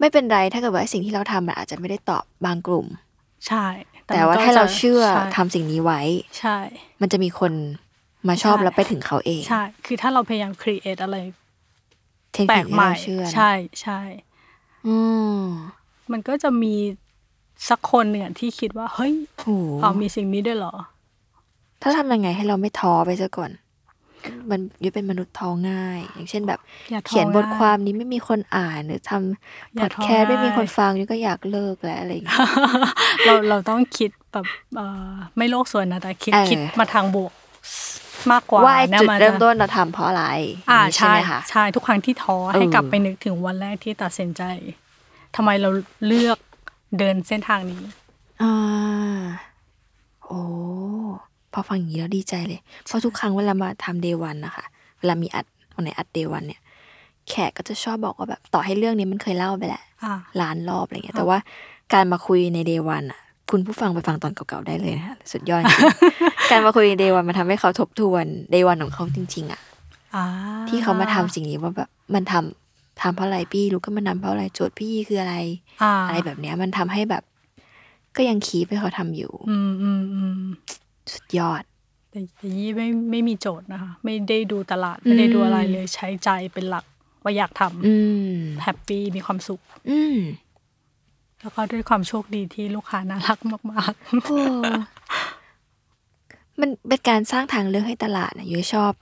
Speaker 1: ไม่เป็นไร ถ้าเกิดว่าสิ่งที่เราทำมันอาจจะไม่ได้ตอบบางกลุ่ม
Speaker 2: ใช่
Speaker 1: แต่ว่า
Speaker 2: มันก็
Speaker 1: ถ้าเรา
Speaker 2: จะ
Speaker 1: เชื่อ
Speaker 2: ใช่
Speaker 1: ทำสิ่งนี้ไว้
Speaker 2: ใช่
Speaker 1: มันจะมีคนมาชอบ
Speaker 2: ใช่
Speaker 1: แล้วไปถึงเขาเอง
Speaker 2: ใช่ คือถ้าเราพยายามครีเอทอะไร
Speaker 1: เทค
Speaker 2: แปล
Speaker 1: นิค
Speaker 2: ก
Speaker 1: ให้
Speaker 2: ใหม่
Speaker 1: เราเชื่อนะ
Speaker 2: ใช่ใช่
Speaker 1: อืม
Speaker 2: มันก็จะมีสักคนหนึ่งอะที่คิดว่า เฮ้ย
Speaker 1: โห
Speaker 2: อ๋อมีสิ่งนี้ด้วยเหรอ
Speaker 1: ถ้าทำยังไงให้เราไม่ท้อไปซะก่อน มันยุยเป็นมนุษย์ท้อง่าย อย่างเช่นแบบ
Speaker 2: อย่าท้อ
Speaker 1: เขียนบท
Speaker 2: ได้
Speaker 1: ความนี้ไม่มีคนอ่านหรือทำพอย่
Speaker 2: อา
Speaker 1: ด
Speaker 2: ท้อ
Speaker 1: แคสต์ไม่มี
Speaker 2: ได้
Speaker 1: คนฟังยุยก็อยากเลิกแล้วอะไรอย่างเงี้ย
Speaker 2: [LAUGHS] เราเราต้องคิดแบบเอ่อไม่โลกส่วนนะแต่คิด
Speaker 1: เออ
Speaker 2: คิดมาทางบวกมากกว่า
Speaker 1: ว่าไอ้จุด
Speaker 2: ะา
Speaker 1: เริ่มต้นเราทำเพราะอะไร
Speaker 2: อ่า
Speaker 1: ย่งนี้
Speaker 2: ใช่
Speaker 1: ไหมคะ
Speaker 2: ใช่ทุกครั้งที่ท้อให้
Speaker 1: เออ
Speaker 2: กลับไปนึกถึงวันแรกที่ตัดสินใจทำไมเราเลือกเดินเส้นทางนี้
Speaker 1: อ่าโอ้พอฟังอย่างนี้แล้วดีใจเลย เพราะทุกครั้งเวลามาทำเดวันนะคะเวลามีอัดวันไหนอัดเดวันเนี่ย แขกก็จะชอบบอกว่าแบบต่อให้เรื่องนี้มันเคยเล่าไปแหละ
Speaker 2: อ่า
Speaker 1: ล้านรอบอะไรเงี้ย แต่ว่าการมาคุยในเดวันอ่ะ คุณผู้ฟังไปฟังตอนเก่าๆได้เลยนะคะสุดยอดจริง [LAUGHS] ๆ การมาคุยในเดวันมันทำให้เขาทบทวนเดวันของเขาจริงๆอ่ะ
Speaker 2: อ่า
Speaker 1: ที่เขามาทำสิ่งนี้ว่าแบบมันทำทำเพราะอะไรพี่รู้ก็มันทำเพราะอะไรโจทย์พี่คืออะไร
Speaker 2: อ่า
Speaker 1: อะไรแบบเนี้ยมันทำให้แบบ ก็ยังคีบให้เขาทำอยู่
Speaker 2: อืมอืมอืม
Speaker 1: สุดยอด
Speaker 2: แต่แต่ยี่ไม่ไม่มีโจทย์นะคะ ไม่ได้ดูตลาดไม่ได้ดูอะไรเลยใช้ใจเป็นหลักว่าอยากท
Speaker 1: อืม
Speaker 2: ำแฮปปี้มีความสุข
Speaker 1: อืม
Speaker 2: แล้วก็ด้วยความโชคดีที่ลูกค้าน่ารักมากๆ
Speaker 1: โอ้มันเป็นการสร้างทางเลือกให้ตลาดนะยุ้ยชอบ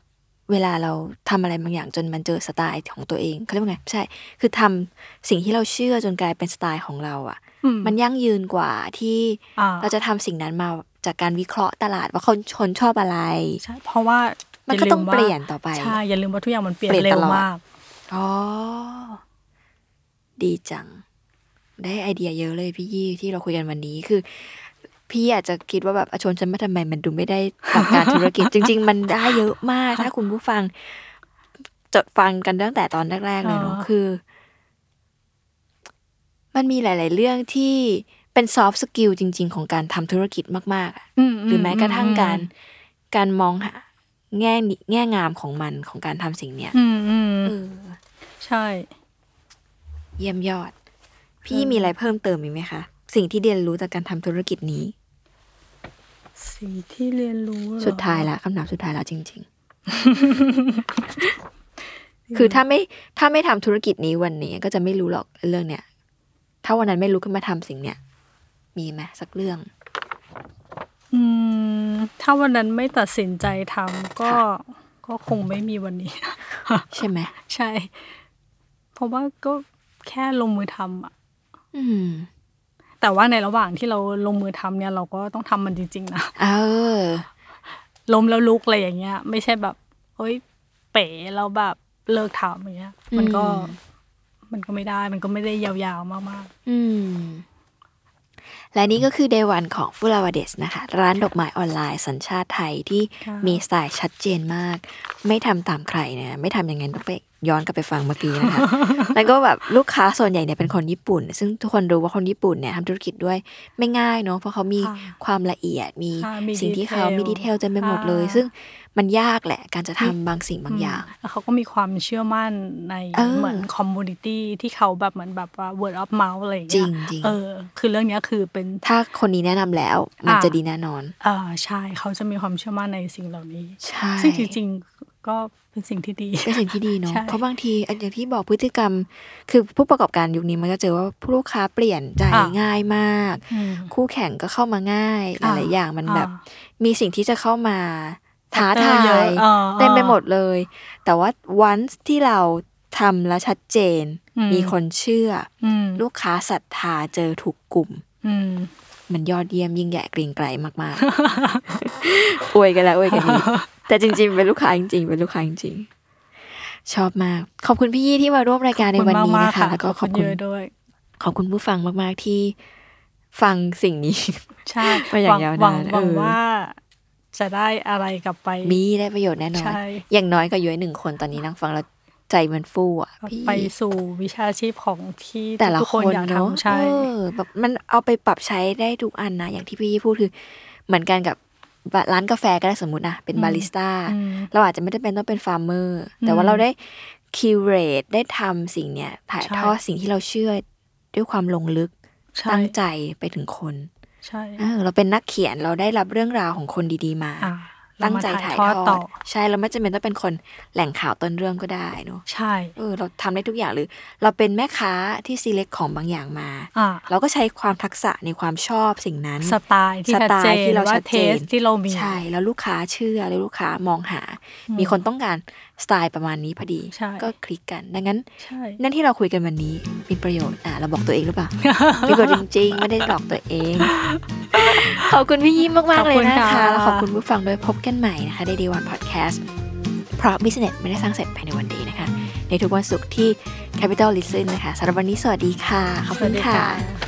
Speaker 1: เวลาเราทำอะไรบางอย่างจนมันเจอสไตล์ของตัวเองเขาเรียกว่าไงใช่ คือทำสิ่งที่เราเชื่อจนกลายเป็นสไตล์ของเราอะ่ะ
Speaker 2: อืม
Speaker 1: มันยั่งยืนกว่าที่
Speaker 2: อ่า
Speaker 1: เราจะทำสิ่งนั้นมาจากการวิเคราะห์ตลาดว่าคนชนชอบอะไร
Speaker 2: ใช่เพราะว่า
Speaker 1: มันก็ต้องเปลี่ยนต่อไป
Speaker 2: ใช่ อย่าลืมว่าทุกอย่างมันเปลี่ยน
Speaker 1: เปลี่ยน
Speaker 2: เร็
Speaker 1: ต
Speaker 2: ว
Speaker 1: ลอด
Speaker 2: มาก
Speaker 1: อ๋อ ดีจัง ได้ไอเดียเยอะเลยพี่ยี่ที่เราคุยกันวันนี้คือ พี่อาจจะคิดว่าแบบอะชวนฉันมาทำไมมันดูไม่ได้ทำการธุรกิจ จริง ๆ มันได้เยอะม [LAUGHS] าก ถ้าคุณผู้ฟัง จดฟังกันตั้งแต่ตอนแรกๆเลยเนาะ
Speaker 2: อ๋อ
Speaker 1: คือ มันมีหลาย ๆ เรื่องที่เป็นซอฟต์สกิลจริง ๆ ของการทำธุรกิจมากๆอะ หรือแม้กระทั่งการ การมองหาแง่ดีแง่งามของมันของการทำสิ่งเนี้ย
Speaker 2: อืมอืม
Speaker 1: เออ
Speaker 2: ใช่
Speaker 1: เยี่ยมยอด พี่มีอะไรเพิ่มเติมอีกไหมคะ สิ่งที่เรียนรู้จากการทำธุรกิจนี้
Speaker 2: สิ่งที่เรียนรู้เหรอ
Speaker 1: สุดท้ายละคำถามสุดท้ายละจริง [LAUGHS] ๆ คือถ้าไม่ถ้าไม่ทำธุรกิจนี้วันนี้ก็จะไม่รู้หรอกเรื่องเนี้ยถ้าวันนั้นไม่รู้ขึ้นมาทำสิ่งเนี้ยมีไหมสักเรื่อง
Speaker 2: อืม ถ้าวันนั้นไม่ตัดสินใจทำก็
Speaker 1: ค่ะ
Speaker 2: ก็คงไม่มีวันนี้ [LAUGHS]
Speaker 1: ใช่ไหม
Speaker 2: ใช่ เพราะว่าก็แค่ลงมือทำอะ
Speaker 1: อืม
Speaker 2: แต่ว่าในระหว่างที่เราลงมือทำเนี่ย เราก็ต้องทำมันจริงๆนะ [LAUGHS]
Speaker 1: เออ
Speaker 2: ล้มแล้วลุกอะไรอย่างเงี้ย ไม่ใช่แบบเอ้ย เป๋แล้วแบบเลิกทำอย่างเงี้ย มันก็
Speaker 1: อืม
Speaker 2: มันก็ไม่ได้ มันก็ไม่ได้ยาวๆมาก
Speaker 1: อืม และนี่ก็คือ Day One ของฟูลาวาเดสนะคะ ร้านดอกไม้ออนไลน์สัญชาติไทยที่มีสไตล์ชัดเจนมาก ไม่ทำตามใครนะ ไม่ทำอย่างนั้นต้องไปย้อนกลับไปฟังเมื่อกี้นะคะ [LAUGHS] แล้วก็แบบลูกค้าส่วนใหญ่เนี่ยเป็นคนญี่ปุ่น ซึ่งทุกคนรู้ว่าคนญี่ปุ่นเนี่ยทำธุรกิจด้วยไม่ง่ายเนาะเพราะเขามีความละเอียดมี
Speaker 2: ค่ะมี
Speaker 1: สิ่งที่เขามีดีเทลเต็มไปหมดเลย
Speaker 2: ค่ะ
Speaker 1: ซึ่งมันยากแหละ การจะทำบางสิ่งบางอย่าง
Speaker 2: แล้วเขาก็มีความเชื่อมั่นใน
Speaker 1: เออ
Speaker 2: เหมือนคอมมูนิตี้ที่เขาแบบเหมือนแบบว่า word of mouth อะไรอย่างเงี้ย
Speaker 1: จริงๆ
Speaker 2: เออ คือเรื่องเนี้ยคือเป็น
Speaker 1: ถ้าคนนี้แนะนำแล้ว มัน
Speaker 2: อ่า
Speaker 1: จะดีแน่นอน
Speaker 2: อ่าใช่เขาจะมีความเชื่อมั่นในสิ่งเหล่านี้
Speaker 1: ใช่
Speaker 2: ซึ่งจริงๆก็เป็นสิ่งที่ดี
Speaker 1: เป็นสิ่งที่ดีเนาะ
Speaker 2: ใช่
Speaker 1: เพราะบางทีอันอย่างที่บอกพฤติกรรม คือผู้ประกอบการยุคนี้มันก็เจอว่าผู้ลูกค้าเปลี่ยนใจง่ายมาก
Speaker 2: อืม
Speaker 1: คู่แข่งก็เข้ามาง่ายห
Speaker 2: อ่า
Speaker 1: ลายๆอย่างมัน
Speaker 2: อ่า
Speaker 1: แบบ มีสิ่งที่จะเข้ามาท้า
Speaker 2: Factor
Speaker 1: ทา
Speaker 2: เยอะ
Speaker 1: ย
Speaker 2: อ่า
Speaker 1: เต็มไปหมดเลย แต่ว่าวันที่เราทำและชัดเจน
Speaker 2: อืม
Speaker 1: มีคนเชื่ออ
Speaker 2: อืม
Speaker 1: ลูกค้าศรัทธาเจอถูกกลุ่ม
Speaker 2: อืม
Speaker 1: มันยอดเยี่ยมยิ่งใหญ่เกรียงไกรมาก
Speaker 2: [LAUGHS]
Speaker 1: ๆ อวยกันแล้วอวยกันอีกแต่จริง ๆ เป็นลูกค้าจริง ๆ เป็นลูกค้าจริงๆชอบมาก ขอบคุณพี่ยี่ที่มาร่วมรายการในวันนี้
Speaker 2: ขอบณมา
Speaker 1: นะ
Speaker 2: ก
Speaker 1: คะ แล้วก็ขอบคุณ
Speaker 2: เยอะด้วย
Speaker 1: ขอบคุณผู้ฟังมากๆที่ฟังสิ่งนี้
Speaker 2: ใช่
Speaker 1: มาอย่างยาวนาน
Speaker 2: หวังหวัง
Speaker 1: เออ
Speaker 2: ว่าจะได้อะไรกลับไป
Speaker 1: มีได้ประโยชน์แน่นอน
Speaker 2: ใช่
Speaker 1: อย่างน้อยก็อย้อยหนึ่งคนตอนนี้นั่งฟังแล้วใจมันฟูอ่ะพี่
Speaker 2: ไปสู่วิชาชีพของที่
Speaker 1: แต่ละ
Speaker 2: ทุก
Speaker 1: ค
Speaker 2: คน
Speaker 1: น
Speaker 2: อยาก
Speaker 1: เนาะ
Speaker 2: ทำใช่
Speaker 1: เออแบบมันเอาไปปรับใช้ได้ทุกอันนะอย่างที่พี่ยี่พูดคือ เหมือนกันกับร้านกาแฟก็ได้สมมตินะเป็นบาริสต้า
Speaker 2: ม
Speaker 1: เราอาจจะไม่ได้เป็นต้องเป็นฟาร์มเมอร์ แต่
Speaker 2: อืม
Speaker 1: ว่าเราได้คิวเรตได้ทำสิ่งเนี้ยถ่าย
Speaker 2: ใช่
Speaker 1: ทอดสิ่งที่เราเชื่อด้วยความลงลึก
Speaker 2: ใช่
Speaker 1: ตั้งใจไปถึงคน
Speaker 2: ใช่
Speaker 1: เออเราเป็นนักเขียนเราได้รับเรื่องราวของคนดีๆมา
Speaker 2: อ่ะ
Speaker 1: ตั้งใจ
Speaker 2: เรม
Speaker 1: ถ่าย
Speaker 2: ทอ
Speaker 1: ท
Speaker 2: ด
Speaker 1: อ
Speaker 2: ต่อ
Speaker 1: ดใช่เราไม่จำเป็นต้องเป็นคนแหล่งข่าวต้นเรื่องก็ได้เนอะ
Speaker 2: ใช่
Speaker 1: เออเราทำได้ทุกอย่างหรือ เราเป็นแม่ค้าที่ซีเล็กของบางอย่างมา
Speaker 2: อ่ะ
Speaker 1: เราก็ใช้ความทักษะในความชอบสิ่งนั้น
Speaker 2: สไตล์ที่
Speaker 1: ส
Speaker 2: ชัด
Speaker 1: ไต
Speaker 2: เจ
Speaker 1: ล์
Speaker 2: น
Speaker 1: ที่เรา
Speaker 2: ว่า
Speaker 1: ชัด
Speaker 2: เท
Speaker 1: เจ
Speaker 2: ส
Speaker 1: น
Speaker 2: ที่เรามี
Speaker 1: ใช่แล้วลูกค้าเชื่อแล้วลูกค้ามองหา มีคนต้องการสไตล์ประมาณนี้พอดี
Speaker 2: ใช่
Speaker 1: ก็คลิกกัน ดังนั้น
Speaker 2: ใช่
Speaker 1: นั่นที่เราคุยกันวันนี้มีประโยชน์อ่ะเราบอกตัวเองหรือ
Speaker 2: [LAUGHS]
Speaker 1: เปล่า พี่บอกจริงๆ ไม่ได้หลอกตัวเอง ขอบคุณพี่ยิ้มมาก ๆ เลยนะ
Speaker 2: ขอบคุณ
Speaker 1: คะ
Speaker 2: ค่ะ
Speaker 1: แล้วขอบคุณผู้ฟังด้วยพบกันใหม่นะคะในดีวันพอดแคสต์เพราะ business ไม่ได้สร้างเสร็จภายในวันเดียวนะคะ ในทุกวันศุกร์ที่ Capital Listen นะคะสำหรับวันนี้สวัสดีค่ะขอบ
Speaker 2: ส
Speaker 1: คุ
Speaker 2: วัส
Speaker 1: ณ
Speaker 2: ดี
Speaker 1: ค่ะ
Speaker 2: ค่ะ